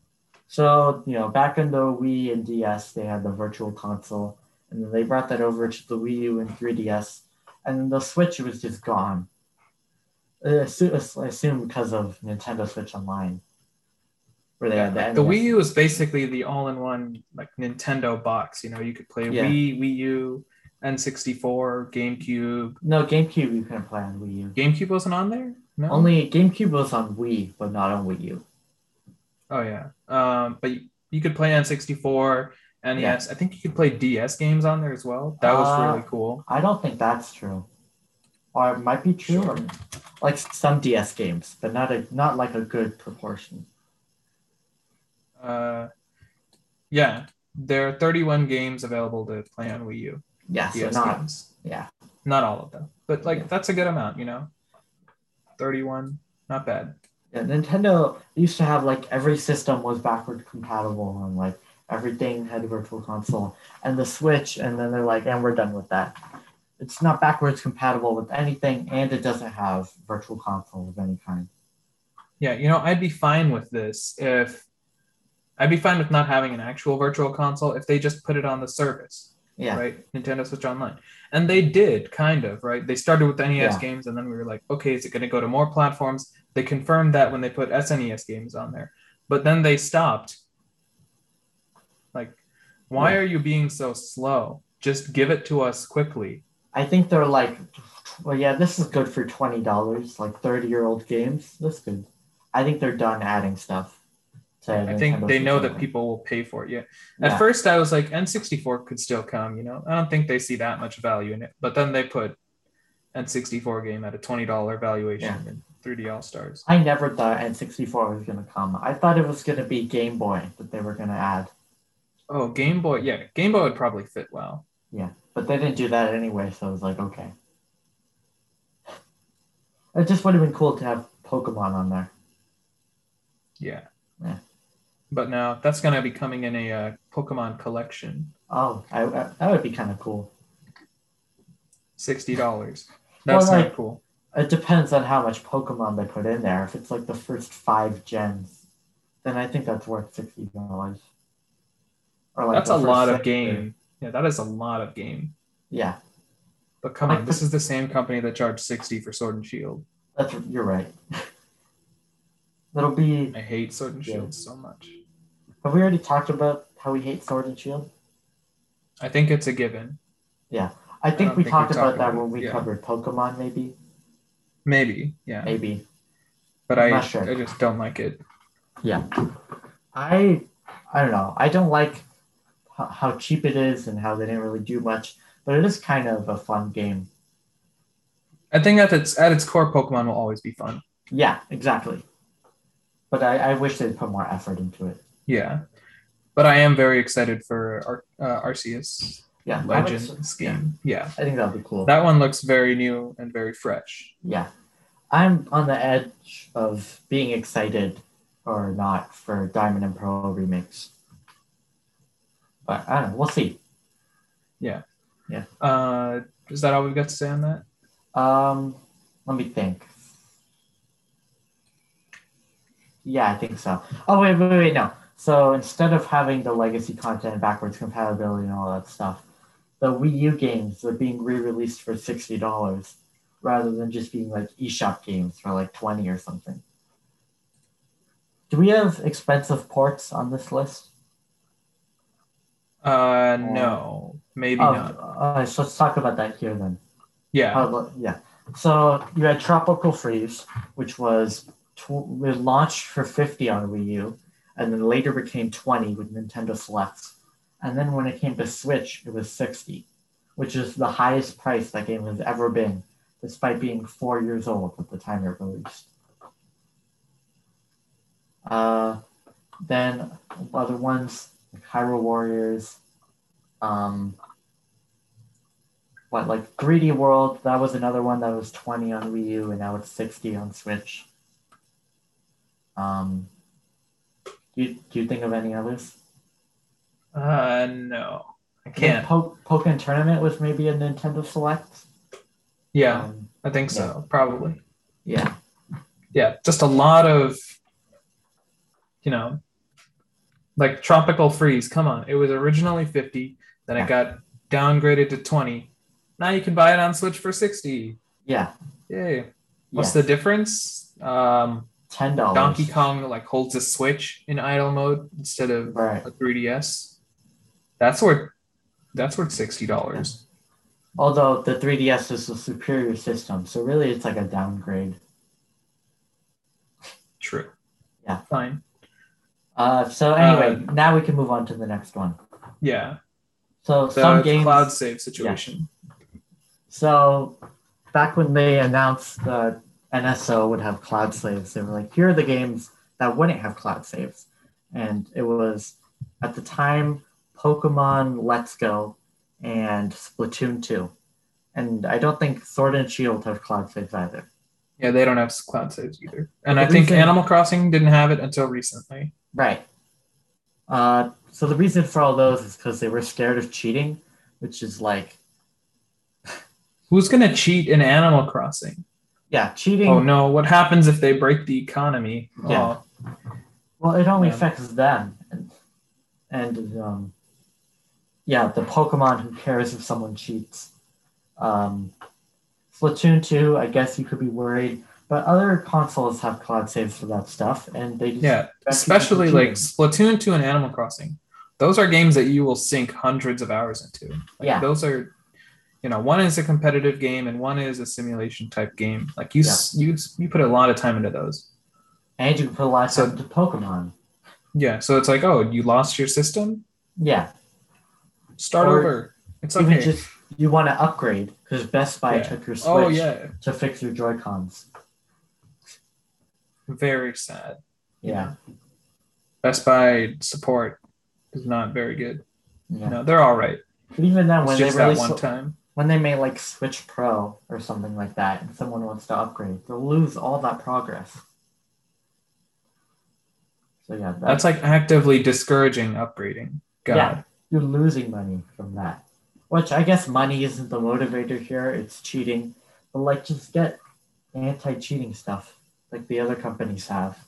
[SPEAKER 1] So, you know, back in the Wii and DS, they had the virtual console, and then they brought that over to the Wii U and 3DS, and then the Switch was just gone. I assu- I assume because of Nintendo Switch Online, where they had
[SPEAKER 2] yeah.
[SPEAKER 1] E
[SPEAKER 2] like,
[SPEAKER 1] that.
[SPEAKER 2] the Wii U is basically the all-in-one like Nintendo box. You know, you could play
[SPEAKER 1] Yeah.
[SPEAKER 2] Wii, Wii U, N64, GameCube.
[SPEAKER 1] No, GameCube you couldn't play on Wii U.
[SPEAKER 2] GameCube wasn't on there. No.
[SPEAKER 1] Only GameCube was on Wii, but not on Wii U.
[SPEAKER 2] Oh yeah. Um, but you, you could play N64, NES. E I think you could play DS games on there as well. That was
[SPEAKER 1] Uh,
[SPEAKER 2] really cool.
[SPEAKER 1] I don't think that's true. Or it might be true.
[SPEAKER 2] Sure.
[SPEAKER 1] Like some DS games, but not a not like a good proportion.
[SPEAKER 2] Uh, yeah, there are 31 games available to play on Wii U.
[SPEAKER 1] Yeah, so
[SPEAKER 2] DS
[SPEAKER 1] not
[SPEAKER 2] games.
[SPEAKER 1] yeah.
[SPEAKER 2] Not all of them, but like
[SPEAKER 1] Yeah.
[SPEAKER 2] that's a good amount, you know. 31, not bad.
[SPEAKER 1] yeah. Nintendo used to have like every system was backward compatible and like everything had a virtual console and the Switch and then they're like, and we're done with that. It's not backwards compatible with anything and it doesn't have virtual console of any kind.
[SPEAKER 2] Yeah, you know, I'd be fine with this if I'd be fine with not having an actual virtual console if they just put it on the service.
[SPEAKER 1] Yeah.
[SPEAKER 2] Right? Nintendo Switch Online. And they did kind of, right? They started with NES
[SPEAKER 1] Yeah.
[SPEAKER 2] games and then we were like, okay, is it going to go to more platforms? They confirmed that when they put SNES games on there. But then they stopped. Like, why
[SPEAKER 1] Yeah.
[SPEAKER 2] are you being so slow? Just give it to us quickly.
[SPEAKER 1] I think they're like, well, yeah, this is good for twenty dollars, like thirty-year-old games. That's good. I think they're done adding stuff. To
[SPEAKER 2] I think
[SPEAKER 1] Nintendo
[SPEAKER 2] they
[SPEAKER 1] Switch
[SPEAKER 2] know
[SPEAKER 1] Online.
[SPEAKER 2] that people will pay for it. Yeah. At
[SPEAKER 1] Yeah,
[SPEAKER 2] first, I was like, N64 could still come, you know. I don't think they see that much value in it. But then they put N64 game at a $20 valuation and 3D All Stars.
[SPEAKER 1] I never thought N64 was gonna come. I thought it was gonna be Game Boy that they were gonna add,
[SPEAKER 2] Oh, Game Boy. Yeah, Game Boy would probably fit well.
[SPEAKER 1] but they didn't do that anyway. So I was like, okay. It just would have been cool to have Pokemon on there.
[SPEAKER 2] Yeah.
[SPEAKER 1] Yeah.
[SPEAKER 2] But now that's going to be coming in a uh, Pokemon collection
[SPEAKER 1] Oh, I, I, that would be kind of cool.
[SPEAKER 2] $60.
[SPEAKER 1] *laughs* Well,
[SPEAKER 2] That's
[SPEAKER 1] like-
[SPEAKER 2] not cool.
[SPEAKER 1] It depends on how much Pokemon they put in there. If it's like the first five gens, then I think that's worth sixty dollars. Or
[SPEAKER 2] That's
[SPEAKER 1] the
[SPEAKER 2] a
[SPEAKER 1] first
[SPEAKER 2] lot of
[SPEAKER 1] six-
[SPEAKER 2] game. Yeah, that is a lot of game.
[SPEAKER 1] Yeah,
[SPEAKER 2] But come
[SPEAKER 1] Like
[SPEAKER 2] on,
[SPEAKER 1] the-
[SPEAKER 2] this is the same company that charged 60 for Sword and Shield.
[SPEAKER 1] that's you're right. *laughs* That'll be.
[SPEAKER 2] I hate Sword and
[SPEAKER 1] Yeah.
[SPEAKER 2] Shield so much.
[SPEAKER 1] Have we already talked about how we hate Sword and Shield?
[SPEAKER 2] I think it's a given.
[SPEAKER 1] I think
[SPEAKER 2] don't
[SPEAKER 1] we
[SPEAKER 2] think we
[SPEAKER 1] talked about
[SPEAKER 2] talked
[SPEAKER 1] that
[SPEAKER 2] about
[SPEAKER 1] when
[SPEAKER 2] it,
[SPEAKER 1] we
[SPEAKER 2] yeah.
[SPEAKER 1] covered Pokemon. Maybe,
[SPEAKER 2] Maybe. Yeah.
[SPEAKER 1] maybe.
[SPEAKER 2] but
[SPEAKER 1] I'm
[SPEAKER 2] I,
[SPEAKER 1] not sure.
[SPEAKER 2] I just don't like it.
[SPEAKER 1] Yeah. I I don't know. I don't like h- how cheap it is and how they didn't really do much, but it is kind of a fun game.
[SPEAKER 2] I think at its at its core, Pokemon will always be fun.
[SPEAKER 1] Yeah, exactly. But I, I wish they'd put more effort into it.
[SPEAKER 2] Yeah, but I am very excited for Ar- uh, Arceus
[SPEAKER 1] Yeah, I would-
[SPEAKER 2] Legends game. Yeah.
[SPEAKER 1] I think that'd be cool.
[SPEAKER 2] that one looks very new and very fresh.
[SPEAKER 1] yeah, I'm on the edge of being excited or not for Diamond and Pearl remakes. But I don't know. We'll see.
[SPEAKER 2] Uh, is that all we've got to say on that?
[SPEAKER 1] Um, let me think. Yeah, I think so. Oh wait, wait, wait, no. So instead of having the legacy content and backwards compatibility and all that stuff, the Wii U games are being re-released for sixty dollars rather than just being like eShop games for like twenty or something. Do we have expensive ports on this list?
[SPEAKER 2] Uh, no, maybe
[SPEAKER 1] oh,
[SPEAKER 2] not.
[SPEAKER 1] uh, so let's talk about that here then.
[SPEAKER 2] Yeah,
[SPEAKER 1] Uh, but- yeah. So you had Tropical Freeze, which was tw- was launched for 50 on Wii U, and then later became 20 with Nintendo Selects. And then when it came to Switch, it was 60, which is the highest price that game has ever been, despite being four years old at the time it released. Uh, then other ones like Hyrule Warriors, um, what like 3D World, that was another one that was 20 on Wii U and now it's 60 on Switch. Um do you, do you think of any others?
[SPEAKER 2] uh, no, I
[SPEAKER 1] I think
[SPEAKER 2] can't.
[SPEAKER 1] Po- Pokemon Tournament was maybe a Nintendo Select.
[SPEAKER 2] Yeah,
[SPEAKER 1] Um,
[SPEAKER 2] I think so. Probably.
[SPEAKER 1] yeah.
[SPEAKER 2] yeah, just a lot of, you know, like tropical freeze. Come on, it was originally fifty, then it got downgraded to twenty. Now you can buy it on Switch for sixty.
[SPEAKER 1] Yeah.
[SPEAKER 2] Yay! What's
[SPEAKER 1] yeah.
[SPEAKER 2] the difference? Um,
[SPEAKER 1] $10?
[SPEAKER 2] Donkey Kong like holds a Switch in idle mode instead of
[SPEAKER 1] Right.
[SPEAKER 2] a 3DS. That's worth that's worth sixty dollars.
[SPEAKER 1] Although the 3DS is a superior system, so really it's like a downgrade.
[SPEAKER 2] True.
[SPEAKER 1] Yeah.
[SPEAKER 2] Fine.
[SPEAKER 1] Uh, so anyway, now we can move on to the next one.
[SPEAKER 2] Yeah.
[SPEAKER 1] So
[SPEAKER 2] The
[SPEAKER 1] some games
[SPEAKER 2] cloud save situation.
[SPEAKER 1] So back when they announced that NSO would have cloud saves, they were like, here are the games that wouldn't have cloud saves. And it was at the time Pokemon Let's Go and Splatoon 2. And I don't think Sword and Shield have cloud saves either.
[SPEAKER 2] Yeah, they don't have cloud saves either. And
[SPEAKER 1] The
[SPEAKER 2] I think
[SPEAKER 1] reason-
[SPEAKER 2] Animal Crossing didn't have it until recently.
[SPEAKER 1] Right. Uh, so the reason for all those is because they were scared of cheating, which is like,
[SPEAKER 2] Who's going to cheat in Animal Crossing?
[SPEAKER 1] yeah, cheating.
[SPEAKER 2] Oh no, what happens if they break the economy?
[SPEAKER 1] Yeah.
[SPEAKER 2] Oh,
[SPEAKER 1] Well, it only
[SPEAKER 2] Yeah.
[SPEAKER 1] affects them, and, and um, yeah, the Pokemon who cares if someone cheats. Um, Splatoon two, I guess you could be worried, but other consoles have cloud saves for that stuff, and they just
[SPEAKER 2] yeah, especially like Splatoon 2 and Animal Crossing. Those are games that you will sink hundreds of hours into. Like,
[SPEAKER 1] Yeah.
[SPEAKER 2] Those are you know, one is a competitive game and one is a simulation type game. Like you s you s- you put a lot of time into those.
[SPEAKER 1] and you can put a lot of
[SPEAKER 2] So-
[SPEAKER 1] stuff into Pokemon.
[SPEAKER 2] Yeah, so it's like, oh, you lost your system?
[SPEAKER 1] Yeah,
[SPEAKER 2] Start
[SPEAKER 1] Or
[SPEAKER 2] over. It's
[SPEAKER 1] even
[SPEAKER 2] okay.
[SPEAKER 1] just you want to upgrade because Best Buy
[SPEAKER 2] Yeah.
[SPEAKER 1] took your Switch
[SPEAKER 2] oh yeah,
[SPEAKER 1] to fix your Joy Cons.
[SPEAKER 2] very sad.
[SPEAKER 1] Yeah,
[SPEAKER 2] Best Buy support is not very good.
[SPEAKER 1] yeah.
[SPEAKER 2] No, they're all right.
[SPEAKER 1] But even then,
[SPEAKER 2] It's
[SPEAKER 1] when they
[SPEAKER 2] just that
[SPEAKER 1] released
[SPEAKER 2] one time.
[SPEAKER 1] when they may like switch pro or something like that and someone wants to upgrade they'll lose all that progress so yeah that's,
[SPEAKER 2] That's like actively discouraging upgrading. God.
[SPEAKER 1] Yeah. you're losing money from that which i guess money isn't the motivator here it's cheating but like just get anti-cheating stuff like the other companies have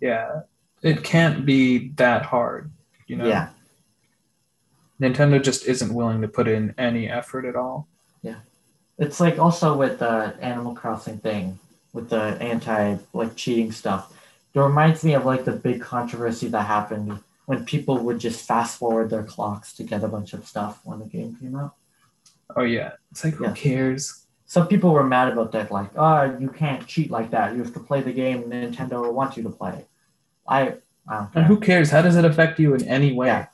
[SPEAKER 2] Yeah. It can't be that hard, you know.
[SPEAKER 1] yeah
[SPEAKER 2] Nintendo just isn't willing to put in any effort at all.
[SPEAKER 1] It's like also with the Animal Crossing thing, with the anti like cheating stuff. It reminds me of like the big controversy that happened when people would just fast forward their clocks to get a bunch of stuff when the game came out.
[SPEAKER 2] Oh yeah. It's like
[SPEAKER 1] Yeah.
[SPEAKER 2] who cares?
[SPEAKER 1] Some people were mad "Ah, about that, like, oh, you can't cheat like that. You have to play the game Nintendo will want you to play. I, I don't
[SPEAKER 2] And
[SPEAKER 1] care.
[SPEAKER 2] who cares? How does it affect you in any way?
[SPEAKER 1] Yeah.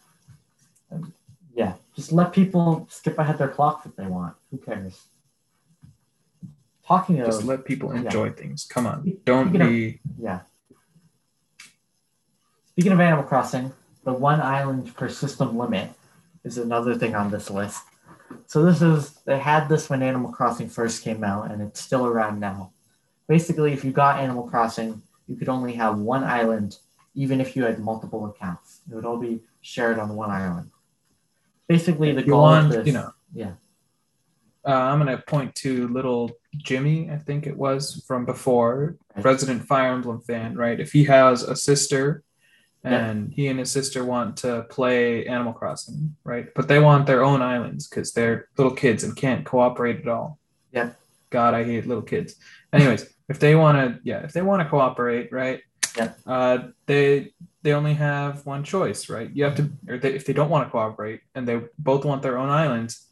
[SPEAKER 1] Yeah, just let people skip ahead their clocks if they want. Who cares? Talking of,
[SPEAKER 2] Just let people
[SPEAKER 1] Yeah.
[SPEAKER 2] enjoy things. Come on. Don't
[SPEAKER 1] Speaking of-
[SPEAKER 2] be.
[SPEAKER 1] yeah. Speaking of Animal Crossing, the one island per system limit is another thing on this list. So this is they had this when Animal Crossing first came out, and it's still around now. Basically, if you got Animal Crossing, you could only have one island, even if you had multiple accounts. It would all be shared on one island. Basically, the
[SPEAKER 2] You
[SPEAKER 1] goal
[SPEAKER 2] want,
[SPEAKER 1] of this,
[SPEAKER 2] you know.
[SPEAKER 1] yeah.
[SPEAKER 2] Uh, I'm gonna point to little Jimmy, I think it was from before, resident Fire Emblem fan, right? If he has a sister,
[SPEAKER 1] Yeah.
[SPEAKER 2] and he and his sister want to play Animal Crossing, right? But they want their own islands because they're little kids and can't cooperate at all.
[SPEAKER 1] Yeah.
[SPEAKER 2] God, I hate little kids. Anyways, if they want to, yeah, if they want to cooperate, right?
[SPEAKER 1] Yeah.
[SPEAKER 2] Uh, they they only have one choice, right? You have to, or they, if they don't want to cooperate and they both want their own islands,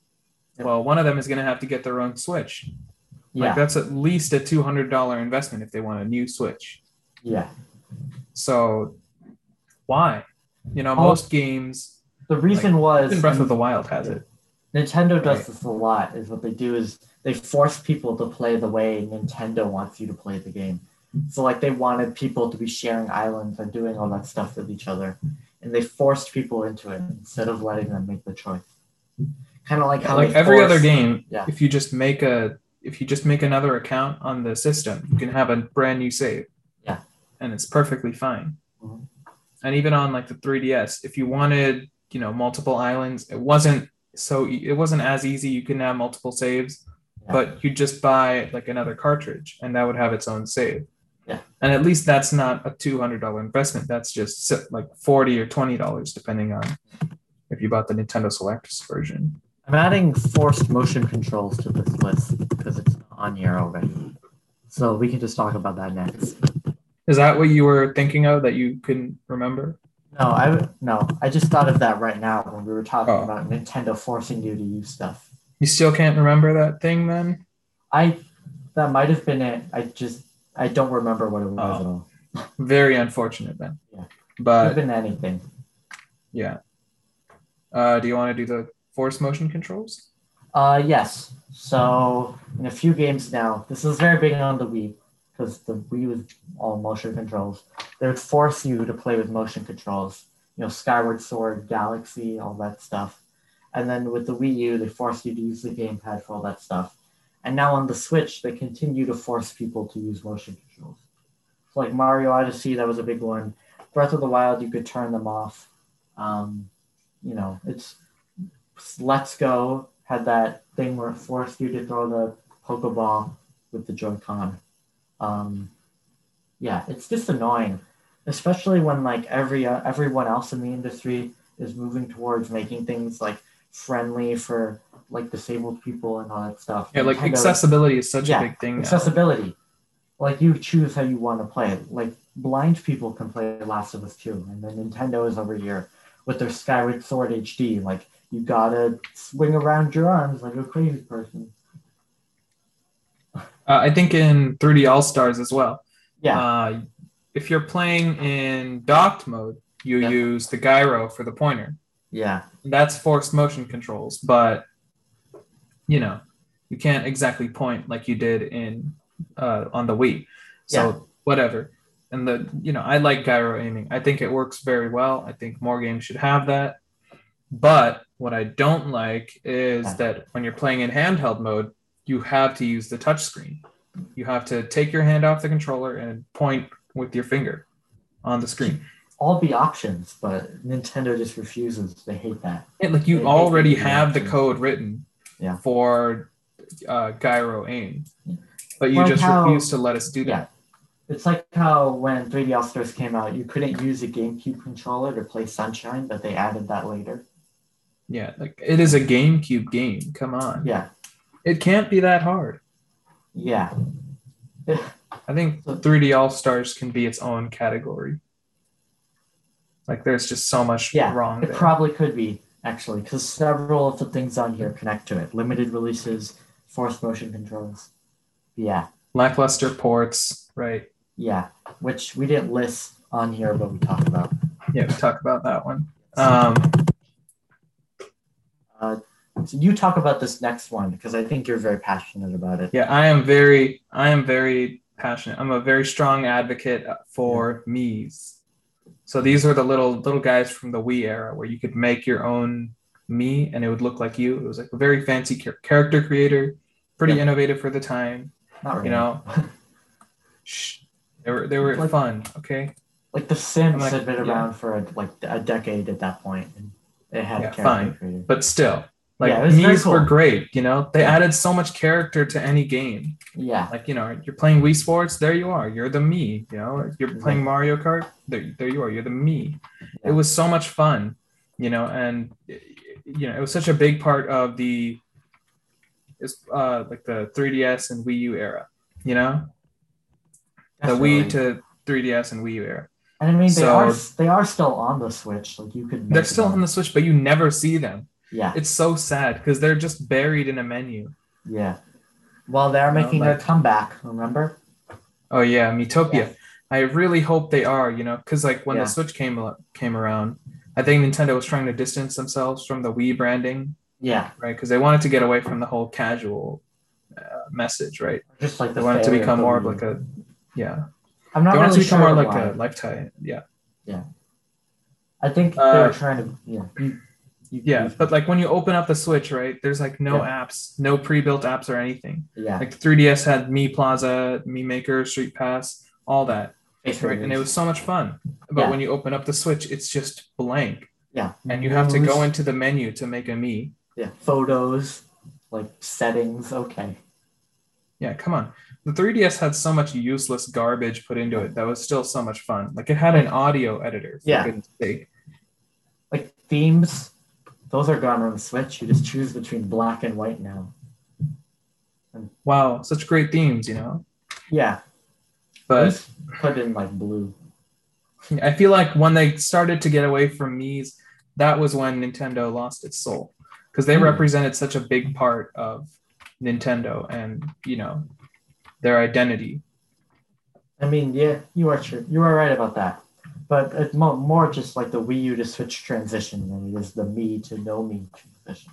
[SPEAKER 1] Yeah.
[SPEAKER 2] well, one of them is going to have to get their own Switch.
[SPEAKER 1] yeah,
[SPEAKER 2] Like that's at least a two hundred dollar investment if they want a new Switch.
[SPEAKER 1] yeah.
[SPEAKER 2] So why? You know,
[SPEAKER 1] All-
[SPEAKER 2] most games,
[SPEAKER 1] The reason was
[SPEAKER 2] even Breath of the Wild has it.
[SPEAKER 1] Nintendo does
[SPEAKER 2] Right.
[SPEAKER 1] this a lot. Is what they do is they force people to play the way Nintendo wants you to play the game. So like they wanted people to be sharing islands and doing all that stuff with each other, and they forced people into it instead of letting them make the choice. Kind of like how
[SPEAKER 2] like
[SPEAKER 1] they
[SPEAKER 2] every other
[SPEAKER 1] force-
[SPEAKER 2] game,
[SPEAKER 1] yeah.
[SPEAKER 2] if you just make a if you just make another account on the system, you can have a brand new save.
[SPEAKER 1] Yeah.
[SPEAKER 2] And it's perfectly fine.
[SPEAKER 1] Mhm.
[SPEAKER 2] And even on like the 3DS, if you wanted, you know, multiple islands, it wasn't so e- it wasn't as easy. You couldn't have multiple saves,
[SPEAKER 1] Yeah.
[SPEAKER 2] but you just buy like another cartridge and that would have its own save.
[SPEAKER 1] Yeah.
[SPEAKER 2] And at least that's not a $200 investment. That's just si- like 40 or $20 depending on if you bought the Nintendo Selects version.
[SPEAKER 1] I'm adding forced motion controls to this list because it's not on here already. So we can just talk about that next.
[SPEAKER 2] Is that what you were thinking of that you couldn't remember?
[SPEAKER 1] No, I w- no, I just thought of that right now when we were talking
[SPEAKER 2] Oh.
[SPEAKER 1] about Nintendo forcing you to use stuff.
[SPEAKER 2] You still can't remember that thing then?
[SPEAKER 1] I that might have been it. I just I don't remember what it was
[SPEAKER 2] Oh.
[SPEAKER 1] at all.
[SPEAKER 2] Very unfortunate then.
[SPEAKER 1] Yeah. Could have
[SPEAKER 2] But
[SPEAKER 1] been anything.
[SPEAKER 2] yeah. Uh, do you want to do the force motion controls?
[SPEAKER 1] Uh yes. So in a few games now, this is very big on the Wii because the Wii was all motion controls. They would force you to play with motion controls. You know, Skyward Sword, Galaxy, all that stuff. And then with the Wii U, they force you to use the gamepad for all that stuff. And now on the Switch, they continue to force people to use motion controls. So like Mario Odyssey, that was a big one. Breath of the Wild, you could turn them off. Um, you know, it's Let's Go had that thing where it forced you to throw the Pokeball with the Joy-Con. Um, yeah, it's just annoying, especially when like every uh, everyone else in the industry is moving towards making things like friendly for like disabled people and all that stuff.
[SPEAKER 2] Yeah, like
[SPEAKER 1] Nintendo-
[SPEAKER 2] accessibility is such
[SPEAKER 1] Yeah,
[SPEAKER 2] a big thing. now.
[SPEAKER 1] accessibility. Like you choose how you want to play it. Like blind people can play Last of Us 2, and then Nintendo is over here with their Skyward Sword HD. Like you gotta swing around your arms like a crazy person.
[SPEAKER 2] Uh, I think in 3D All Stars as well.
[SPEAKER 1] Yeah,
[SPEAKER 2] Uh, if you're playing in docked mode, you
[SPEAKER 1] Yeah.
[SPEAKER 2] use the gyro for the pointer.
[SPEAKER 1] yeah,
[SPEAKER 2] that's forced motion controls, but you know, you can't exactly point like you did in uh, on the Wii. So
[SPEAKER 1] Yeah.
[SPEAKER 2] whatever. And the you know, I like gyro aiming. I think it works very well. I think more games should have that. But what I don't like is
[SPEAKER 1] Yeah.
[SPEAKER 2] that when you're playing in handheld mode, you have to use the touchscreen. You have to take your hand off the controller and point with your finger on the screen.
[SPEAKER 1] all the options, but Nintendo just refuses. They hate that.
[SPEAKER 2] Yeah, like you
[SPEAKER 1] They
[SPEAKER 2] already
[SPEAKER 1] basically
[SPEAKER 2] have the
[SPEAKER 1] have to-
[SPEAKER 2] code written
[SPEAKER 1] Yeah.
[SPEAKER 2] for uh, gyro aim,
[SPEAKER 1] Yeah.
[SPEAKER 2] but you
[SPEAKER 1] Like
[SPEAKER 2] just
[SPEAKER 1] how-
[SPEAKER 2] refuse to let us do
[SPEAKER 1] Yeah.
[SPEAKER 2] that.
[SPEAKER 1] It's like how when 3D All Stars came out, you couldn't use a GameCube controller to play Sunshine, but they added that later.
[SPEAKER 2] Yeah. like it is a GameCube game. Come on,
[SPEAKER 1] Yeah,
[SPEAKER 2] it can't be that hard.
[SPEAKER 1] yeah,
[SPEAKER 2] I think
[SPEAKER 1] So-
[SPEAKER 2] 3D All Stars can be its own category. Like there's just so much
[SPEAKER 1] Yeah,
[SPEAKER 2] wrong
[SPEAKER 1] It
[SPEAKER 2] there.
[SPEAKER 1] probably could be actually, because several of the things on here connect to it. Limited releases, forced motion controls. Yeah,
[SPEAKER 2] Lackluster ports, right?
[SPEAKER 1] yeah. Which we didn't list on here, but we talk about.
[SPEAKER 2] Yeah, we talk about that
[SPEAKER 1] *laughs*
[SPEAKER 2] one. Um,
[SPEAKER 1] Uh, So you talk about this next one because I think you're very passionate about it.
[SPEAKER 2] yeah, I am very, I am very passionate. I'm a very strong advocate for me's. So these were the little little guys from the Wii era where you could make your own me and it would look like you. It was like a very fancy char- character creator, pretty
[SPEAKER 1] Yeah.
[SPEAKER 2] innovative for the time.
[SPEAKER 1] Not really.
[SPEAKER 2] You
[SPEAKER 1] *laughs*
[SPEAKER 2] know, Shh. they were they were
[SPEAKER 1] Like-
[SPEAKER 2] fun. Okay,
[SPEAKER 1] like The Sims
[SPEAKER 2] I'm like,
[SPEAKER 1] had been
[SPEAKER 2] yeah.
[SPEAKER 1] around for a, like a decade at that point, and it had
[SPEAKER 2] Yeah,
[SPEAKER 1] character
[SPEAKER 2] fine.
[SPEAKER 1] creator.
[SPEAKER 2] but still like
[SPEAKER 1] Yeah, it was
[SPEAKER 2] these
[SPEAKER 1] very
[SPEAKER 2] were
[SPEAKER 1] cool.
[SPEAKER 2] great you know they
[SPEAKER 1] Yeah.
[SPEAKER 2] added so much character to any game
[SPEAKER 1] Yeah,
[SPEAKER 2] like you know you're playing wii sports there you are you're the me you know you're playing mario kart there, there you are you're the me
[SPEAKER 1] Yeah.
[SPEAKER 2] it was so much fun you know and you know it was such a big part of the it's uh like the 3ds and wii u era you know the wii
[SPEAKER 1] definitely.
[SPEAKER 2] to 3ds and wii u era
[SPEAKER 1] And I mean, they
[SPEAKER 2] so-
[SPEAKER 1] are they are still on the Switch. Like you could.
[SPEAKER 2] they're
[SPEAKER 1] make
[SPEAKER 2] still
[SPEAKER 1] them.
[SPEAKER 2] on the switch but you never see them
[SPEAKER 1] Yeah,
[SPEAKER 2] it's so sad because they're just buried in a menu
[SPEAKER 1] yeah. Well, they're
[SPEAKER 2] No,
[SPEAKER 1] making their
[SPEAKER 2] like-
[SPEAKER 1] comeback. Remember?
[SPEAKER 2] Oh yeah, Metopia.
[SPEAKER 1] Yeah.
[SPEAKER 2] I really hope they are, you know, because like when
[SPEAKER 1] Yeah.
[SPEAKER 2] the Switch came al- came around, I think Nintendo was trying to distance themselves from the Wii branding,
[SPEAKER 1] Yeah,
[SPEAKER 2] right? Because they wanted to get away from the whole casual uh, message, right?
[SPEAKER 1] just like the.
[SPEAKER 2] They wanted to
[SPEAKER 1] failure
[SPEAKER 2] become
[SPEAKER 1] of
[SPEAKER 2] more of
[SPEAKER 1] the Wii.
[SPEAKER 2] like a, yeah,
[SPEAKER 1] I'm
[SPEAKER 2] they
[SPEAKER 1] not
[SPEAKER 2] wanted to
[SPEAKER 1] really
[SPEAKER 2] become
[SPEAKER 1] sure
[SPEAKER 2] more
[SPEAKER 1] why.
[SPEAKER 2] like a lifetime, yeah,
[SPEAKER 1] I think they
[SPEAKER 2] uh,
[SPEAKER 1] were trying to. Yeah. You, you,
[SPEAKER 2] yeah.
[SPEAKER 1] you-
[SPEAKER 2] But like when you open up the Switch, right? There's like no apps, no pre-built apps or anything.
[SPEAKER 1] yeah.
[SPEAKER 2] Like the 3DS had Me Plaza, Me Maker, Street Pass, all that.
[SPEAKER 1] Face
[SPEAKER 2] right? And it
[SPEAKER 1] readers.
[SPEAKER 2] was so much fun. But
[SPEAKER 1] Yeah.
[SPEAKER 2] when you open up the Switch, it's just blank,
[SPEAKER 1] Yeah.
[SPEAKER 2] and you have to go
[SPEAKER 1] Menus.
[SPEAKER 2] into the menu to make a me.
[SPEAKER 1] Yeah, photos, like settings. Okay.
[SPEAKER 2] Yeah, come on. The 3DS had so much useless garbage put into it that was still so much fun. Like it had an audio editor. For
[SPEAKER 1] Yeah.
[SPEAKER 2] goodness sake.
[SPEAKER 1] Like themes, those are gone on the Switch. You just choose between black and white now.
[SPEAKER 2] Wow, such great themes, you know.
[SPEAKER 1] Yeah.
[SPEAKER 2] But
[SPEAKER 1] just put in like blue.
[SPEAKER 2] I feel like when they started to get away from me's, that was when Nintendo lost its soul because they
[SPEAKER 1] Hmm.
[SPEAKER 2] represented such a big part of Nintendo and you know their identity.
[SPEAKER 1] I mean, yeah, you are true. You are right about that. But it's mo- more just like the Wii U to Switch transition than it is the me to no me transition.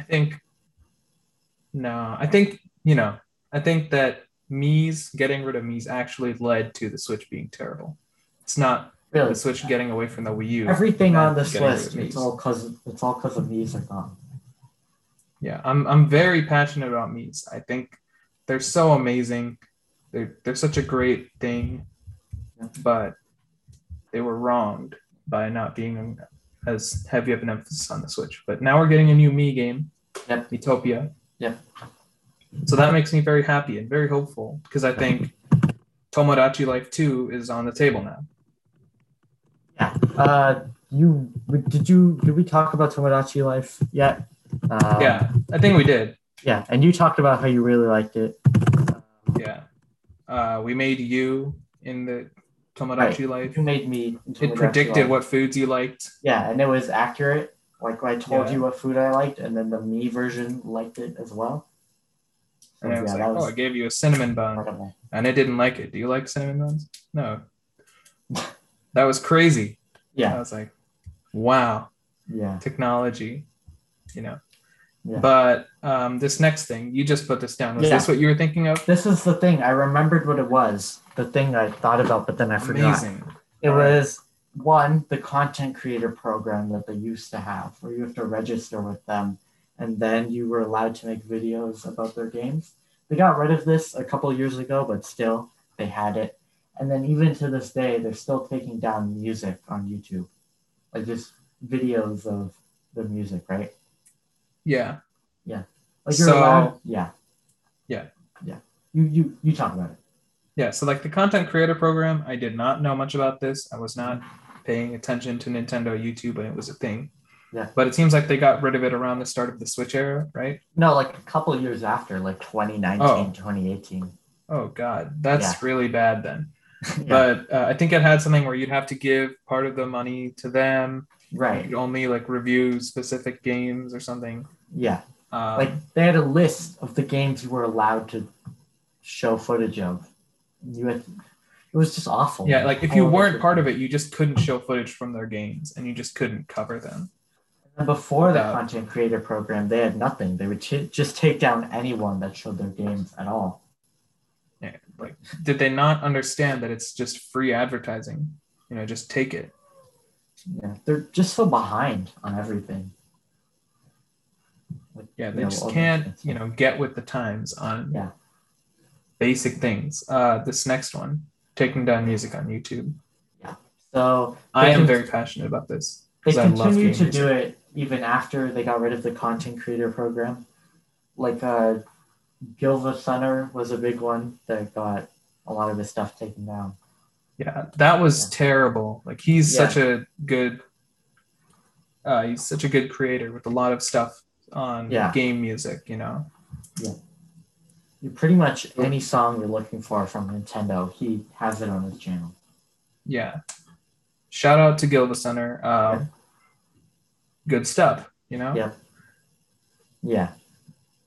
[SPEAKER 2] I think no, I think you know, I think that Mii's getting rid of Mii's actually led to the Switch being terrible. It's not the
[SPEAKER 1] Really,
[SPEAKER 2] Switch getting away from the Wii U.
[SPEAKER 1] everything on
[SPEAKER 2] and
[SPEAKER 1] this
[SPEAKER 2] getting rid of
[SPEAKER 1] list, it's
[SPEAKER 2] Mii's.
[SPEAKER 1] all cause it's all cause of me's are gone.
[SPEAKER 2] yeah, I'm I'm very passionate about Mii's. I think they're so amazing. They're they're such a great thing,
[SPEAKER 1] Yeah.
[SPEAKER 2] but they were wronged by not being as heavy of an emphasis on the Switch. But now we're getting a new Mii game.
[SPEAKER 1] Yep.
[SPEAKER 2] Utopia.
[SPEAKER 1] Yep.
[SPEAKER 2] So that makes me very happy and very hopeful because I think Tomodachi Life 2 is on the table now.
[SPEAKER 1] Uh, you did you did we talk about Tomodachi Life yet? Uh,
[SPEAKER 2] yeah, I think we did.
[SPEAKER 1] Yeah, and you talked about how you really liked it.
[SPEAKER 2] Yeah. Uh, we made you in the Tomodachi Life.
[SPEAKER 1] You made me.
[SPEAKER 2] It predicted what foods you liked.
[SPEAKER 1] Yeah, and it was accurate. Like I told
[SPEAKER 2] Yeah.
[SPEAKER 1] you what food I liked, and then the me version liked it as well. So,
[SPEAKER 2] And I was like, oh, I gave you a
[SPEAKER 1] *laughs*
[SPEAKER 2] cinnamon bun
[SPEAKER 1] incredible.
[SPEAKER 2] and I didn't like it. Do you like cinnamon buns?
[SPEAKER 1] *laughs*
[SPEAKER 2] No. That was crazy. I
[SPEAKER 1] Yeah,
[SPEAKER 2] was like, wow.
[SPEAKER 1] yeah,
[SPEAKER 2] technology, you know.
[SPEAKER 1] Yeah.
[SPEAKER 2] But um, this next thing, you just put this down. Was
[SPEAKER 1] Yeah.
[SPEAKER 2] this what you were thinking of?
[SPEAKER 1] This is the thing. I remembered what it was. The thing I thought about, but then I forgot.
[SPEAKER 2] Amazing.
[SPEAKER 1] It was one, the content creator program that they used to have, where you have to register with them and then you were allowed to make videos about their games. They got rid of this a couple years ago, but still they had it. And then even to this day, they're still taking down music on YouTube, like just videos of the music, right?
[SPEAKER 2] Yeah.
[SPEAKER 1] Like you're
[SPEAKER 2] So-
[SPEAKER 1] allowed, yeah,
[SPEAKER 2] Yeah.
[SPEAKER 1] yeah. You you you talk about it.
[SPEAKER 2] Yeah. So, like the content creator program, I did not know much about this. I was not paying attention to Nintendo, YouTube, and it was a thing.
[SPEAKER 1] Yeah.
[SPEAKER 2] But it seems like they got rid of it around the start of the Switch era, right?
[SPEAKER 1] No, like a couple years after, like 2019,
[SPEAKER 2] Oh.
[SPEAKER 1] 2018.
[SPEAKER 2] Oh, God. That's
[SPEAKER 1] Yeah.
[SPEAKER 2] really bad then.
[SPEAKER 1] *laughs* Yeah,
[SPEAKER 2] But uh, I think it had something where you'd have to give part of the money to them. You
[SPEAKER 1] right.
[SPEAKER 2] could only like review specific games or something.
[SPEAKER 1] Yeah.
[SPEAKER 2] Um,
[SPEAKER 1] like they had a list of the games you were allowed to show footage of. You had It was just awful.
[SPEAKER 2] Yeah, like if you
[SPEAKER 1] Horrible
[SPEAKER 2] weren't
[SPEAKER 1] freaking-
[SPEAKER 2] part of it, you just couldn't show footage from their games and you just couldn't cover them.
[SPEAKER 1] And before the
[SPEAKER 2] Yeah.
[SPEAKER 1] content creator program, they had nothing. They would ch- just take down anyone that showed their games at all.
[SPEAKER 2] Yeah, like did they not understand that it's just free advertising? You know, just take it.
[SPEAKER 1] Yeah, they're just so behind on everything. Like,
[SPEAKER 2] Yeah, they
[SPEAKER 1] you know, all
[SPEAKER 2] just
[SPEAKER 1] those
[SPEAKER 2] can't,
[SPEAKER 1] things.
[SPEAKER 2] you know, get with the times on
[SPEAKER 1] Yeah.
[SPEAKER 2] basic things. Uh this next one, taking down music on YouTube.
[SPEAKER 1] So
[SPEAKER 2] I
[SPEAKER 1] can-
[SPEAKER 2] am very passionate about this.
[SPEAKER 1] they
[SPEAKER 2] 'cause I love
[SPEAKER 1] continue
[SPEAKER 2] doing
[SPEAKER 1] to do it even after they got rid of the content creator program. Like uh, Gilva Center was a big one that got a lot of his stuff taken down.
[SPEAKER 2] Yeah, that was terrible. Like he's
[SPEAKER 1] Yeah.
[SPEAKER 2] such a good uh he's such a good creator with a lot of stuff on
[SPEAKER 1] Yeah.
[SPEAKER 2] game music, you know.
[SPEAKER 1] You pretty much any song you're looking for from Nintendo, he has it on his channel.
[SPEAKER 2] Yeah. Shout out to Gilda Center. Um
[SPEAKER 1] Yeah.
[SPEAKER 2] good stuff, you know?
[SPEAKER 1] Yeah. Yeah,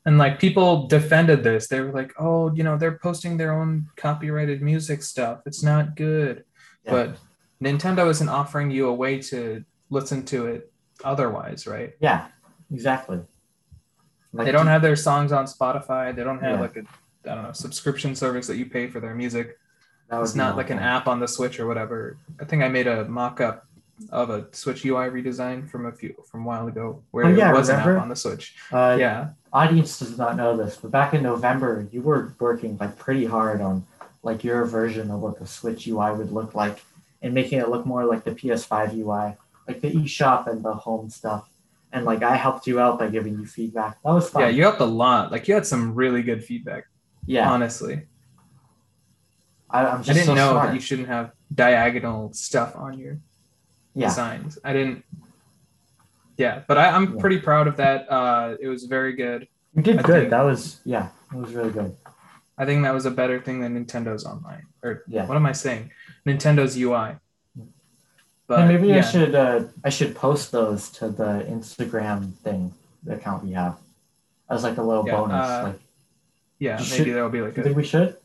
[SPEAKER 2] And like people defended this. They were like, oh, you know, they're posting their own copyrighted music stuff. It's not good.
[SPEAKER 1] Yeah.
[SPEAKER 2] But Nintendo isn't offering you a way to listen to it otherwise, right?
[SPEAKER 1] yeah, exactly. Like,
[SPEAKER 2] they don't have their songs on Spotify. They don't have
[SPEAKER 1] Yeah.
[SPEAKER 2] like a I don't know subscription service that you pay for their music.
[SPEAKER 1] that would
[SPEAKER 2] It's
[SPEAKER 1] be
[SPEAKER 2] not like an
[SPEAKER 1] awful.
[SPEAKER 2] app on the Switch or whatever. I think I made a mock up of a Switch UI redesign from a few from a while ago where
[SPEAKER 1] Oh, yeah,
[SPEAKER 2] it was an
[SPEAKER 1] remember?
[SPEAKER 2] app on the Switch.
[SPEAKER 1] Uh,
[SPEAKER 2] yeah,
[SPEAKER 1] audience does not know this, but back in November, you were working like pretty hard on like your version of what the Switch UI would look like and making it look more like the PS5 UI, like the eShop and the home stuff. And like I helped you out by giving you feedback. That was fun.
[SPEAKER 2] yeah, you helped a lot. Like you had some really good feedback.
[SPEAKER 1] Yeah,
[SPEAKER 2] Honestly,
[SPEAKER 1] I, I'm just
[SPEAKER 2] I didn't
[SPEAKER 1] so
[SPEAKER 2] know
[SPEAKER 1] smart.
[SPEAKER 2] that you shouldn't have diagonal stuff on your
[SPEAKER 1] yeah,
[SPEAKER 2] designs. I didn't. Yeah, but I, I'm
[SPEAKER 1] Yeah.
[SPEAKER 2] pretty proud of that. Uh, it was very good.
[SPEAKER 1] you did
[SPEAKER 2] I
[SPEAKER 1] good.
[SPEAKER 2] think-
[SPEAKER 1] That was yeah, it was really good.
[SPEAKER 2] I think that was a better thing than Nintendo's online. Or
[SPEAKER 1] Yeah.
[SPEAKER 2] what am I saying? Nintendo's UI. But
[SPEAKER 1] and maybe I
[SPEAKER 2] yeah,
[SPEAKER 1] should uh, I should post those to the Instagram thing, the account we have, as like a little
[SPEAKER 2] Yeah,
[SPEAKER 1] bonus.
[SPEAKER 2] uh,
[SPEAKER 1] like,
[SPEAKER 2] yeah,
[SPEAKER 1] you
[SPEAKER 2] maybe
[SPEAKER 1] should-
[SPEAKER 2] that'll be like
[SPEAKER 1] do you
[SPEAKER 2] a
[SPEAKER 1] think we should?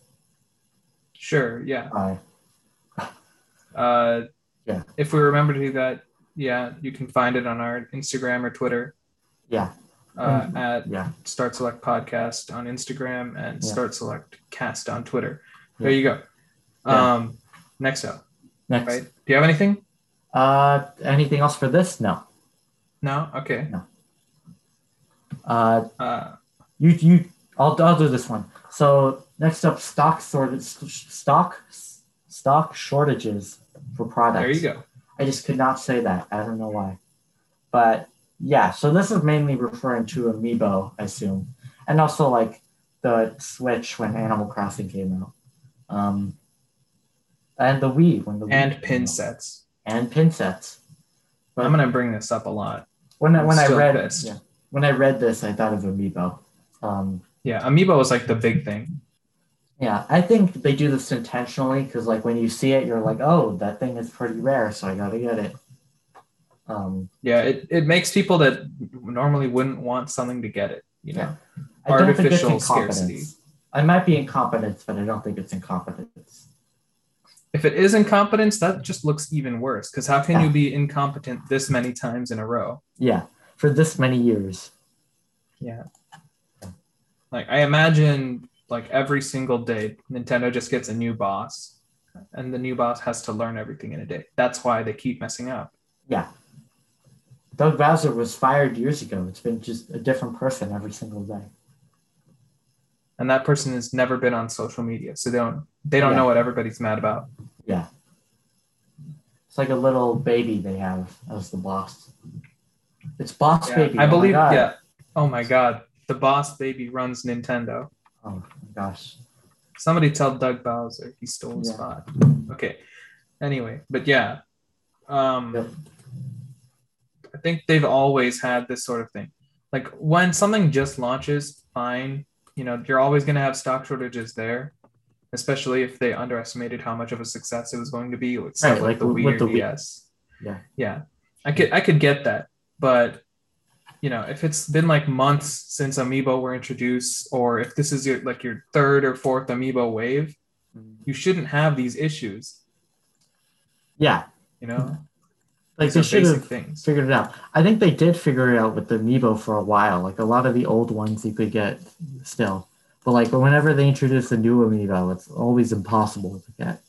[SPEAKER 2] sure, yeah.
[SPEAKER 1] Uh,
[SPEAKER 2] Uh,
[SPEAKER 1] Yeah.
[SPEAKER 2] If we remember to do that, yeah, you can find it on our Instagram or Twitter.
[SPEAKER 1] Yeah.
[SPEAKER 2] Uh,
[SPEAKER 1] Mhm.
[SPEAKER 2] At
[SPEAKER 1] Yeah.
[SPEAKER 2] Start Select Podcast on Instagram and
[SPEAKER 1] Yeah.
[SPEAKER 2] Start Select Cast on
[SPEAKER 1] Yeah.
[SPEAKER 2] Twitter. There you go.
[SPEAKER 1] Yeah.
[SPEAKER 2] Um, next up,
[SPEAKER 1] next.
[SPEAKER 2] right? Do you have anything?
[SPEAKER 1] Uh, anything else for this? No.
[SPEAKER 2] No. Okay.
[SPEAKER 1] Uh,
[SPEAKER 2] Uh,
[SPEAKER 1] you you. I'll, I'll do this one. So next up, stock sort stock stock shortages for products.
[SPEAKER 2] there you go.
[SPEAKER 1] I just could not say that. I don't know why. But yeah, so this is mainly referring to Amiibo, I assume, and also like the Switch when Animal Crossing came out, um, and the Wii when the Wii
[SPEAKER 2] And
[SPEAKER 1] came
[SPEAKER 2] pin
[SPEAKER 1] out.
[SPEAKER 2] sets.
[SPEAKER 1] and pin sets. But-
[SPEAKER 2] I'm gonna bring this up a lot.
[SPEAKER 1] when I,
[SPEAKER 2] I'm
[SPEAKER 1] when I
[SPEAKER 2] still
[SPEAKER 1] read
[SPEAKER 2] pissed.
[SPEAKER 1] yeah, when I read this, I thought of Amiibo. Um,
[SPEAKER 2] Yeah, Amiibo is like the big thing.
[SPEAKER 1] yeah, I think they do this intentionally because like when you see it, you're like, oh, that thing is pretty rare, so I gotta get it. Um,
[SPEAKER 2] Yeah, it, it makes people that normally wouldn't want something to get it. You know,
[SPEAKER 1] I don't think it's
[SPEAKER 2] Artificial
[SPEAKER 1] incompetence.
[SPEAKER 2] scarcity.
[SPEAKER 1] I might be incompetence, but I don't think it's incompetence.
[SPEAKER 2] if it is incompetence, that just looks even worse. Because how can
[SPEAKER 1] Yeah.
[SPEAKER 2] you be incompetent this many times in a row?
[SPEAKER 1] Yeah, for this many years.
[SPEAKER 2] Like I imagine, like every single day, Nintendo just gets a new boss, and the new boss has to learn everything in a day. That's why they keep messing up.
[SPEAKER 1] Doug Bowser was fired years ago. It's been just a different person every single day.
[SPEAKER 2] And that person has never been on social media, so they don't they don't
[SPEAKER 1] Yeah.
[SPEAKER 2] know what everybody's mad about.
[SPEAKER 1] It's like a little baby they have as the boss. It's boss
[SPEAKER 2] Yeah,
[SPEAKER 1] baby.
[SPEAKER 2] I
[SPEAKER 1] oh my
[SPEAKER 2] believe.
[SPEAKER 1] God.
[SPEAKER 2] yeah. Oh my god, the boss baby runs Nintendo.
[SPEAKER 1] Oh my gosh.
[SPEAKER 2] Somebody tell Doug Bowser he stole his
[SPEAKER 1] Yeah.
[SPEAKER 2] spot. Okay. Anyway, but yeah. Um
[SPEAKER 1] Yep.
[SPEAKER 2] I think they've always had this sort of thing. Like when something just launches, fine. You know, you're always gonna have stock shortages there, especially if they underestimated how much of a success it was going to be with stuff
[SPEAKER 1] Right,
[SPEAKER 2] like,
[SPEAKER 1] like
[SPEAKER 2] the Wii
[SPEAKER 1] with
[SPEAKER 2] or
[SPEAKER 1] the Wii.
[SPEAKER 2] DS.
[SPEAKER 1] Yeah.
[SPEAKER 2] Yeah. I could I could get that, but you know, if it's been like months since Amiibo were introduced, or if this is your like your third or fourth Amiibo wave, You shouldn't have these issues.
[SPEAKER 1] Yeah,
[SPEAKER 2] You know,
[SPEAKER 1] like
[SPEAKER 2] these are
[SPEAKER 1] they should
[SPEAKER 2] basic
[SPEAKER 1] have
[SPEAKER 2] things.
[SPEAKER 1] figured it out. I think they did figure it out with the Amiibo for a while. Like a lot of the old ones you could get still, but like whenever they introduce a new Amiibo, it's always impossible to get.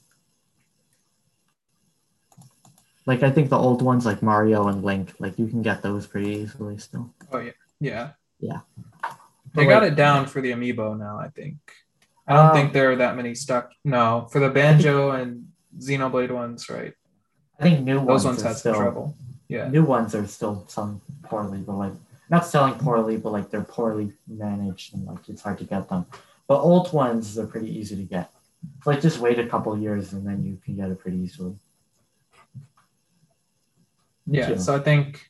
[SPEAKER 1] Like I think the old ones, like Mario and Link, like you can get those pretty easily still.
[SPEAKER 2] Oh yeah, yeah,
[SPEAKER 1] Yeah. But,
[SPEAKER 2] They got
[SPEAKER 1] like-
[SPEAKER 2] it down for the amiibo now. I think. I don't
[SPEAKER 1] Um,
[SPEAKER 2] think there are that many stuck. No, for the *laughs* banjo and Xenoblade ones, right?
[SPEAKER 1] I think new
[SPEAKER 2] Those
[SPEAKER 1] ones,
[SPEAKER 2] ones
[SPEAKER 1] are
[SPEAKER 2] had some
[SPEAKER 1] still
[SPEAKER 2] trouble. Yeah.
[SPEAKER 1] new ones are still some poorly, but like not selling poorly, but like they're poorly managed and like it's hard to get them. But old ones are pretty easy to get. Like just wait a couple years and then you can get it pretty easily.
[SPEAKER 2] Yeah,
[SPEAKER 1] Yeah.
[SPEAKER 2] so I think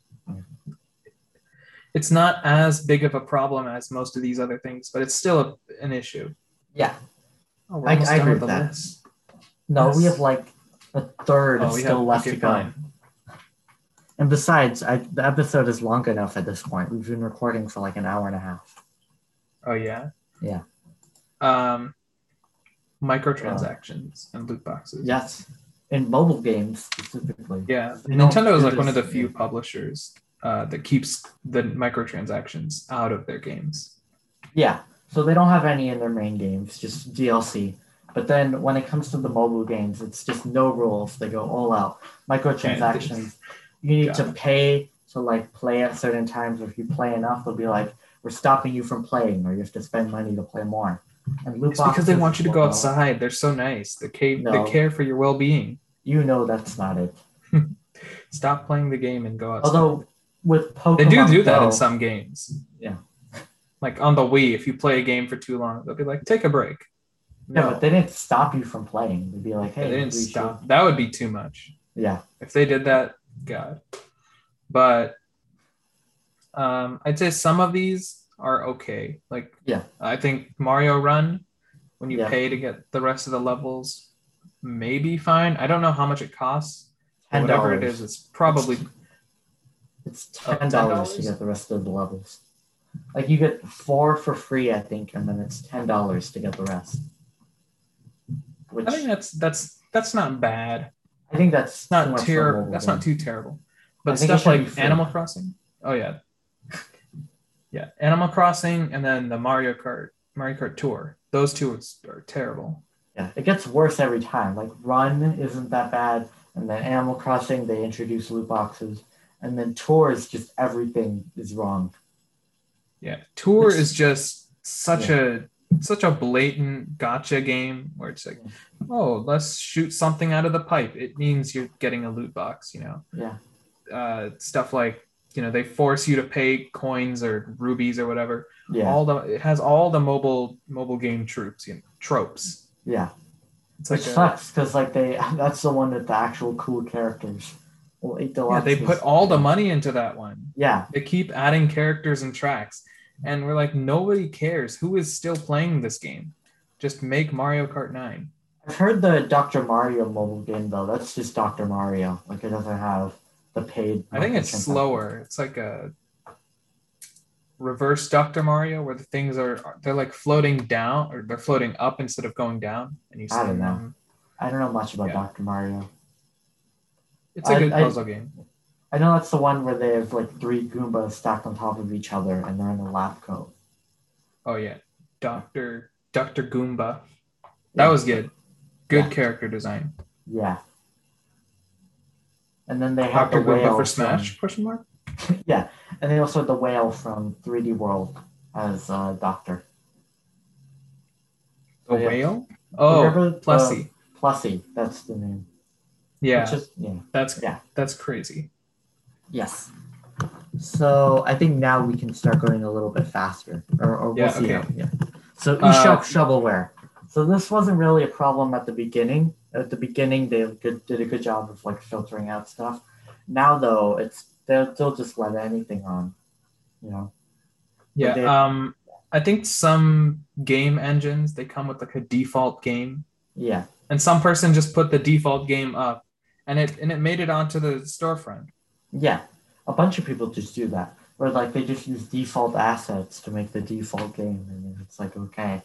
[SPEAKER 2] it's not as big of a problem as most of these other things, but it's still a, an issue.
[SPEAKER 1] Yeah.
[SPEAKER 2] Oh, we're
[SPEAKER 1] I-
[SPEAKER 2] almost
[SPEAKER 1] I
[SPEAKER 2] done
[SPEAKER 1] agree
[SPEAKER 2] with the
[SPEAKER 1] with that.
[SPEAKER 2] list.
[SPEAKER 1] No, we
[SPEAKER 2] Yes.
[SPEAKER 1] have like a third
[SPEAKER 2] Oh, we
[SPEAKER 1] still
[SPEAKER 2] have-
[SPEAKER 1] left
[SPEAKER 2] okay,
[SPEAKER 1] to go.
[SPEAKER 2] fine.
[SPEAKER 1] And besides, I, the episode is long enough at this point. We've been recording for like an hour and a half.
[SPEAKER 2] Oh yeah.
[SPEAKER 1] Yeah.
[SPEAKER 2] Um, microtransactions and loot boxes.
[SPEAKER 1] Yes. In mobile games specifically.
[SPEAKER 2] Yeah,
[SPEAKER 1] They don't
[SPEAKER 2] Nintendo is
[SPEAKER 1] do
[SPEAKER 2] like one of the
[SPEAKER 1] this-
[SPEAKER 2] few publishers uh, that keeps the microtransactions out of their games.
[SPEAKER 1] Yeah, so they don't have any in their main games, just DLC. But then when it comes to the mobile games, it's just no rules. They go all out. Microtransactions. You need to pay to like play at certain times. If you play enough, they'll be like, "We're stopping you from playing," or you have to spend money to play more. And loot
[SPEAKER 2] It's because they
[SPEAKER 1] boxes
[SPEAKER 2] want you to go
[SPEAKER 1] will-
[SPEAKER 2] outside. They're so nice. They care,
[SPEAKER 1] No.
[SPEAKER 2] they care for your well-being.
[SPEAKER 1] You know that's not it.
[SPEAKER 2] Stop playing the game and go outside.
[SPEAKER 1] Although with Pokemon,
[SPEAKER 2] They do do that
[SPEAKER 1] Go,
[SPEAKER 2] in some games.
[SPEAKER 1] Yeah.
[SPEAKER 2] Like on the Wii, if you play a game for too long, they'll be like, take a break.
[SPEAKER 1] yeah, but they didn't stop you from playing. They'd be like, "Hey,
[SPEAKER 2] they didn't
[SPEAKER 1] we should-
[SPEAKER 2] stop. That would be too much.
[SPEAKER 1] Yeah,
[SPEAKER 2] If they did that, God. But um, I'd say some of these are okay. Like,
[SPEAKER 1] Yeah.
[SPEAKER 2] I think Mario Run, when you
[SPEAKER 1] Yeah.
[SPEAKER 2] pay to get the rest of the levels, maybe fine. I don't know how much it costs. but
[SPEAKER 1] $10.
[SPEAKER 2] Whatever it is, it's probably
[SPEAKER 1] It's
[SPEAKER 2] Oh,
[SPEAKER 1] ten dollars to
[SPEAKER 2] $10?
[SPEAKER 1] get the rest of the levels. Like you get four for free, I think, and then it's ten dollars to get the rest. Which
[SPEAKER 2] I think that's that's that's not bad.
[SPEAKER 1] that's
[SPEAKER 2] It's not
[SPEAKER 1] much for a
[SPEAKER 2] terrible.
[SPEAKER 1] mobile
[SPEAKER 2] That's
[SPEAKER 1] game.
[SPEAKER 2] not too terrible.
[SPEAKER 1] I
[SPEAKER 2] But
[SPEAKER 1] think it
[SPEAKER 2] stuff
[SPEAKER 1] should be
[SPEAKER 2] like
[SPEAKER 1] free.
[SPEAKER 2] Animal Crossing. Oh yeah. Yeah, Animal Crossing and then the Mario Kart Mario Kart Tour. Those two is- are terrible.
[SPEAKER 1] Yeah, it gets worse every time. Like Run isn't that bad, and then Animal Crossing they introduce loot boxes, and then Tours just everything is wrong.
[SPEAKER 2] Yeah. Tour
[SPEAKER 1] It's-
[SPEAKER 2] is just such a such a blatant gotcha game where it's like, oh, let's shoot something out of the pipe. It means you're getting a loot box, you know.
[SPEAKER 1] Yeah,
[SPEAKER 2] Uh, stuff like, you know, they force you to pay coins or rubies or whatever.
[SPEAKER 1] yeah,
[SPEAKER 2] all the it has all the mobile mobile game troops you know, tropes.
[SPEAKER 1] yeah.
[SPEAKER 2] It's
[SPEAKER 1] Which sucks 'cause
[SPEAKER 2] like a,
[SPEAKER 1] sucks because like they *laughs* that's the one with the actual cool characters. Well, eight
[SPEAKER 2] yeah,
[SPEAKER 1] deluxe
[SPEAKER 2] they
[SPEAKER 1] is-
[SPEAKER 2] put all the money into that one.
[SPEAKER 1] Yeah,
[SPEAKER 2] They keep adding characters and tracks, and we're like, nobody cares who is still playing this game. Just make Mario Kart Nine.
[SPEAKER 1] I've heard the Dr. Mario mobile game though. That's just Dr. Mario. Like it doesn't have the paid.
[SPEAKER 2] I think it's
[SPEAKER 1] microtransaction.
[SPEAKER 2] slower. It's like a reverse Doctor Mario, where the things are they're like floating down or they're floating up instead of going down, and you.
[SPEAKER 1] I don't
[SPEAKER 2] spin
[SPEAKER 1] know.
[SPEAKER 2] them.
[SPEAKER 1] I don't know much about
[SPEAKER 2] Yeah.
[SPEAKER 1] Dr. Mario.
[SPEAKER 2] It's a
[SPEAKER 1] I-
[SPEAKER 2] good
[SPEAKER 1] I-
[SPEAKER 2] puzzle game.
[SPEAKER 1] I know that's the one where they have like three Goombas stacked on top of each other and they're in a lab coat.
[SPEAKER 2] Oh yeah, Doctor Doctor Goomba. That was good. Good
[SPEAKER 1] Yeah.
[SPEAKER 2] character design.
[SPEAKER 1] Yeah. And then they have
[SPEAKER 2] Doctor
[SPEAKER 1] the whale
[SPEAKER 2] Goomba for
[SPEAKER 1] from-
[SPEAKER 2] Smash? Question mark.
[SPEAKER 1] yeah, and they also had the whale from 3D World as uh, Doctor.
[SPEAKER 2] The
[SPEAKER 1] Oh, yeah.
[SPEAKER 2] whale. Oh,
[SPEAKER 1] Remember the- uh,
[SPEAKER 2] Plessy.
[SPEAKER 1] Plessy, that's the name.
[SPEAKER 2] Yeah,
[SPEAKER 1] It's just- yeah.
[SPEAKER 2] that's
[SPEAKER 1] yeah.
[SPEAKER 2] that's crazy.
[SPEAKER 1] Yes. So I think now we can start going a little bit faster, or, or we'll
[SPEAKER 2] Yeah,
[SPEAKER 1] see.
[SPEAKER 2] okay.
[SPEAKER 1] how- yeah. So
[SPEAKER 2] Uh,
[SPEAKER 1] eShop shovelware. So this wasn't really a problem at the beginning. At the beginning, they good, did a good job of like filtering out stuff. Now though, it's they'll, they'll just let anything on, you know.
[SPEAKER 2] Yeah.
[SPEAKER 1] they-
[SPEAKER 2] um, I think some game engines they come with like a default game,
[SPEAKER 1] Yeah,
[SPEAKER 2] and some person just put the default game up, and it and it made it onto the storefront.
[SPEAKER 1] yeah. A bunch of people just do that, or like they just use default assets to make the default game, and it's like okay.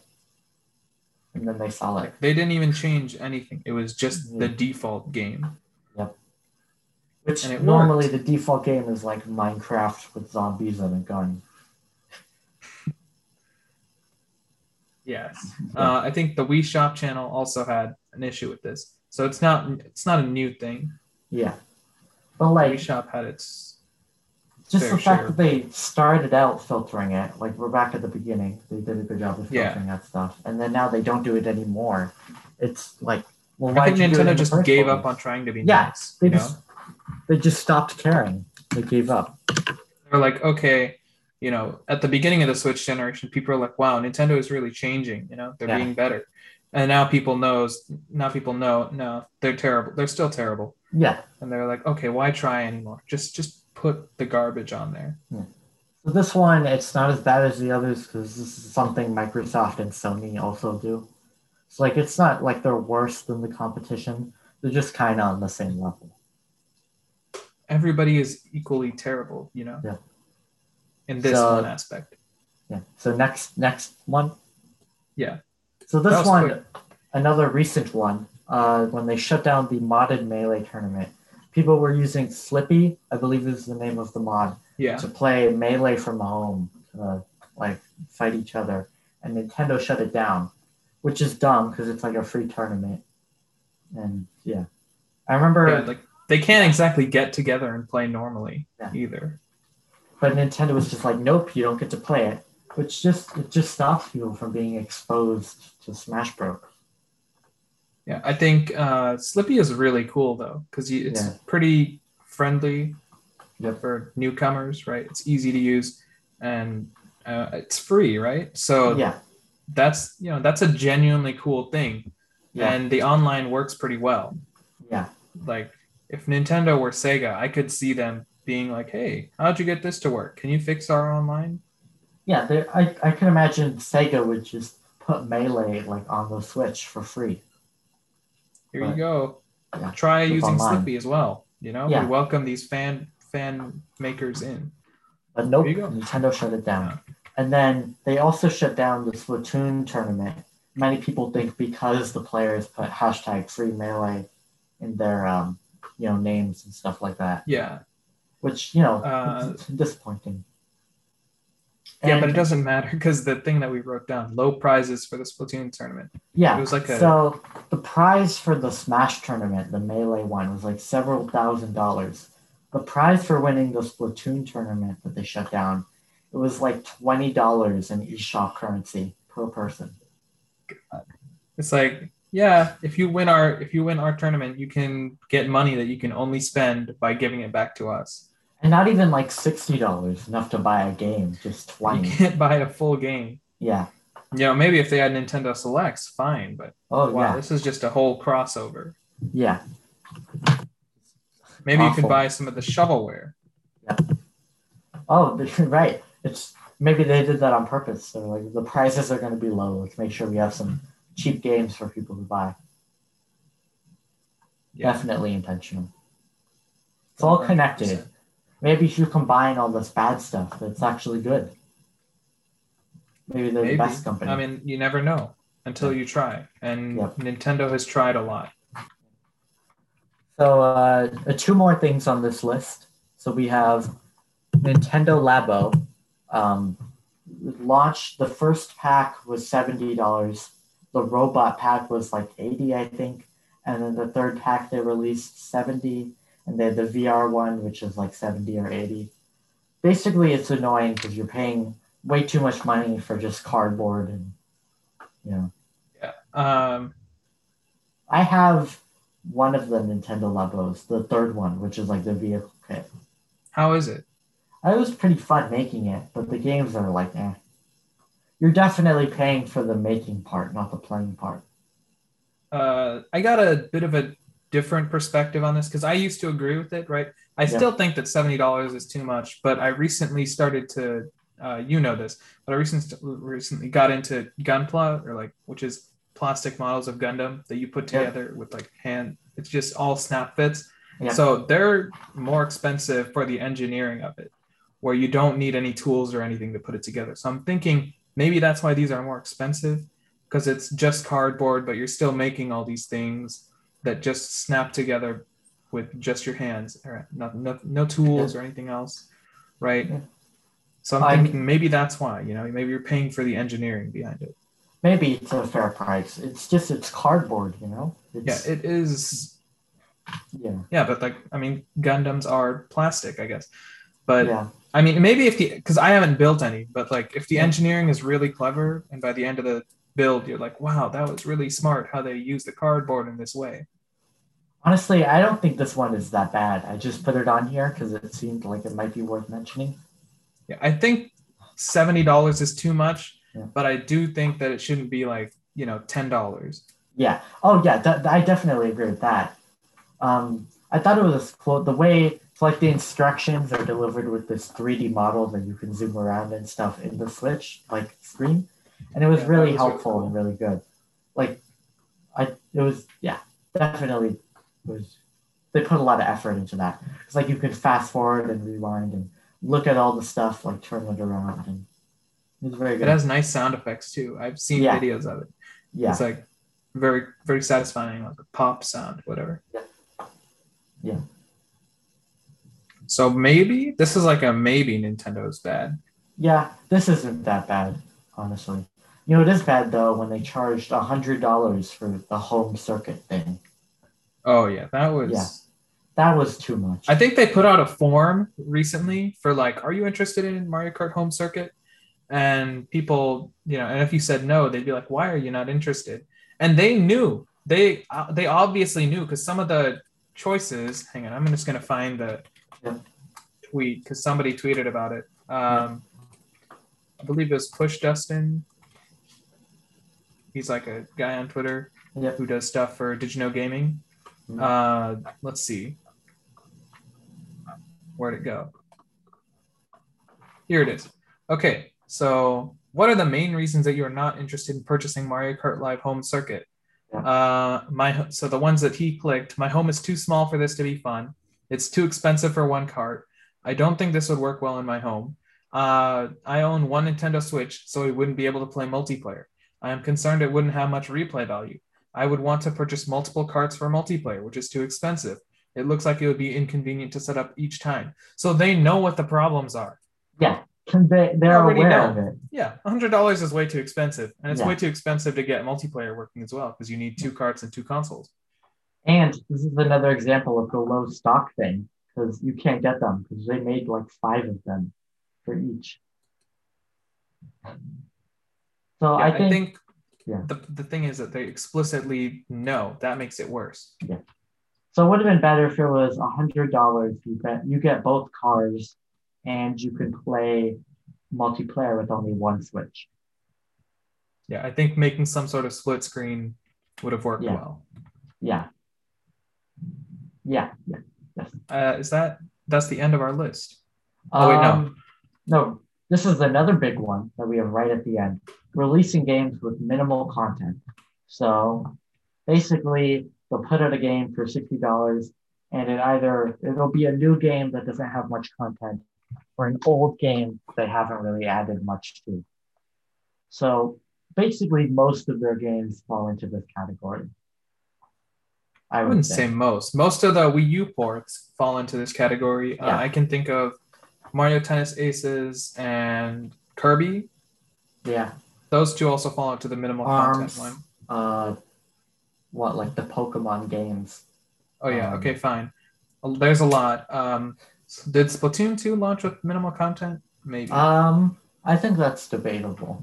[SPEAKER 1] and then they sell it.
[SPEAKER 2] They didn't even change anything. It was just
[SPEAKER 1] Yeah.
[SPEAKER 2] the default game.
[SPEAKER 1] Which
[SPEAKER 2] And it
[SPEAKER 1] normally the default game is like Minecraft with zombies and a gun.
[SPEAKER 2] Yes. Uh, I think the Wii Shop channel also had an issue with this. So it's not it's not a new thing.
[SPEAKER 1] Yeah. But
[SPEAKER 2] Wii
[SPEAKER 1] like
[SPEAKER 2] Shop had its
[SPEAKER 1] just
[SPEAKER 2] fair
[SPEAKER 1] the fact
[SPEAKER 2] share.
[SPEAKER 1] that they started out filtering it, like we're back at the beginning. They did a good job of
[SPEAKER 2] Yeah.
[SPEAKER 1] filtering that stuff. And then now they don't do it anymore. It's like well
[SPEAKER 2] I
[SPEAKER 1] why
[SPEAKER 2] think Nintendo just gave up on trying to be
[SPEAKER 1] Yeah,
[SPEAKER 2] nice.
[SPEAKER 1] they
[SPEAKER 2] you
[SPEAKER 1] just-
[SPEAKER 2] know?
[SPEAKER 1] they just stopped caring. They gave up.
[SPEAKER 2] They're like, okay, you know, at the beginning of the Switch generation, people are like, wow, Nintendo is really changing. You know, they're
[SPEAKER 1] Yeah.
[SPEAKER 2] being better. And now people knows now people know no, they're terrible. They're still terrible.
[SPEAKER 1] Yeah.
[SPEAKER 2] And they're like, okay, why try anymore? Just just put the garbage on there.
[SPEAKER 1] So this one it's not as bad as the others because this is something Microsoft and Sony also do. It's like it's not like they're worse than the competition. They're just kinda on the same level.
[SPEAKER 2] Everybody is equally terrible. You know.
[SPEAKER 1] Yeah.
[SPEAKER 2] In this
[SPEAKER 1] So-
[SPEAKER 2] one aspect.
[SPEAKER 1] Yeah. So next next one.
[SPEAKER 2] Yeah.
[SPEAKER 1] So
[SPEAKER 2] That
[SPEAKER 1] this
[SPEAKER 2] was
[SPEAKER 1] one,
[SPEAKER 2] quick.
[SPEAKER 1] another recent one, uh, when they shut down the modded melee tournament, people were using Slippy, I believe is the name of the mod,
[SPEAKER 2] Yeah.
[SPEAKER 1] to play melee from home, uh, like fight each other, and Nintendo shut it down, which is dumb because it's like a free tournament, and yeah, I remember.
[SPEAKER 2] Yeah, like they can't exactly get together and play normally
[SPEAKER 1] Yeah.
[SPEAKER 2] either.
[SPEAKER 1] but Nintendo was just like, nope, you don't get to play it, which just it just stops people from being exposed to Smash Bros.
[SPEAKER 2] Yeah, I think uh, Slippy is really cool though because it's
[SPEAKER 1] Yeah.
[SPEAKER 2] pretty friendly
[SPEAKER 1] Yep.
[SPEAKER 2] for newcomers, right? It's easy to use and uh, it's free, right? So
[SPEAKER 1] Yeah,
[SPEAKER 2] that's you know that's a genuinely cool thing,
[SPEAKER 1] yeah,
[SPEAKER 2] and the online works pretty well.
[SPEAKER 1] yeah.
[SPEAKER 2] Like if Nintendo were Sega, I could see them being like, "Hey, how'd you get this to work? Can you fix our online?"
[SPEAKER 1] Yeah, there, I, I can imagine Sega would just put Melee like on the Switch for free.
[SPEAKER 2] Here
[SPEAKER 1] Right.
[SPEAKER 2] you go.
[SPEAKER 1] Yeah,
[SPEAKER 2] Try
[SPEAKER 1] it's
[SPEAKER 2] using
[SPEAKER 1] online.
[SPEAKER 2] Slippy as well. You know,
[SPEAKER 1] Yeah.
[SPEAKER 2] we welcome these fan fan makers in.
[SPEAKER 1] But nope,
[SPEAKER 2] There you go.
[SPEAKER 1] Nintendo shut it down. And then they also shut down the Splatoon tournament. Many people think because the players put hashtag free melee in their um, you know names and stuff like that,
[SPEAKER 2] Yeah,
[SPEAKER 1] which you know
[SPEAKER 2] Uh,
[SPEAKER 1] it's disappointing.
[SPEAKER 2] yeah, but
[SPEAKER 1] And-
[SPEAKER 2] it doesn't matter because the thing that we wrote down, low prizes for the Splatoon tournament.
[SPEAKER 1] Yeah.
[SPEAKER 2] It was like a-
[SPEAKER 1] so the prize for the Smash tournament, the melee one, was like several thousand dollars. The prize for winning the Splatoon tournament that they shut down, it was like twenty dollars in eShop currency per person.
[SPEAKER 2] It's like, yeah, if you win our if you win our tournament, you can get money that you can only spend by giving it back to us.
[SPEAKER 1] And not even like sixty dollars enough to buy a game, just
[SPEAKER 2] You
[SPEAKER 1] twenty.
[SPEAKER 2] can't *laughs* buy a full game.
[SPEAKER 1] Yeah.
[SPEAKER 2] You know, maybe if they had Nintendo Selects, fine, but
[SPEAKER 1] Oh
[SPEAKER 2] wow,
[SPEAKER 1] yeah.
[SPEAKER 2] this is just a whole crossover.
[SPEAKER 1] Yeah.
[SPEAKER 2] Maybe you
[SPEAKER 1] Awful.
[SPEAKER 2] could buy some of the shovelware.
[SPEAKER 1] Oh *laughs* right. It's maybe they did that on purpose. So like the prizes are gonna be low. Let's make sure we have some cheap games for people to buy. Definitely intentional. It's all connected.
[SPEAKER 2] 100%.
[SPEAKER 1] Maybe if you combine all this bad stuff that's actually good. Maybe they're
[SPEAKER 2] Maybe.
[SPEAKER 1] the best company.
[SPEAKER 2] I mean, you never know until you try. And
[SPEAKER 1] Yep.
[SPEAKER 2] Nintendo has tried a lot.
[SPEAKER 1] so, uh, uh, two more things on this list. So, we have Nintendo Labo um, launched the first pack was $70. The robot pack was like 80 I think. And then the third pack they released 70 and they had the VR one, which is like 70 or 80. Basically, it's annoying because you're paying way too much money for just cardboard and, you know.
[SPEAKER 2] Um,
[SPEAKER 1] I have one of the Nintendo Labos, the third one, which is like the vehicle kit.
[SPEAKER 2] how is it?
[SPEAKER 1] I was pretty fun making it, but the games are like, eh. You're definitely paying for the making part, not the playing part.
[SPEAKER 2] Uh, I got a bit of a different perspective on this because I used to agree with it, right? I
[SPEAKER 1] Yeah.
[SPEAKER 2] still think that seventy dollars is too much, but I recently started to, uh, you know this, but I recently recently got into Gunpla or like, which is plastic models of Gundam that you put
[SPEAKER 1] Yeah.
[SPEAKER 2] together with like hand. It's just all snap fits.
[SPEAKER 1] Yeah.
[SPEAKER 2] So they're more expensive for the engineering of it, where you don't need any tools or anything to put it together. So I'm thinking maybe that's why these are more expensive because it's just cardboard, but you're still making all these things that just snap together with just your hands, or no, no, no tools or anything else, right?
[SPEAKER 1] Yeah.
[SPEAKER 2] So I'm
[SPEAKER 1] I'm-
[SPEAKER 2] thinking maybe that's why, you know, maybe you're paying for the engineering behind it.
[SPEAKER 1] Maybe it's a fair price. It's just it's cardboard, you know.
[SPEAKER 2] Yeah,
[SPEAKER 1] It's,
[SPEAKER 2] it is.
[SPEAKER 1] yeah,
[SPEAKER 2] Yeah, but like, I mean, Gundams are plastic, I guess. But
[SPEAKER 1] yeah.
[SPEAKER 2] I mean, maybe if the because I haven't built any, but like if the
[SPEAKER 1] Yeah.
[SPEAKER 2] engineering is really clever, and by the end of the build, you're like, wow, that was really smart how they used the cardboard in this way.
[SPEAKER 1] Honestly, I don't think this one is that bad. I just put it on here because it seemed like it might be worth mentioning.
[SPEAKER 2] Yeah, I think seventy dollars is too much,
[SPEAKER 1] Yeah.
[SPEAKER 2] but I do think that it shouldn't be like you know ten dollars.
[SPEAKER 1] Yeah. Oh, yeah. Th- th- I definitely agree with that. Um, I thought it was cool. The way, it's like, the instructions are delivered with this 3D model that you can zoom around and stuff in the Switch, like screen, and it was
[SPEAKER 2] Yeah, that
[SPEAKER 1] really
[SPEAKER 2] was really
[SPEAKER 1] helpful
[SPEAKER 2] cool.
[SPEAKER 1] and really good. Like, I it was yeah, definitely was. They put a lot of effort into that. It's like you could fast forward and rewind and look at all the stuff, like turn it around, and it was very
[SPEAKER 2] It
[SPEAKER 1] good.
[SPEAKER 2] has nice sound effects too. I've seen
[SPEAKER 1] Yeah.
[SPEAKER 2] videos of it.
[SPEAKER 1] yeah.
[SPEAKER 2] It's like very very satisfying, like a pop sound, whatever.
[SPEAKER 1] Yeah. Yeah.
[SPEAKER 2] So maybe this is like a maybe Nintendo's bad.
[SPEAKER 1] Yeah, this isn't that bad, honestly. You know, it is bad though when they charged a hundred dollars for the home circuit thing.
[SPEAKER 2] Oh yeah, that was.
[SPEAKER 1] Yeah. That was too much.
[SPEAKER 2] I think they put out a form recently for like, are you interested in Mario Kart Home Circuit? And people, you know, and if you said no, they'd be like, why are you not interested? And they knew they uh, they obviously knew because some of the choices. Hang on, I'm just gonna find the
[SPEAKER 1] Yeah.
[SPEAKER 2] tweet because somebody tweeted about it. Um, I believe it was Push Dustin. He's like a guy on Twitter
[SPEAKER 1] Yeah.
[SPEAKER 2] who does stuff for Did You Know Gaming.
[SPEAKER 1] Mhm.
[SPEAKER 2] Uh, let's see. Where'd it go? Here it is. Okay, so what are the main reasons that you're not interested in purchasing Mario Kart Live Home Circuit? Uh, my so the ones that he clicked. My home is too small for this to be fun. It's too expensive for one cart. I don't think this would work well in my home. Uh, I own one Nintendo Switch, so we wouldn't be able to play multiplayer. I am concerned it wouldn't have much replay value. I would want to purchase multiple carts for multiplayer, which is too expensive. It looks like it would be inconvenient to set up each time. So they know what the problems are.
[SPEAKER 1] Can they, they're
[SPEAKER 2] already
[SPEAKER 1] aware
[SPEAKER 2] know.
[SPEAKER 1] of it.
[SPEAKER 2] Yeah, hundred dollars is way too expensive, and it's
[SPEAKER 1] Yeah.
[SPEAKER 2] way too expensive to get multiplayer working as well because you need two carts and two consoles.
[SPEAKER 1] And this is another example of the low stock thing because you can't get them because they made like five of them for each. So
[SPEAKER 2] Yeah,
[SPEAKER 1] I think, yeah.
[SPEAKER 2] the, the thing is that they explicitly know that makes it worse.
[SPEAKER 1] so. It would have been better if it was a hundred dollars. You get you get both cars, and you can play multiplayer with only one switch.
[SPEAKER 2] Yeah, I think making some sort of split screen would have worked
[SPEAKER 1] Yeah.
[SPEAKER 2] well.
[SPEAKER 1] Yeah. Yeah. yeah.
[SPEAKER 2] Uh, is that that's the end of our list? Oh, wait, no.
[SPEAKER 1] no. Um, No, this is another big one that we have right at the end. Releasing games with minimal content. So basically they'll put out a game for $60 and it either it'll be a new game that doesn't have much content or an old game they haven't really added much to. So basically most of their games fall into this category.
[SPEAKER 2] I wouldn't say most. Most of the Wii U ports fall into this category. Uh,
[SPEAKER 1] Yeah.
[SPEAKER 2] I can think of Mario Tennis Aces and Kirby.
[SPEAKER 1] Yeah.
[SPEAKER 2] Those two also fall into the minimal
[SPEAKER 1] Arms.
[SPEAKER 2] content one.
[SPEAKER 1] uh what like the pokemon games
[SPEAKER 2] Oh yeah,
[SPEAKER 1] Um,
[SPEAKER 2] okay, fine. Well, There's a lot. Um, did Splatoon two launch with minimal content? Maybe.
[SPEAKER 1] um i think that's debatable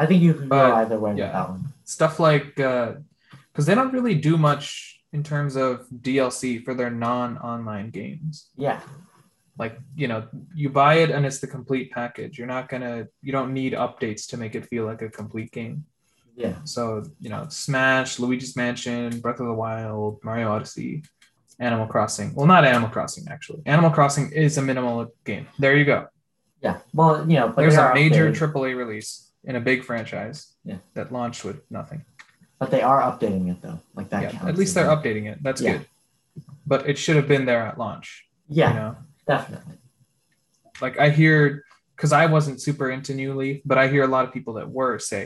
[SPEAKER 1] i think you could
[SPEAKER 2] But,
[SPEAKER 1] go either way
[SPEAKER 2] yeah.
[SPEAKER 1] with that one
[SPEAKER 2] stuff like because they don't really do much in terms of DLC for their non-online games.
[SPEAKER 1] yeah
[SPEAKER 2] Like you know, you buy it and it's the complete package. You're not gonna, you don't need updates to make it feel like a complete game.
[SPEAKER 1] yeah
[SPEAKER 2] So you know, Smash, Luigi's Mansion, Breath of the Wild, Mario Odyssey, Animal Crossing. Well, not Animal Crossing actually. Animal Crossing is a minimal game. There you go.
[SPEAKER 1] yeah well you know but
[SPEAKER 2] There's
[SPEAKER 1] they
[SPEAKER 2] a
[SPEAKER 1] are
[SPEAKER 2] major
[SPEAKER 1] updating-
[SPEAKER 2] AAA release in a big franchise
[SPEAKER 1] Yeah.
[SPEAKER 2] that launched with nothing.
[SPEAKER 1] but they are updating it though like that
[SPEAKER 2] yeah,
[SPEAKER 1] counts
[SPEAKER 2] at least
[SPEAKER 1] as
[SPEAKER 2] they're
[SPEAKER 1] well.
[SPEAKER 2] updating it. That's
[SPEAKER 1] Yeah.
[SPEAKER 2] good. But it should have been there at launch.
[SPEAKER 1] yeah
[SPEAKER 2] You know,
[SPEAKER 1] definitely
[SPEAKER 2] like I hear because I wasn't super into New Leaf, but I hear a lot of people that were say,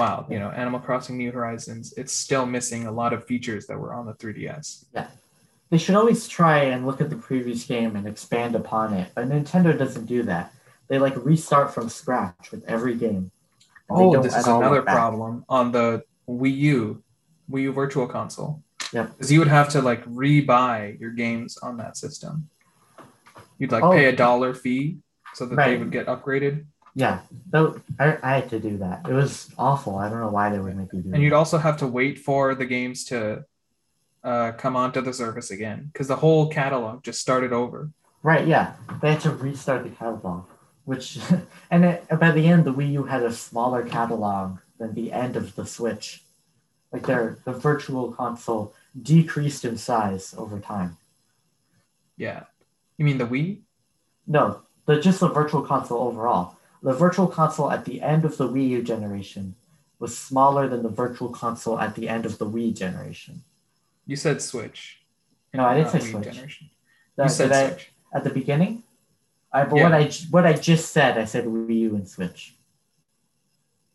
[SPEAKER 2] "Wow, you know, Animal Crossing New Horizons, it's still missing a lot of features that were on the 3DS."
[SPEAKER 1] They should always try and look at the previous game and expand upon it, but Nintendo doesn't do that. They like restart from scratch with every game. And they
[SPEAKER 2] Oh,
[SPEAKER 1] don't
[SPEAKER 2] this
[SPEAKER 1] at
[SPEAKER 2] is
[SPEAKER 1] all
[SPEAKER 2] another
[SPEAKER 1] look back.
[SPEAKER 2] problem on the Wii U, Wii U Virtual Console.
[SPEAKER 1] Yep.
[SPEAKER 2] Because you would have to like re-buy your games on that system. You'd like
[SPEAKER 1] Oh.
[SPEAKER 2] pay a dollar fee so that they
[SPEAKER 1] Right.
[SPEAKER 2] would get upgraded,
[SPEAKER 1] Yeah, though I, I had to do that. It was awful. I don't know why they would make you do
[SPEAKER 2] and
[SPEAKER 1] that.
[SPEAKER 2] you'd also have to wait for the games to uh, come onto the service again because the whole catalog just started over.
[SPEAKER 1] Right, yeah. They had to restart the catalog, which, *laughs* and it, by the end, the Wii U had a smaller catalog than the end of the Switch. Like their the virtual console decreased in size over time.
[SPEAKER 2] Yeah. You mean the Wii?
[SPEAKER 1] No, the just the virtual console overall. The virtual console at the end of the Wii U generation was smaller than the virtual console at the end of the Wii generation.
[SPEAKER 2] You said Switch.
[SPEAKER 1] No, I didn't
[SPEAKER 2] not
[SPEAKER 1] say
[SPEAKER 2] Wii
[SPEAKER 1] Switch.
[SPEAKER 2] Generation.
[SPEAKER 1] That-
[SPEAKER 2] you said
[SPEAKER 1] that-
[SPEAKER 2] Switch.
[SPEAKER 1] at the beginning. I but
[SPEAKER 2] Yeah.
[SPEAKER 1] what I j- what I just said, I said Wii U and Switch.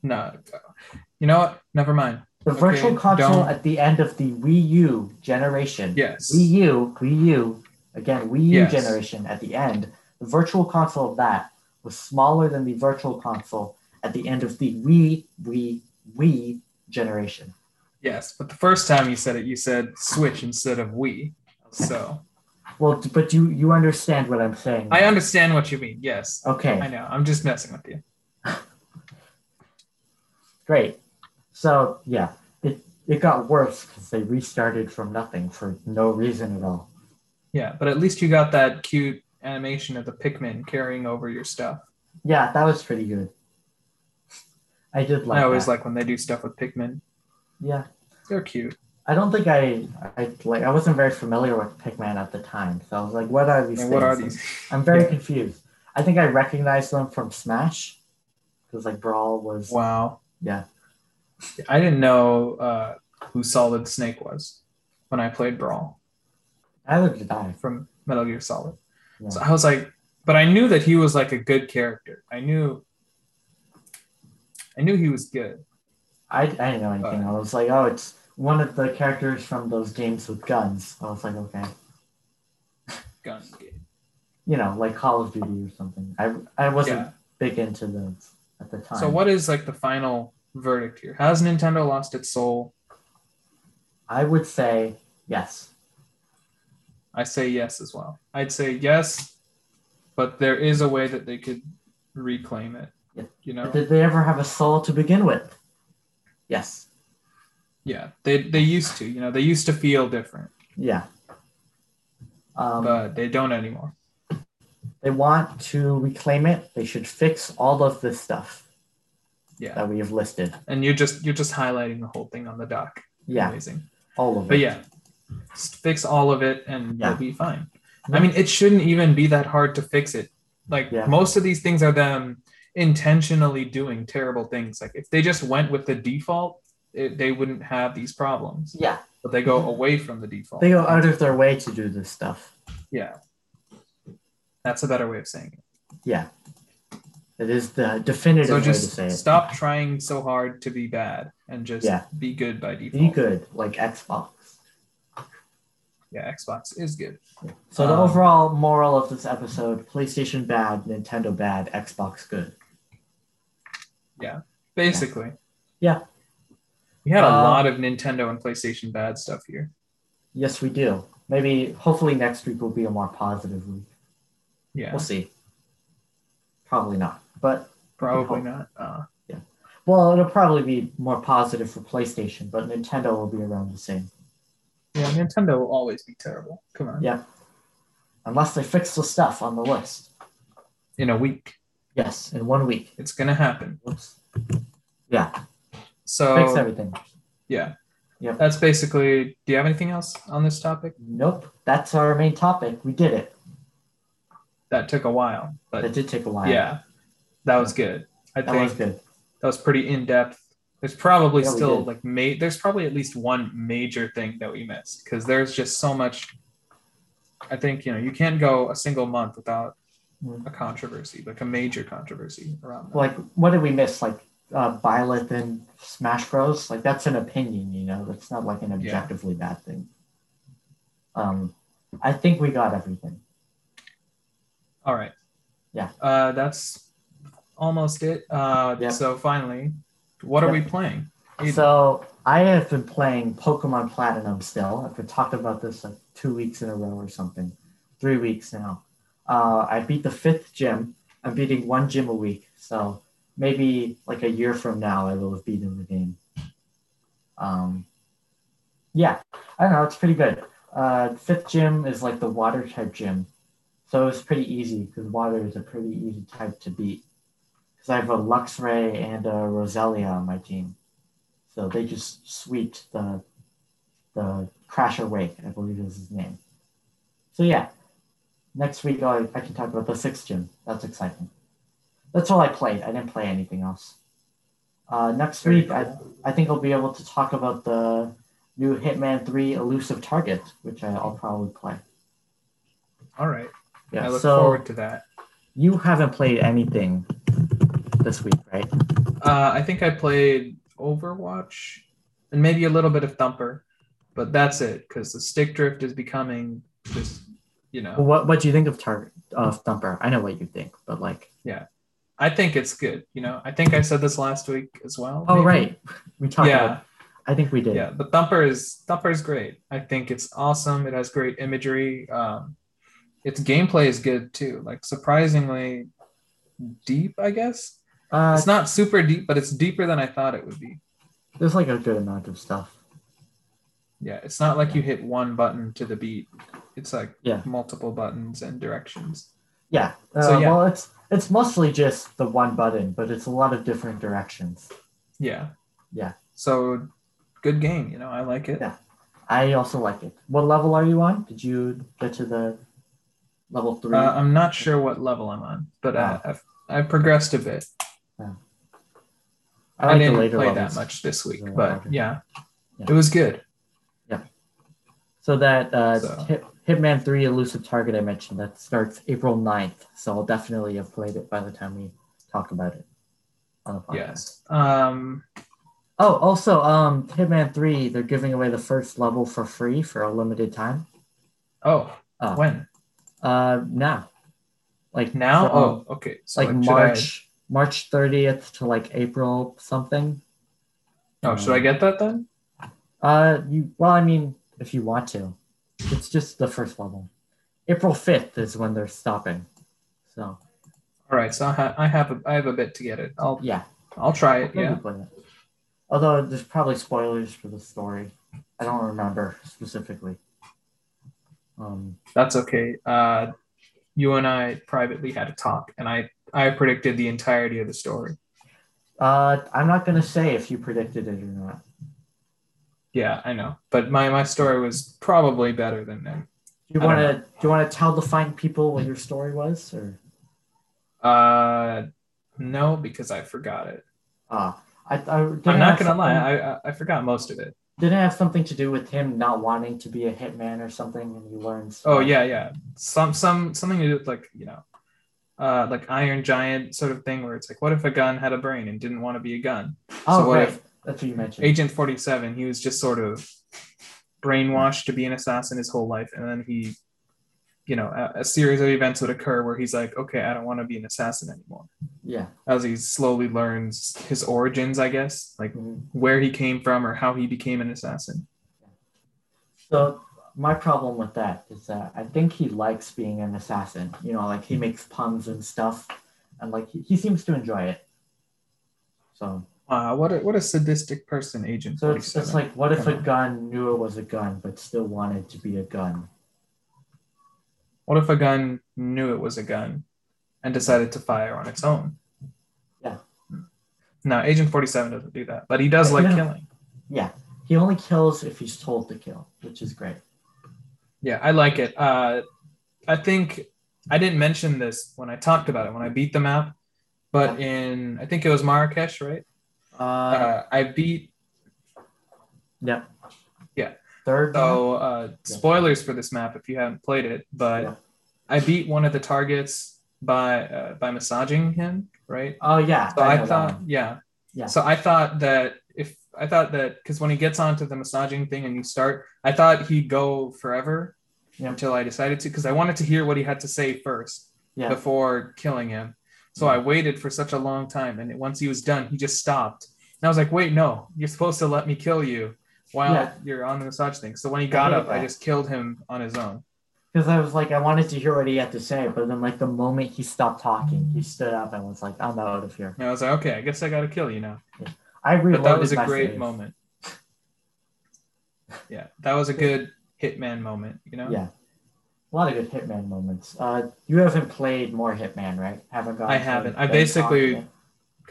[SPEAKER 2] No. You know what? Never mind.
[SPEAKER 1] The
[SPEAKER 2] Okay,
[SPEAKER 1] virtual console
[SPEAKER 2] don't-
[SPEAKER 1] at the end of the Wii U generation.
[SPEAKER 2] Yes.
[SPEAKER 1] Wii U, Wii U, again Wii U
[SPEAKER 2] Yes.
[SPEAKER 1] generation at the end. The virtual console of that was smaller than the virtual console at the end of the Wii Wii Wii generation.
[SPEAKER 2] Yes, but the first time you said it, you said Switch instead of Wii. So
[SPEAKER 1] Well, d- but you you understand what I'm saying?
[SPEAKER 2] I understand what you mean. Yes,
[SPEAKER 1] Okay.
[SPEAKER 2] I know. I'm just messing with you.
[SPEAKER 1] great. So yeah, it it got worse because they restarted from nothing for no reason at all.
[SPEAKER 2] Yeah, but at least you got that cute animation of the Pikmin carrying over your stuff.
[SPEAKER 1] Yeah, that was pretty good. I did like.
[SPEAKER 2] I always
[SPEAKER 1] that.
[SPEAKER 2] like when they do stuff with Pikmin.
[SPEAKER 1] Yeah,
[SPEAKER 2] They're cute.
[SPEAKER 1] I don't think I, I like. I wasn't very familiar with Pikmin at the time, so I was like, "What are these?"
[SPEAKER 2] And what are
[SPEAKER 1] things?
[SPEAKER 2] these?
[SPEAKER 1] I'm very
[SPEAKER 2] Yeah.
[SPEAKER 1] confused. I think I recognized them from Smash, because like Brawl was.
[SPEAKER 2] Wow.
[SPEAKER 1] Yeah.
[SPEAKER 2] I didn't know uh, who Solid Snake was when I played Brawl.
[SPEAKER 1] Neither did I.
[SPEAKER 2] from Metal Gear Solid.
[SPEAKER 1] Yeah.
[SPEAKER 2] So I was like, but I knew that he was like a good character. I knew, I knew he was good.
[SPEAKER 1] I I didn't know anything.
[SPEAKER 2] Uh.
[SPEAKER 1] I was like, "Oh, it's one of the characters from those games with guns." I was like, "Okay."
[SPEAKER 2] Gun game.
[SPEAKER 1] You know, like Call of Duty or something. I I wasn't
[SPEAKER 2] Yeah.
[SPEAKER 1] big into those at the time.
[SPEAKER 2] So what is like the final verdict here? Has Nintendo lost its soul?
[SPEAKER 1] I would say yes.
[SPEAKER 2] I say yes as well. I'd say yes, but there is a way that they could reclaim it.
[SPEAKER 1] Yeah.
[SPEAKER 2] You
[SPEAKER 1] But
[SPEAKER 2] know,
[SPEAKER 1] Did they ever have a soul to begin with? Yes.
[SPEAKER 2] yeah. They they used to. You know, they used to feel different,
[SPEAKER 1] Yeah. Um,
[SPEAKER 2] but they don't anymore.
[SPEAKER 1] they want to reclaim it. They should fix all of this stuff
[SPEAKER 2] Yeah.
[SPEAKER 1] that we have listed.
[SPEAKER 2] And you're just you're just highlighting the whole thing on the doc.
[SPEAKER 1] Yeah,
[SPEAKER 2] Amazing.
[SPEAKER 1] all of
[SPEAKER 2] But
[SPEAKER 1] it.
[SPEAKER 2] yeah, just fix all of it and
[SPEAKER 1] Yeah.
[SPEAKER 2] you'll be fine. I mean, it shouldn't even be that hard to fix it. Like
[SPEAKER 1] Yeah.
[SPEAKER 2] most of these things are them intentionally doing terrible things. Like if they just went with the default, it, they wouldn't have these problems.
[SPEAKER 1] Yeah,
[SPEAKER 2] But they go away from the default.
[SPEAKER 1] they go out of their way to do this stuff.
[SPEAKER 2] yeah. That's a better way of saying it.
[SPEAKER 1] Yeah, it is the definitive
[SPEAKER 2] So
[SPEAKER 1] way to say it.
[SPEAKER 2] just stop trying so hard to be bad and just
[SPEAKER 1] Yeah.
[SPEAKER 2] be good by default.
[SPEAKER 1] Be good, like Xbox.
[SPEAKER 2] Yeah, Xbox is good.
[SPEAKER 1] So the
[SPEAKER 2] Um,
[SPEAKER 1] overall moral of this episode: PlayStation bad, Nintendo bad, Xbox good.
[SPEAKER 2] Basically.
[SPEAKER 1] Yeah.
[SPEAKER 2] We had a
[SPEAKER 1] Uh,
[SPEAKER 2] lot of Nintendo and PlayStation bad stuff here.
[SPEAKER 1] Yes, we do. Maybe, hopefully, next week will be a more positive week.
[SPEAKER 2] Yeah,
[SPEAKER 1] We'll see. Probably not, but
[SPEAKER 2] probably not. Uh,
[SPEAKER 1] Well, it'll probably be more positive for PlayStation, but Nintendo will be around the same.
[SPEAKER 2] yeah, Nintendo will always be terrible. Come on.
[SPEAKER 1] Yeah. Unless they fix the stuff on the list.
[SPEAKER 2] In a week,
[SPEAKER 1] Yes, in one week.
[SPEAKER 2] it's gonna happen.
[SPEAKER 1] Whoops. Fix
[SPEAKER 2] So
[SPEAKER 1] everything.
[SPEAKER 2] yeah,
[SPEAKER 1] Yep.
[SPEAKER 2] That's basically. Do you have anything else on this topic?
[SPEAKER 1] Nope. That's our main topic. We did it.
[SPEAKER 2] That took a while,
[SPEAKER 1] That
[SPEAKER 2] but
[SPEAKER 1] did take a while.
[SPEAKER 2] yeah, that was good. I
[SPEAKER 1] That
[SPEAKER 2] think
[SPEAKER 1] was good.
[SPEAKER 2] that was pretty in depth. There's probably
[SPEAKER 1] Yeah, we
[SPEAKER 2] still
[SPEAKER 1] did.
[SPEAKER 2] like ma- there's probably at least one major thing that we missed because there's just so much. I think you know you can't go a single month without
[SPEAKER 1] Mm-hmm.
[SPEAKER 2] a controversy, like a major controversy around that.
[SPEAKER 1] Like, what did we miss? Like, uh, Byleth and Smash Bros. Like, that's an opinion, you know? That's not like an objectively bad thing. Um, I think we got everything.
[SPEAKER 2] All right.
[SPEAKER 1] Yeah.
[SPEAKER 2] Uh, that's almost it. Uh,
[SPEAKER 1] Yep.
[SPEAKER 2] So finally, what are
[SPEAKER 1] Yep.
[SPEAKER 2] we playing? It-
[SPEAKER 1] So I have been playing Pokemon Platinum still. I've been talking about this like two weeks in a row or something, three weeks now. Uh, I beat the fifth gym. I'm beating one gym a week, so maybe like a year from now I will have beaten the game. Um, yeah, I don't know. It's pretty good. Uh, fifth gym is like the water type gym, so it's pretty easy because water is a pretty easy type to beat. Because I have a Luxray and a Roselia on my team. So they just sweeped the the Crasher Wake, I believe is his name. So yeah, next week I, I can talk about the sixth gym. That's exciting. That's all I played. I didn't play anything else. Uh, next week I, I think I'll be able to talk about the new Hitman 3 Elusive Target, which I, I'll probably play.
[SPEAKER 2] All right.
[SPEAKER 1] Yeah.
[SPEAKER 2] I look
[SPEAKER 1] so
[SPEAKER 2] forward to that.
[SPEAKER 1] you haven't played anything this week, right?
[SPEAKER 2] Uh, I think I played Overwatch and maybe a little bit of Thumper, but that's it because the stick drift is becoming just, you know,
[SPEAKER 1] What What do you think of Target of Thumper? I know what you think, but like,
[SPEAKER 2] I think it's good. You know, I think I said this last week as well.
[SPEAKER 1] oh
[SPEAKER 2] maybe.
[SPEAKER 1] right, we talked
[SPEAKER 2] yeah.
[SPEAKER 1] about I think we did.
[SPEAKER 2] yeah but thumper is thumper is great i think it's awesome it has great imagery um its gameplay is good too like surprisingly deep i guess
[SPEAKER 1] Uh,
[SPEAKER 2] it's not super deep but it's deeper than i thought it would be
[SPEAKER 1] there's like a good amount of stuff.
[SPEAKER 2] yeah it's not like you hit one button to the beat it's like
[SPEAKER 1] Yeah.
[SPEAKER 2] multiple buttons and directions
[SPEAKER 1] Yeah. Uh,
[SPEAKER 2] So, yeah.
[SPEAKER 1] Well, it's it's mostly just the one button, but it's a lot of different directions.
[SPEAKER 2] yeah
[SPEAKER 1] Yeah.
[SPEAKER 2] so good game you know i like it
[SPEAKER 1] Yeah. I also like it. What level are you on? Did you get to the level three?
[SPEAKER 2] uh, i'm not sure what level i'm on but uh, i've i progressed a bit
[SPEAKER 1] I
[SPEAKER 2] I,
[SPEAKER 1] like the
[SPEAKER 2] didn't
[SPEAKER 1] later
[SPEAKER 2] play
[SPEAKER 1] levels.
[SPEAKER 2] that much this week,
[SPEAKER 1] Yeah,
[SPEAKER 2] but
[SPEAKER 1] okay.
[SPEAKER 2] yeah,
[SPEAKER 1] Yeah.
[SPEAKER 2] it was good.
[SPEAKER 1] So that uh,
[SPEAKER 2] So.
[SPEAKER 1] Hit, Hitman 3 Elusive Target I mentioned, that starts April 9th. So I'll definitely have played it by the time we talk about it on the podcast.
[SPEAKER 2] Yes. Um,
[SPEAKER 1] Oh, also, um, Hitman 3, they're giving away the first level for free for a limited time.
[SPEAKER 2] oh,
[SPEAKER 1] Oh.
[SPEAKER 2] when
[SPEAKER 1] Uh, now, like
[SPEAKER 2] now?
[SPEAKER 1] from,
[SPEAKER 2] oh, okay. So
[SPEAKER 1] like,
[SPEAKER 2] should
[SPEAKER 1] March March 30th to like April something.
[SPEAKER 2] I, oh, should I get that then?
[SPEAKER 1] Uh, you well, I mean, if you want to, it's just the first level. April 5th is when they're stopping. So
[SPEAKER 2] All right. So I, ha- I have a, I have a bit to get it. I'll
[SPEAKER 1] yeah,
[SPEAKER 2] I'll try it.
[SPEAKER 1] I'll
[SPEAKER 2] Yeah.
[SPEAKER 1] probably play that. Although there's probably spoilers for the story. I don't remember specifically. Um,
[SPEAKER 2] That's okay. Uh, you and I privately had a talk, and I I predicted the entirety of the story.
[SPEAKER 1] uh, I'm not gonna say if you predicted it or not.
[SPEAKER 2] Yeah, I know. But my my story was probably better than them.
[SPEAKER 1] Do you
[SPEAKER 2] I don't
[SPEAKER 1] wanna do you wanna tell the fine people what your story was or?
[SPEAKER 2] Uh, no, because I forgot it.
[SPEAKER 1] Ah, I, I didn't
[SPEAKER 2] I'm not
[SPEAKER 1] have
[SPEAKER 2] gonna lie.
[SPEAKER 1] something-
[SPEAKER 2] I, I I forgot most of it.
[SPEAKER 1] Didn't it have something to do with him not wanting to be a hitman or something, and he learns.
[SPEAKER 2] Oh yeah, yeah. Some some something to do with like you know, uh, like Iron Giant sort of thing where it's like, what if a gun had a brain and didn't want to be a gun?
[SPEAKER 1] Oh
[SPEAKER 2] So what
[SPEAKER 1] right,
[SPEAKER 2] if-
[SPEAKER 1] that's what you mentioned.
[SPEAKER 2] Agent Forty Seven, he was just sort of brainwashed to be an assassin his whole life, and then he, you know, a, a series of events would occur where he's like, okay, I don't want to be an assassin anymore.
[SPEAKER 1] yeah.
[SPEAKER 2] As he slowly learns his origins, I guess, like
[SPEAKER 1] mhm.
[SPEAKER 2] where he came from or how he became an assassin.
[SPEAKER 1] So my problem with that is that I think he likes being an assassin. You know, like he makes puns and stuff, and like he, he seems to enjoy it. So
[SPEAKER 2] Uh, what a what a sadistic person, Agent
[SPEAKER 1] so
[SPEAKER 2] Forty
[SPEAKER 1] it's, it's
[SPEAKER 2] Seven.
[SPEAKER 1] like, what if a
[SPEAKER 2] Kinda.
[SPEAKER 1] gun knew it was a gun but still wanted to be a gun?
[SPEAKER 2] What if a gun knew it was a gun and decided to fire on its own?
[SPEAKER 1] Yeah.
[SPEAKER 2] Now, Agent 47 doesn't do that, but he does like
[SPEAKER 1] Yeah.
[SPEAKER 2] killing.
[SPEAKER 1] Yeah, he only kills if he's told to kill, which is great.
[SPEAKER 2] Yeah, I like it. Uh, I think I didn't mention this when I talked about it when I beat the map, but in, I think it was Marrakesh, right?
[SPEAKER 1] Uh,
[SPEAKER 2] Uh, I beat,
[SPEAKER 1] yeah.
[SPEAKER 2] yeah.
[SPEAKER 1] Third.
[SPEAKER 2] so uh, spoilers for this map if you haven't played it, but
[SPEAKER 1] Uh-huh. Yeah.
[SPEAKER 2] I beat one of the targets by uh, by massaging him, right?
[SPEAKER 1] Oh yeah.
[SPEAKER 2] So I,
[SPEAKER 1] know that
[SPEAKER 2] thought,
[SPEAKER 1] one.
[SPEAKER 2] yeah.
[SPEAKER 1] Yeah.
[SPEAKER 2] So I thought that if I thought that because when he gets onto the massaging thing and you start, I thought he'd go forever
[SPEAKER 1] Yeah.
[SPEAKER 2] until I decided to because I wanted to hear what he had to say first
[SPEAKER 1] Yeah.
[SPEAKER 2] before killing him. So
[SPEAKER 1] Yeah.
[SPEAKER 2] I waited for such a long time, and once he was done, he just stopped. And I was like, "Wait, no, you're supposed to let me kill you while
[SPEAKER 1] Yeah.
[SPEAKER 2] you're on the massage thing." So when he got
[SPEAKER 1] hated
[SPEAKER 2] up, I
[SPEAKER 1] that.
[SPEAKER 2] just killed him on his own.
[SPEAKER 1] Because I was like, I wanted to hear what he had to say, but then like the moment he stopped talking, he stood up and was like, I'm out of here.
[SPEAKER 2] And I was like, "Okay, I guess I got to kill you now."
[SPEAKER 1] I reloaded
[SPEAKER 2] but that was a
[SPEAKER 1] my
[SPEAKER 2] great
[SPEAKER 1] save.
[SPEAKER 2] moment. Yeah, that was a good hitman moment, you know?
[SPEAKER 1] Yeah. A lot of good Hitman moments. Uh, you haven't played more Hitman, right? Haven't gone.
[SPEAKER 2] I
[SPEAKER 1] to
[SPEAKER 2] haven't. I
[SPEAKER 1] Bangkok
[SPEAKER 2] basically-
[SPEAKER 1] yet.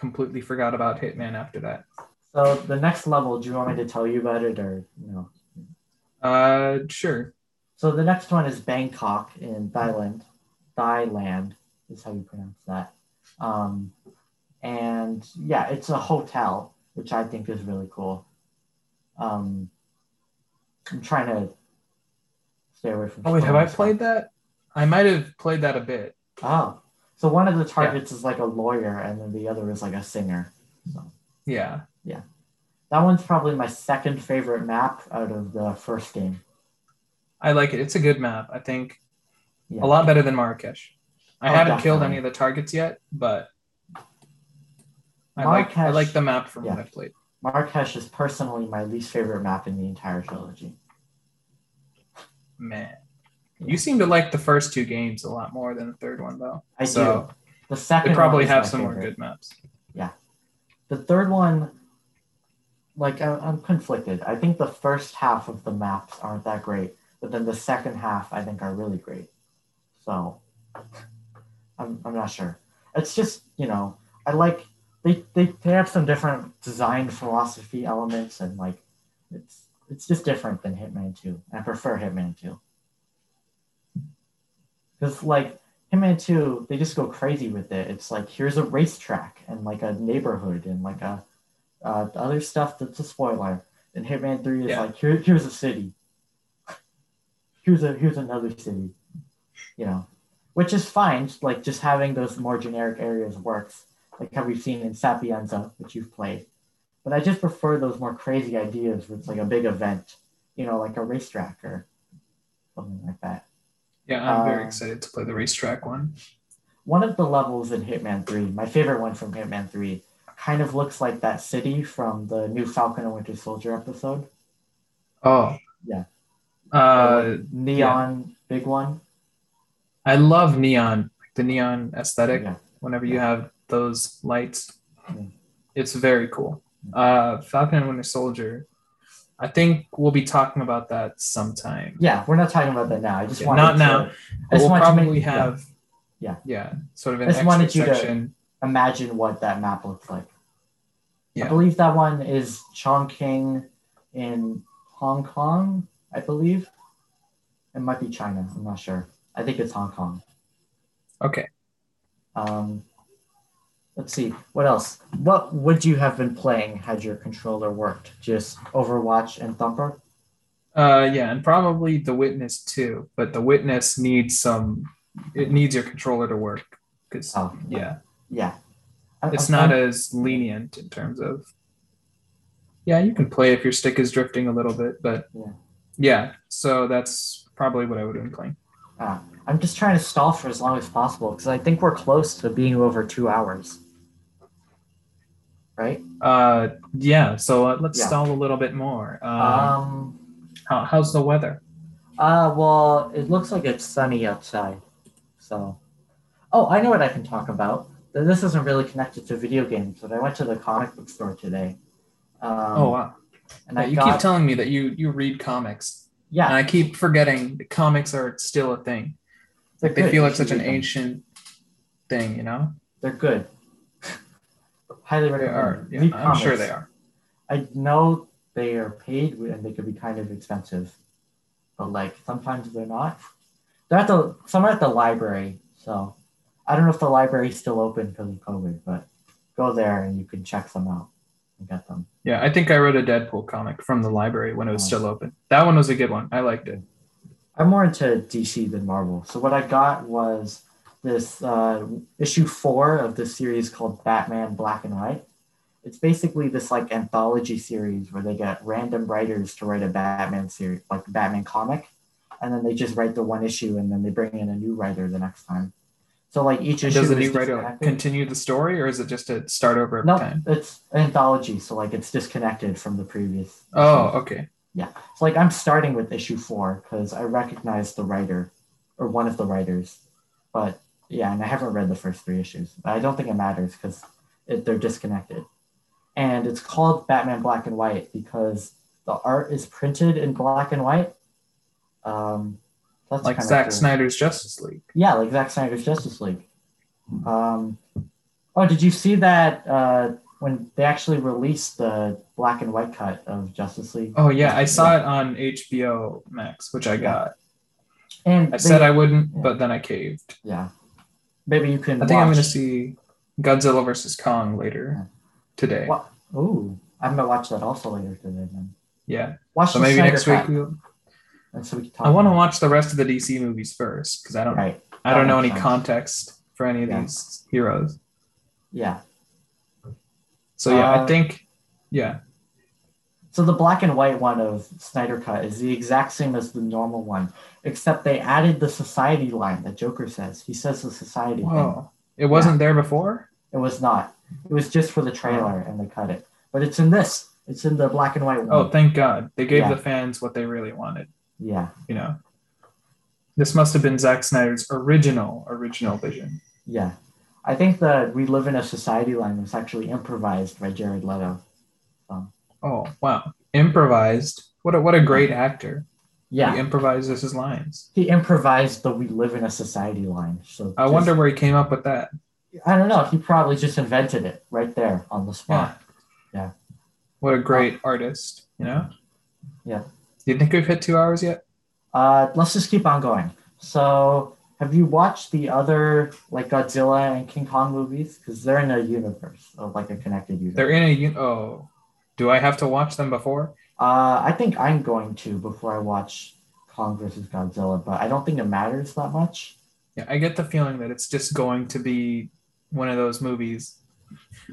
[SPEAKER 2] Completely forgot about hitman after that.
[SPEAKER 1] So the next level, do you want me to tell you about it or no?
[SPEAKER 2] Uh, sure.
[SPEAKER 1] So the next one is Bangkok in Thailand. Thailand is how you pronounce that. Um, and yeah, it's a hotel, which I think is really cool. Um, I'm trying to stay away from.
[SPEAKER 2] Oh wait, have I
[SPEAKER 1] spoilers.
[SPEAKER 2] played that? I might have played that a bit.
[SPEAKER 1] Oh, so one of the targets is like a lawyer, and then the other is like a singer. So
[SPEAKER 2] Yeah.
[SPEAKER 1] that one's probably my second favorite map out of the first game.
[SPEAKER 2] I like it. It's a good map, I think.
[SPEAKER 1] Yeah.
[SPEAKER 2] A lot better than Marrakesh. I
[SPEAKER 1] Oh,
[SPEAKER 2] haven't killed
[SPEAKER 1] definitely.
[SPEAKER 2] any of the targets yet, but I like I
[SPEAKER 1] Marrakesh-
[SPEAKER 2] like the map from what
[SPEAKER 1] yeah.
[SPEAKER 2] I've played.
[SPEAKER 1] Marrakesh is personally my least favorite map in the entire trilogy.
[SPEAKER 2] Man. You seem to like the first two games a lot more than the third one though.
[SPEAKER 1] I do.
[SPEAKER 2] so
[SPEAKER 1] The second one
[SPEAKER 2] they probably
[SPEAKER 1] is
[SPEAKER 2] have
[SPEAKER 1] my
[SPEAKER 2] some more
[SPEAKER 1] favorite.
[SPEAKER 2] good maps.
[SPEAKER 1] The third one, like I, I'm conflicted. I think the first half of the maps aren't that great, but then the second half I think are really great. So I'm, I'm not sure. It's just you know I like they, they they have some different design philosophy elements and like it's it's just different than Hitman Two. I prefer Hitman Two because like Hitman 2, they just go crazy with it. It's like here's a racetrack and like a neighborhood and like a uh, the other stuff that's a spoiler. And Hitman 3 is
[SPEAKER 2] Yeah.
[SPEAKER 1] like here, here's a city. Here's a here's another city. You know. Which is fine, like just having those more generic areas works, like how we've seen in Sapienza, which you've played. But I just prefer those more crazy ideas where it's like a big event, you know, like a racetrack or something like that.
[SPEAKER 2] Yeah, I'm very
[SPEAKER 1] Uh,
[SPEAKER 2] excited to play the racetrack one.
[SPEAKER 1] one of the levels in Hitman 3, my favorite one from Hitman 3, kind of looks like that city from the new Falcon and Winter Soldier episode.
[SPEAKER 2] Oh.
[SPEAKER 1] Yeah.
[SPEAKER 2] Uh,
[SPEAKER 1] Neon big one.
[SPEAKER 2] I love neon, the neon aesthetic.
[SPEAKER 1] Yeah.
[SPEAKER 2] Whenever you have those lights,
[SPEAKER 1] Yeah.
[SPEAKER 2] it's very cool. Uh, Falcon and Winter Soldier. I think we'll be talking about that sometime.
[SPEAKER 1] Yeah, we're not talking about that now. I just
[SPEAKER 2] Yeah,
[SPEAKER 1] wanted
[SPEAKER 2] not
[SPEAKER 1] to
[SPEAKER 2] now.
[SPEAKER 1] I just
[SPEAKER 2] We'll
[SPEAKER 1] wanted to make-
[SPEAKER 2] probably
[SPEAKER 1] yeah.
[SPEAKER 2] have.
[SPEAKER 1] Yeah.
[SPEAKER 2] Yeah. Sort of an
[SPEAKER 1] I just
[SPEAKER 2] extra
[SPEAKER 1] wanted you to-
[SPEAKER 2] section.
[SPEAKER 1] imagine what that map looks like.
[SPEAKER 2] Yeah.
[SPEAKER 1] I believe that one is Chongqing in Hong Kong, I believe. It might be China. I'm not sure. I think it's Hong Kong.
[SPEAKER 2] Okay.
[SPEAKER 1] Um, let's see what else. What would you have been playing had your controller worked? Just Overwatch and Thumper.
[SPEAKER 2] Uh, yeah, and probably The Witness too, but The Witness needs some. It needs your controller to work because
[SPEAKER 1] Oh,
[SPEAKER 2] yeah,
[SPEAKER 1] yeah. I- *laughs*
[SPEAKER 2] it's
[SPEAKER 1] I'm-
[SPEAKER 2] not
[SPEAKER 1] I'm-
[SPEAKER 2] as lenient in terms of yeah you can play if your stick is drifting a little bit but
[SPEAKER 1] Yeah.
[SPEAKER 2] yeah, so that's probably what i would have been playing
[SPEAKER 1] uh, I'm just trying to stall for as long as possible because I think we're close to being over two hours. Right.
[SPEAKER 2] uh yeah so uh, let's
[SPEAKER 1] Yeah.
[SPEAKER 2] stall a little bit more um,
[SPEAKER 1] Um.
[SPEAKER 2] how, how's the weather
[SPEAKER 1] Uh. Well, it looks like it's sunny outside. So. Oh, I know what I can talk about. Th- This isn't really connected to video games, but I went to the comic book store today. Um,
[SPEAKER 2] oh wow
[SPEAKER 1] and
[SPEAKER 2] Yeah,
[SPEAKER 1] I
[SPEAKER 2] you
[SPEAKER 1] got,
[SPEAKER 2] keep telling me that you you read comics
[SPEAKER 1] yeah,
[SPEAKER 2] and i keep forgetting that comics are still a thing
[SPEAKER 1] They're
[SPEAKER 2] like they
[SPEAKER 1] good.
[SPEAKER 2] feel
[SPEAKER 1] You
[SPEAKER 2] like
[SPEAKER 1] should
[SPEAKER 2] such an
[SPEAKER 1] read them.
[SPEAKER 2] ancient thing you know
[SPEAKER 1] They're good. Highly
[SPEAKER 2] they
[SPEAKER 1] recommend.
[SPEAKER 2] are
[SPEAKER 1] them.
[SPEAKER 2] yeah,
[SPEAKER 1] Read
[SPEAKER 2] i'm sure
[SPEAKER 1] comics.
[SPEAKER 2] they are
[SPEAKER 1] I know they are paid and they could be kind of expensive, but like sometimes they're not. They're at the some are at the library, so I don't know if the library's still open because of COVID, but go there and you can check them out and get them.
[SPEAKER 2] yeah i think i read a deadpool comic from the library when it was
[SPEAKER 1] Oh.
[SPEAKER 2] still open that one was a good one i liked it
[SPEAKER 1] I'm more into DC than Marvel. So what I got was this uh, issue four of this series called Batman Black and White. It's basically this like anthology series where they get random writers to write a Batman series, like Batman comic, and then they just write the one issue and then they bring in a new writer the next time. So like each issue
[SPEAKER 2] Does the
[SPEAKER 1] is
[SPEAKER 2] new writer
[SPEAKER 1] disconnected.
[SPEAKER 2] continue the story, or is it just a start over every
[SPEAKER 1] no,
[SPEAKER 2] time?
[SPEAKER 1] it's an anthology, so like it's disconnected from the previous.
[SPEAKER 2] Oh, okay.
[SPEAKER 1] So like I'm starting with issue four because I recognize the writer or one of the writers, but yeah, and I haven't read the first three issues. But I don't think it matters because it, they're disconnected. And it's called Batman Black and White because the art is printed in black and white. Um, that's
[SPEAKER 2] Like
[SPEAKER 1] kinda
[SPEAKER 2] Zack
[SPEAKER 1] cool.
[SPEAKER 2] Snyder's Justice League.
[SPEAKER 1] Yeah, like Zack Snyder's Justice League. Um, oh, did you see that uh, when they actually released the black and white cut of Justice League?
[SPEAKER 2] Oh yeah, I saw it on HBO Max, which I got.
[SPEAKER 1] And
[SPEAKER 2] I
[SPEAKER 1] they-
[SPEAKER 2] said I wouldn't,
[SPEAKER 1] yeah.
[SPEAKER 2] but then I caved.
[SPEAKER 1] Yeah. Maybe you can.
[SPEAKER 2] I think I'm
[SPEAKER 1] watch-
[SPEAKER 2] gonna see Godzilla versus Kong
[SPEAKER 1] Yeah.
[SPEAKER 2] later today.
[SPEAKER 1] What? Ooh, I'm gonna watch that also later today. Then
[SPEAKER 2] Yeah,
[SPEAKER 1] watch
[SPEAKER 2] so
[SPEAKER 1] the
[SPEAKER 2] maybe
[SPEAKER 1] Snyder
[SPEAKER 2] next week.
[SPEAKER 1] Cut,
[SPEAKER 2] We'll,
[SPEAKER 1] and so we can talk.
[SPEAKER 2] I want to
[SPEAKER 1] about
[SPEAKER 2] watch the rest of the DC movies first because I
[SPEAKER 1] it.
[SPEAKER 2] don't
[SPEAKER 1] Right.
[SPEAKER 2] I don't
[SPEAKER 1] That
[SPEAKER 2] know
[SPEAKER 1] makes
[SPEAKER 2] any
[SPEAKER 1] sense.
[SPEAKER 2] context for any of
[SPEAKER 1] Yeah.
[SPEAKER 2] these heroes.
[SPEAKER 1] Yeah.
[SPEAKER 2] So yeah, I
[SPEAKER 1] Uh,
[SPEAKER 2] think yeah.
[SPEAKER 1] So the black and white one of Snyder Cut is the exact same as the normal one, except they added the society line that Joker says. He says the society thing.
[SPEAKER 2] Whoa, it wasn't there before.
[SPEAKER 1] It was not. It was just for the trailer, and they cut it. But it's in this. It's in the black and white one.
[SPEAKER 2] Oh, thank God they gave
[SPEAKER 1] Yeah.
[SPEAKER 2] the fans what they really wanted.
[SPEAKER 1] Yeah.
[SPEAKER 2] You know, this must have been Zack Snyder's original original vision.
[SPEAKER 1] Yeah. I think the "We Live in a Society" line was actually improvised by Jared Leto.
[SPEAKER 2] Oh wow, improvised. What a, what a great actor.
[SPEAKER 1] Yeah.
[SPEAKER 2] He improvises his lines.
[SPEAKER 1] he improvised the "We live in a society" line. So
[SPEAKER 2] I
[SPEAKER 1] just-
[SPEAKER 2] wonder where he came up with that.
[SPEAKER 1] I don't know. He probably just invented it right there on the
[SPEAKER 2] Yeah.
[SPEAKER 1] spot.
[SPEAKER 2] What a great artist, you know?
[SPEAKER 1] Yeah.
[SPEAKER 2] Do you think we've hit two hours yet?
[SPEAKER 1] Uh, let's just keep on going. So, have you watched the other like Godzilla and King Kong movies? Because they're in a universe of like a connected universe.
[SPEAKER 2] They're in a un- oh. Do I have to watch them before?
[SPEAKER 1] Uh, I think I'm going to before I watch Kong versus Godzilla, but I don't think it matters that much.
[SPEAKER 2] Yeah, I get the feeling that it's just going to be one of those movies.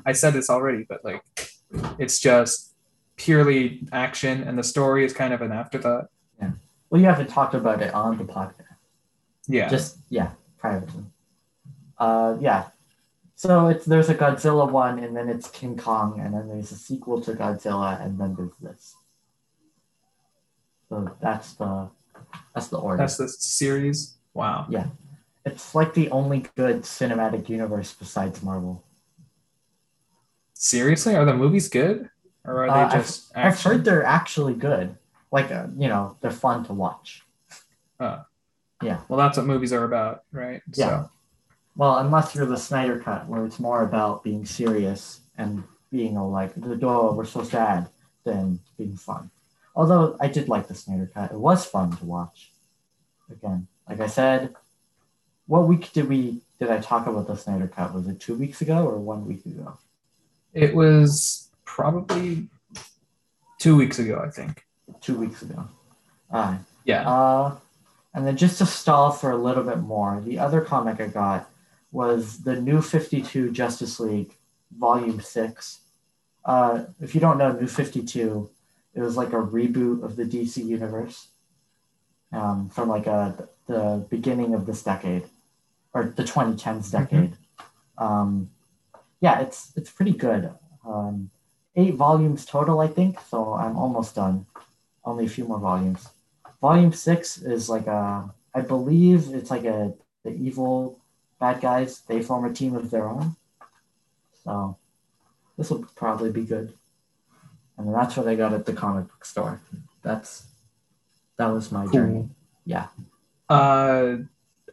[SPEAKER 2] I said this already, but like it's just purely action and the story is kind of an afterthought.
[SPEAKER 1] Well, you haven't talked about it on the podcast.
[SPEAKER 2] Yeah.
[SPEAKER 1] Just yeah, privately. Uh, yeah. So it's there's a Godzilla one, and then it's King Kong, and then there's a sequel to Godzilla, and then there's this. So that's the that's the order.
[SPEAKER 2] that's the series. Wow.
[SPEAKER 1] it's like the only good cinematic universe besides Marvel.
[SPEAKER 2] Seriously? Are the movies good? Or
[SPEAKER 1] Uh,
[SPEAKER 2] are
[SPEAKER 1] I've-
[SPEAKER 2] they just
[SPEAKER 1] I've
[SPEAKER 2] action?
[SPEAKER 1] heard they're actually good. Like uh, you know, they're fun to watch.
[SPEAKER 2] Well, that's what movies are about, right?
[SPEAKER 1] Yeah.
[SPEAKER 2] So,
[SPEAKER 1] Well, unless you're the Snyder Cut, where it's more about being serious and being all like, the door, we're so sad, than being fun. Although I did like the Snyder Cut. It was fun to watch. Again, like I said, what week did we did I talk about the Snyder Cut? Was it two weeks ago or one week ago?
[SPEAKER 2] it was probably two weeks ago, I think.
[SPEAKER 1] Two weeks ago. Uh,
[SPEAKER 2] Yeah.
[SPEAKER 1] Uh, and then just to stall for a little bit more, the other comic I got was the New 52 Justice League, Volume 6. Uh, if you don't know New 52, it was like a reboot of the DC Universe um, from like a, the beginning of this decade or the 2010s decade. Um, yeah, it's, it's pretty good. Um, eight volumes total, I think. So I'm almost done. Only a few more volumes volume six is like a i believe it's like a the evil bad guys they form a team of their own so this will probably be good and that's what i got at the comic book store that's that was my journey yeah.
[SPEAKER 2] Uh,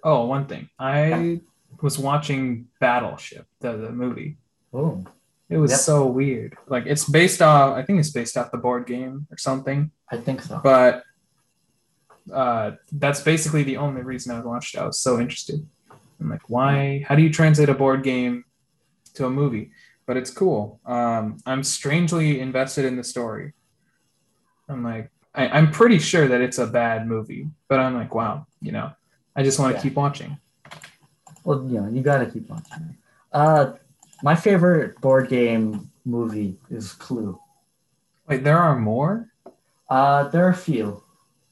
[SPEAKER 2] oh, one thing. I was watching Battleship, the, the movie.
[SPEAKER 1] oh
[SPEAKER 2] It was
[SPEAKER 1] Yep.
[SPEAKER 2] so weird. Like, it's based off, I think it's based off the board game or something,
[SPEAKER 1] i think so
[SPEAKER 2] but uh, that's basically the only reason I watched it. I was so interested. I'm like, why? How do you translate a board game to a movie? But it's cool. Um, I'm strangely invested in the story. I'm like, I, I'm pretty sure that it's a bad movie, but I'm like, wow, you know, I just want to
[SPEAKER 1] Yeah.
[SPEAKER 2] keep watching.
[SPEAKER 1] Well, you know, you gotta keep watching. Uh, my favorite board game movie is Clue.
[SPEAKER 2] Wait, there are more?
[SPEAKER 1] Uh, there are a few,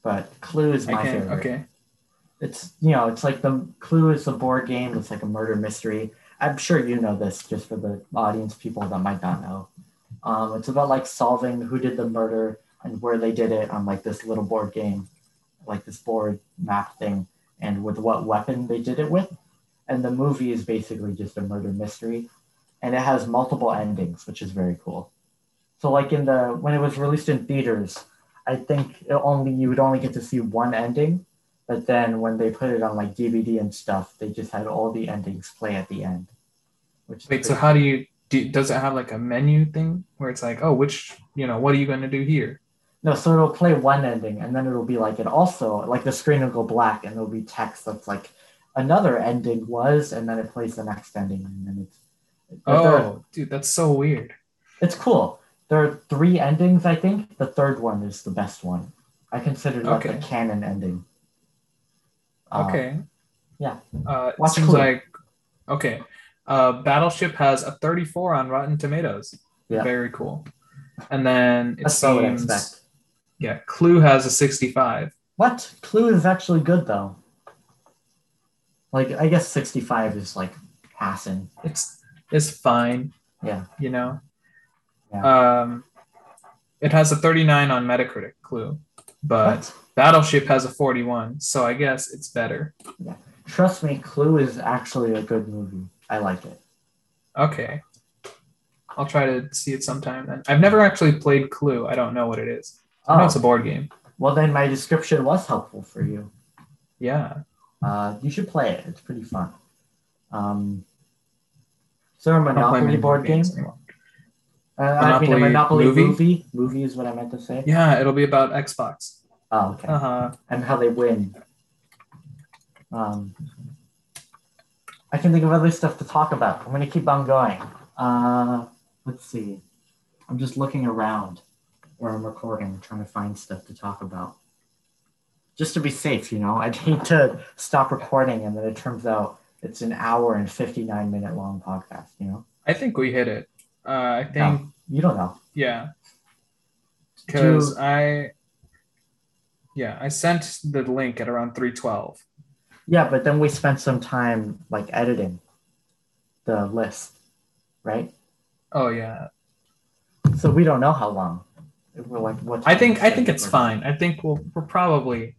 [SPEAKER 1] but Clue is my
[SPEAKER 2] okay,
[SPEAKER 1] favorite.
[SPEAKER 2] okay.
[SPEAKER 1] It's you know, it's like the Clue is a board game. It's like a murder mystery. I'm sure you know this, just for the audience people that might not know. Um, it's about like solving who did the murder and where they did it on like this little board game, like this board map thing, and with what weapon they did it with. And the movie is basically just a murder mystery, and it has multiple endings, which is very cool. So like in the when it was released in theaters, I think it only you would only get to see one ending, but then when they put it on like DVD and stuff, they just had all the endings play at the end. Which is
[SPEAKER 2] Wait, so
[SPEAKER 1] pretty-
[SPEAKER 2] how do you do does it have like a menu thing where it's like, oh, which you know, what are you gonna do here?
[SPEAKER 1] No, so it'll play one ending and then it'll be like it also like the screen will go black and there'll be text that's like another ending was and then it plays the next ending and then it's but there-
[SPEAKER 2] Oh, dude, that's so weird.
[SPEAKER 1] it's cool. There are three endings, I think. The third one is the best one. I consider that
[SPEAKER 2] Okay.
[SPEAKER 1] the canon ending. Um,
[SPEAKER 2] Okay.
[SPEAKER 1] yeah.
[SPEAKER 2] Uh, it
[SPEAKER 1] Watch
[SPEAKER 2] seems
[SPEAKER 1] Clue.
[SPEAKER 2] like okay. Uh, Battleship has a 34 on Rotten Tomatoes.
[SPEAKER 1] Yeah.
[SPEAKER 2] Very cool. And then it
[SPEAKER 1] That's
[SPEAKER 2] seems
[SPEAKER 1] not what I expect.
[SPEAKER 2] yeah, Clue has a 65.
[SPEAKER 1] What? Clue is actually good though. Like I guess 65 is like passing.
[SPEAKER 2] It's it's fine.
[SPEAKER 1] Yeah.
[SPEAKER 2] You know. Um, it has a 39 on Metacritic. Clue, but
[SPEAKER 1] But
[SPEAKER 2] Battleship has a 41, so I guess it's better.
[SPEAKER 1] trust me, Clue is actually a good movie. I like it.
[SPEAKER 2] Okay. I'll try to see it sometime then. I've never actually played Clue. I don't know what it is. I know
[SPEAKER 1] Oh,
[SPEAKER 2] it's a board game.
[SPEAKER 1] well then my description was helpful for you.
[SPEAKER 2] Yeah.
[SPEAKER 1] Uh, you should play it. It's pretty fun. Um, is there a
[SPEAKER 2] I don't play
[SPEAKER 1] Monopoly
[SPEAKER 2] many
[SPEAKER 1] board game?
[SPEAKER 2] anymore.
[SPEAKER 1] Uh, I mean a
[SPEAKER 2] Monopoly
[SPEAKER 1] Monopoly
[SPEAKER 2] movie?
[SPEAKER 1] movie? movie? is what I meant to say.
[SPEAKER 2] Yeah, it'll be about Xbox.
[SPEAKER 1] Oh, okay.
[SPEAKER 2] Uh huh.
[SPEAKER 1] and how they win. Um, I can think of other stuff to talk about. I'm going to keep on going. Uh, let's see. I'm just looking around where I'm recording, trying to find stuff to talk about. Just to be safe, you know, *laughs* I'd hate to stop recording and then it turns out it's an hour and 59 minute long podcast, you know?
[SPEAKER 2] I think we hit it. Uh, I think,
[SPEAKER 1] You don't know.
[SPEAKER 2] yeah. Because I, yeah, I sent the link at around 312.
[SPEAKER 1] Yeah, but then we spent some time like editing the list, right?
[SPEAKER 2] Oh, yeah.
[SPEAKER 1] So we don't know how long. We're like, what?
[SPEAKER 2] I
[SPEAKER 1] time
[SPEAKER 2] think,
[SPEAKER 1] is
[SPEAKER 2] I
[SPEAKER 1] it?
[SPEAKER 2] think it's fine. I think we'll, we're probably,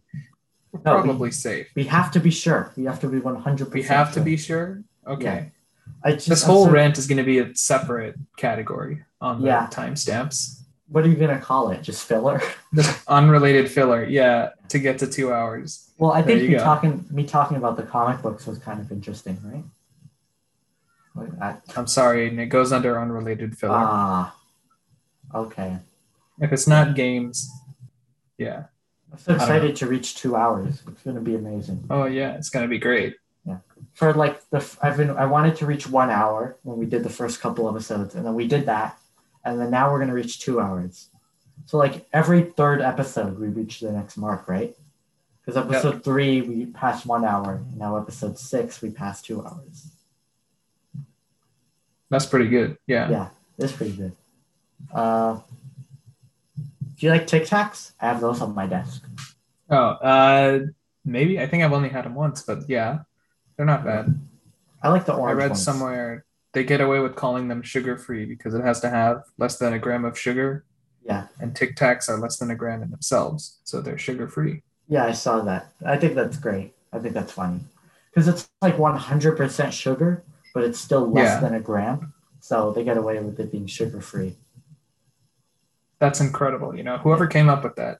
[SPEAKER 2] we're
[SPEAKER 1] No, we-
[SPEAKER 2] probably safe.
[SPEAKER 1] We have to be sure. We have to be one hundred
[SPEAKER 2] We
[SPEAKER 1] percent.
[SPEAKER 2] have to be sure. Okay.
[SPEAKER 1] Yeah. I just,
[SPEAKER 2] This
[SPEAKER 1] I'm
[SPEAKER 2] whole
[SPEAKER 1] so-
[SPEAKER 2] rant is going to be a separate category on the
[SPEAKER 1] Yeah.
[SPEAKER 2] timestamps.
[SPEAKER 1] What are you gonna call it? Just
[SPEAKER 2] *laughs*
[SPEAKER 1] filler?
[SPEAKER 2] This unrelated filler, yeah, to get to two hours.
[SPEAKER 1] Well, I
[SPEAKER 2] There
[SPEAKER 1] think
[SPEAKER 2] you
[SPEAKER 1] me
[SPEAKER 2] go.
[SPEAKER 1] talking me talking about the comic books was kind of interesting, right? Like that.
[SPEAKER 2] I'm sorry, and it goes under unrelated filler.
[SPEAKER 1] Ah. Okay.
[SPEAKER 2] if it's not games, yeah.
[SPEAKER 1] I'm so
[SPEAKER 2] I don't know.
[SPEAKER 1] excited to reach two hours. It's gonna be amazing.
[SPEAKER 2] Oh yeah, it's gonna be great.
[SPEAKER 1] For like the f- I've been I wanted to reach one hour when we did the first couple episodes, and then we did that, and then now we're gonna reach two hours. So like every third episode, we reach the next mark, right? Because episode three, we passed one hour. Now episode six, we passed two hours.
[SPEAKER 2] That's pretty good. Yeah.
[SPEAKER 1] Yeah, that's pretty good. Uh, do you like Tic Tacs? I have those on my desk.
[SPEAKER 2] Oh, uh, maybe I think I've only had them once, but yeah, they're not bad.
[SPEAKER 1] I like the
[SPEAKER 2] I
[SPEAKER 1] orange.
[SPEAKER 2] read
[SPEAKER 1] ones.
[SPEAKER 2] somewhere they get away with calling them sugar free because it has to have less than a gram of sugar,
[SPEAKER 1] Yeah,
[SPEAKER 2] and Tic Tacs are less than a gram in themselves, so they're sugar free.
[SPEAKER 1] yeah, I saw that. I think that's great. I think that's funny because it's like 100% sugar, but it's still less
[SPEAKER 2] Yeah.
[SPEAKER 1] than a gram. So they get away with it being sugar free.
[SPEAKER 2] That's incredible. You know, whoever came up with that.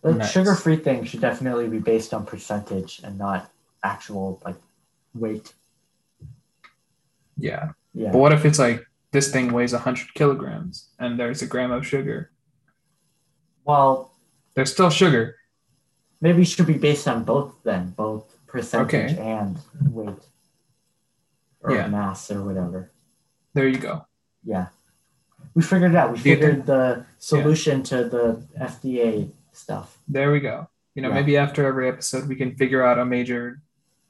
[SPEAKER 1] The
[SPEAKER 2] Nice.
[SPEAKER 1] sugar free thing should definitely be based on percentage and not actual like weight.
[SPEAKER 2] Yeah.
[SPEAKER 1] Yeah.
[SPEAKER 2] But what if it's like this thing weighs 100 kilograms and there's a gram of sugar?
[SPEAKER 1] Well,
[SPEAKER 2] There's still sugar.
[SPEAKER 1] maybe it should be based on both then, both percentage and weight or
[SPEAKER 2] Yeah.
[SPEAKER 1] mass or whatever.
[SPEAKER 2] There you go.
[SPEAKER 1] Yeah. We figured it out. We
[SPEAKER 2] Do you
[SPEAKER 1] figured the solution to the FDA stuff.
[SPEAKER 2] There we go. You know,
[SPEAKER 1] Yeah.
[SPEAKER 2] maybe after every episode we can figure out a major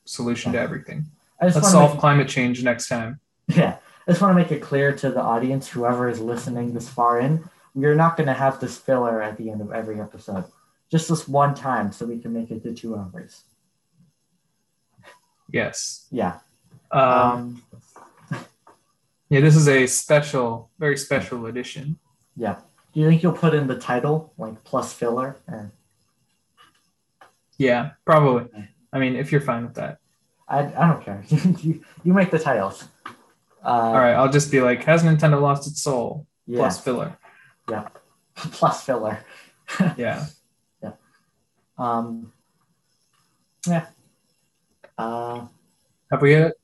[SPEAKER 2] solution to everything.
[SPEAKER 1] I just
[SPEAKER 2] Let's
[SPEAKER 1] want
[SPEAKER 2] solve
[SPEAKER 1] to
[SPEAKER 2] climate change next time.
[SPEAKER 1] make, *laughs* yeah, I just want to make it clear to the audience, whoever is listening this far in, we are not going to have this filler at the end of every episode. Just this one time, so we can make it to two hours.
[SPEAKER 2] Yes.
[SPEAKER 1] Yeah.
[SPEAKER 2] Um,
[SPEAKER 1] Um,
[SPEAKER 2] yeah, this is a special, very special edition.
[SPEAKER 1] yeah. Do you think you'll put in the title like plus filler? Or,
[SPEAKER 2] Yeah, probably. I mean, if you're fine with that.
[SPEAKER 1] I, I don't care. *laughs* you, you make the titles. Uh,
[SPEAKER 2] All right, I'll just be like, has Nintendo lost its soul?
[SPEAKER 1] Yeah.
[SPEAKER 2] Plus filler.
[SPEAKER 1] *laughs* plus filler.
[SPEAKER 2] Yeah.
[SPEAKER 1] Um, yeah. Uh,
[SPEAKER 2] Have we hit it?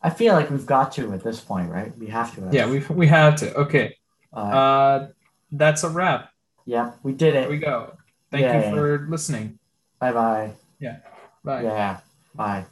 [SPEAKER 1] I feel like we've got to at this point, right? We have to. have-
[SPEAKER 2] Yeah, we we have to. Okay.
[SPEAKER 1] Uh,
[SPEAKER 2] Uh, that's a wrap.
[SPEAKER 1] yeah, we did
[SPEAKER 2] There we
[SPEAKER 1] it.
[SPEAKER 2] go. Thank
[SPEAKER 1] Yay.
[SPEAKER 2] you for listening.
[SPEAKER 1] Bye bye.
[SPEAKER 2] Bye.
[SPEAKER 1] Yeah. Bye.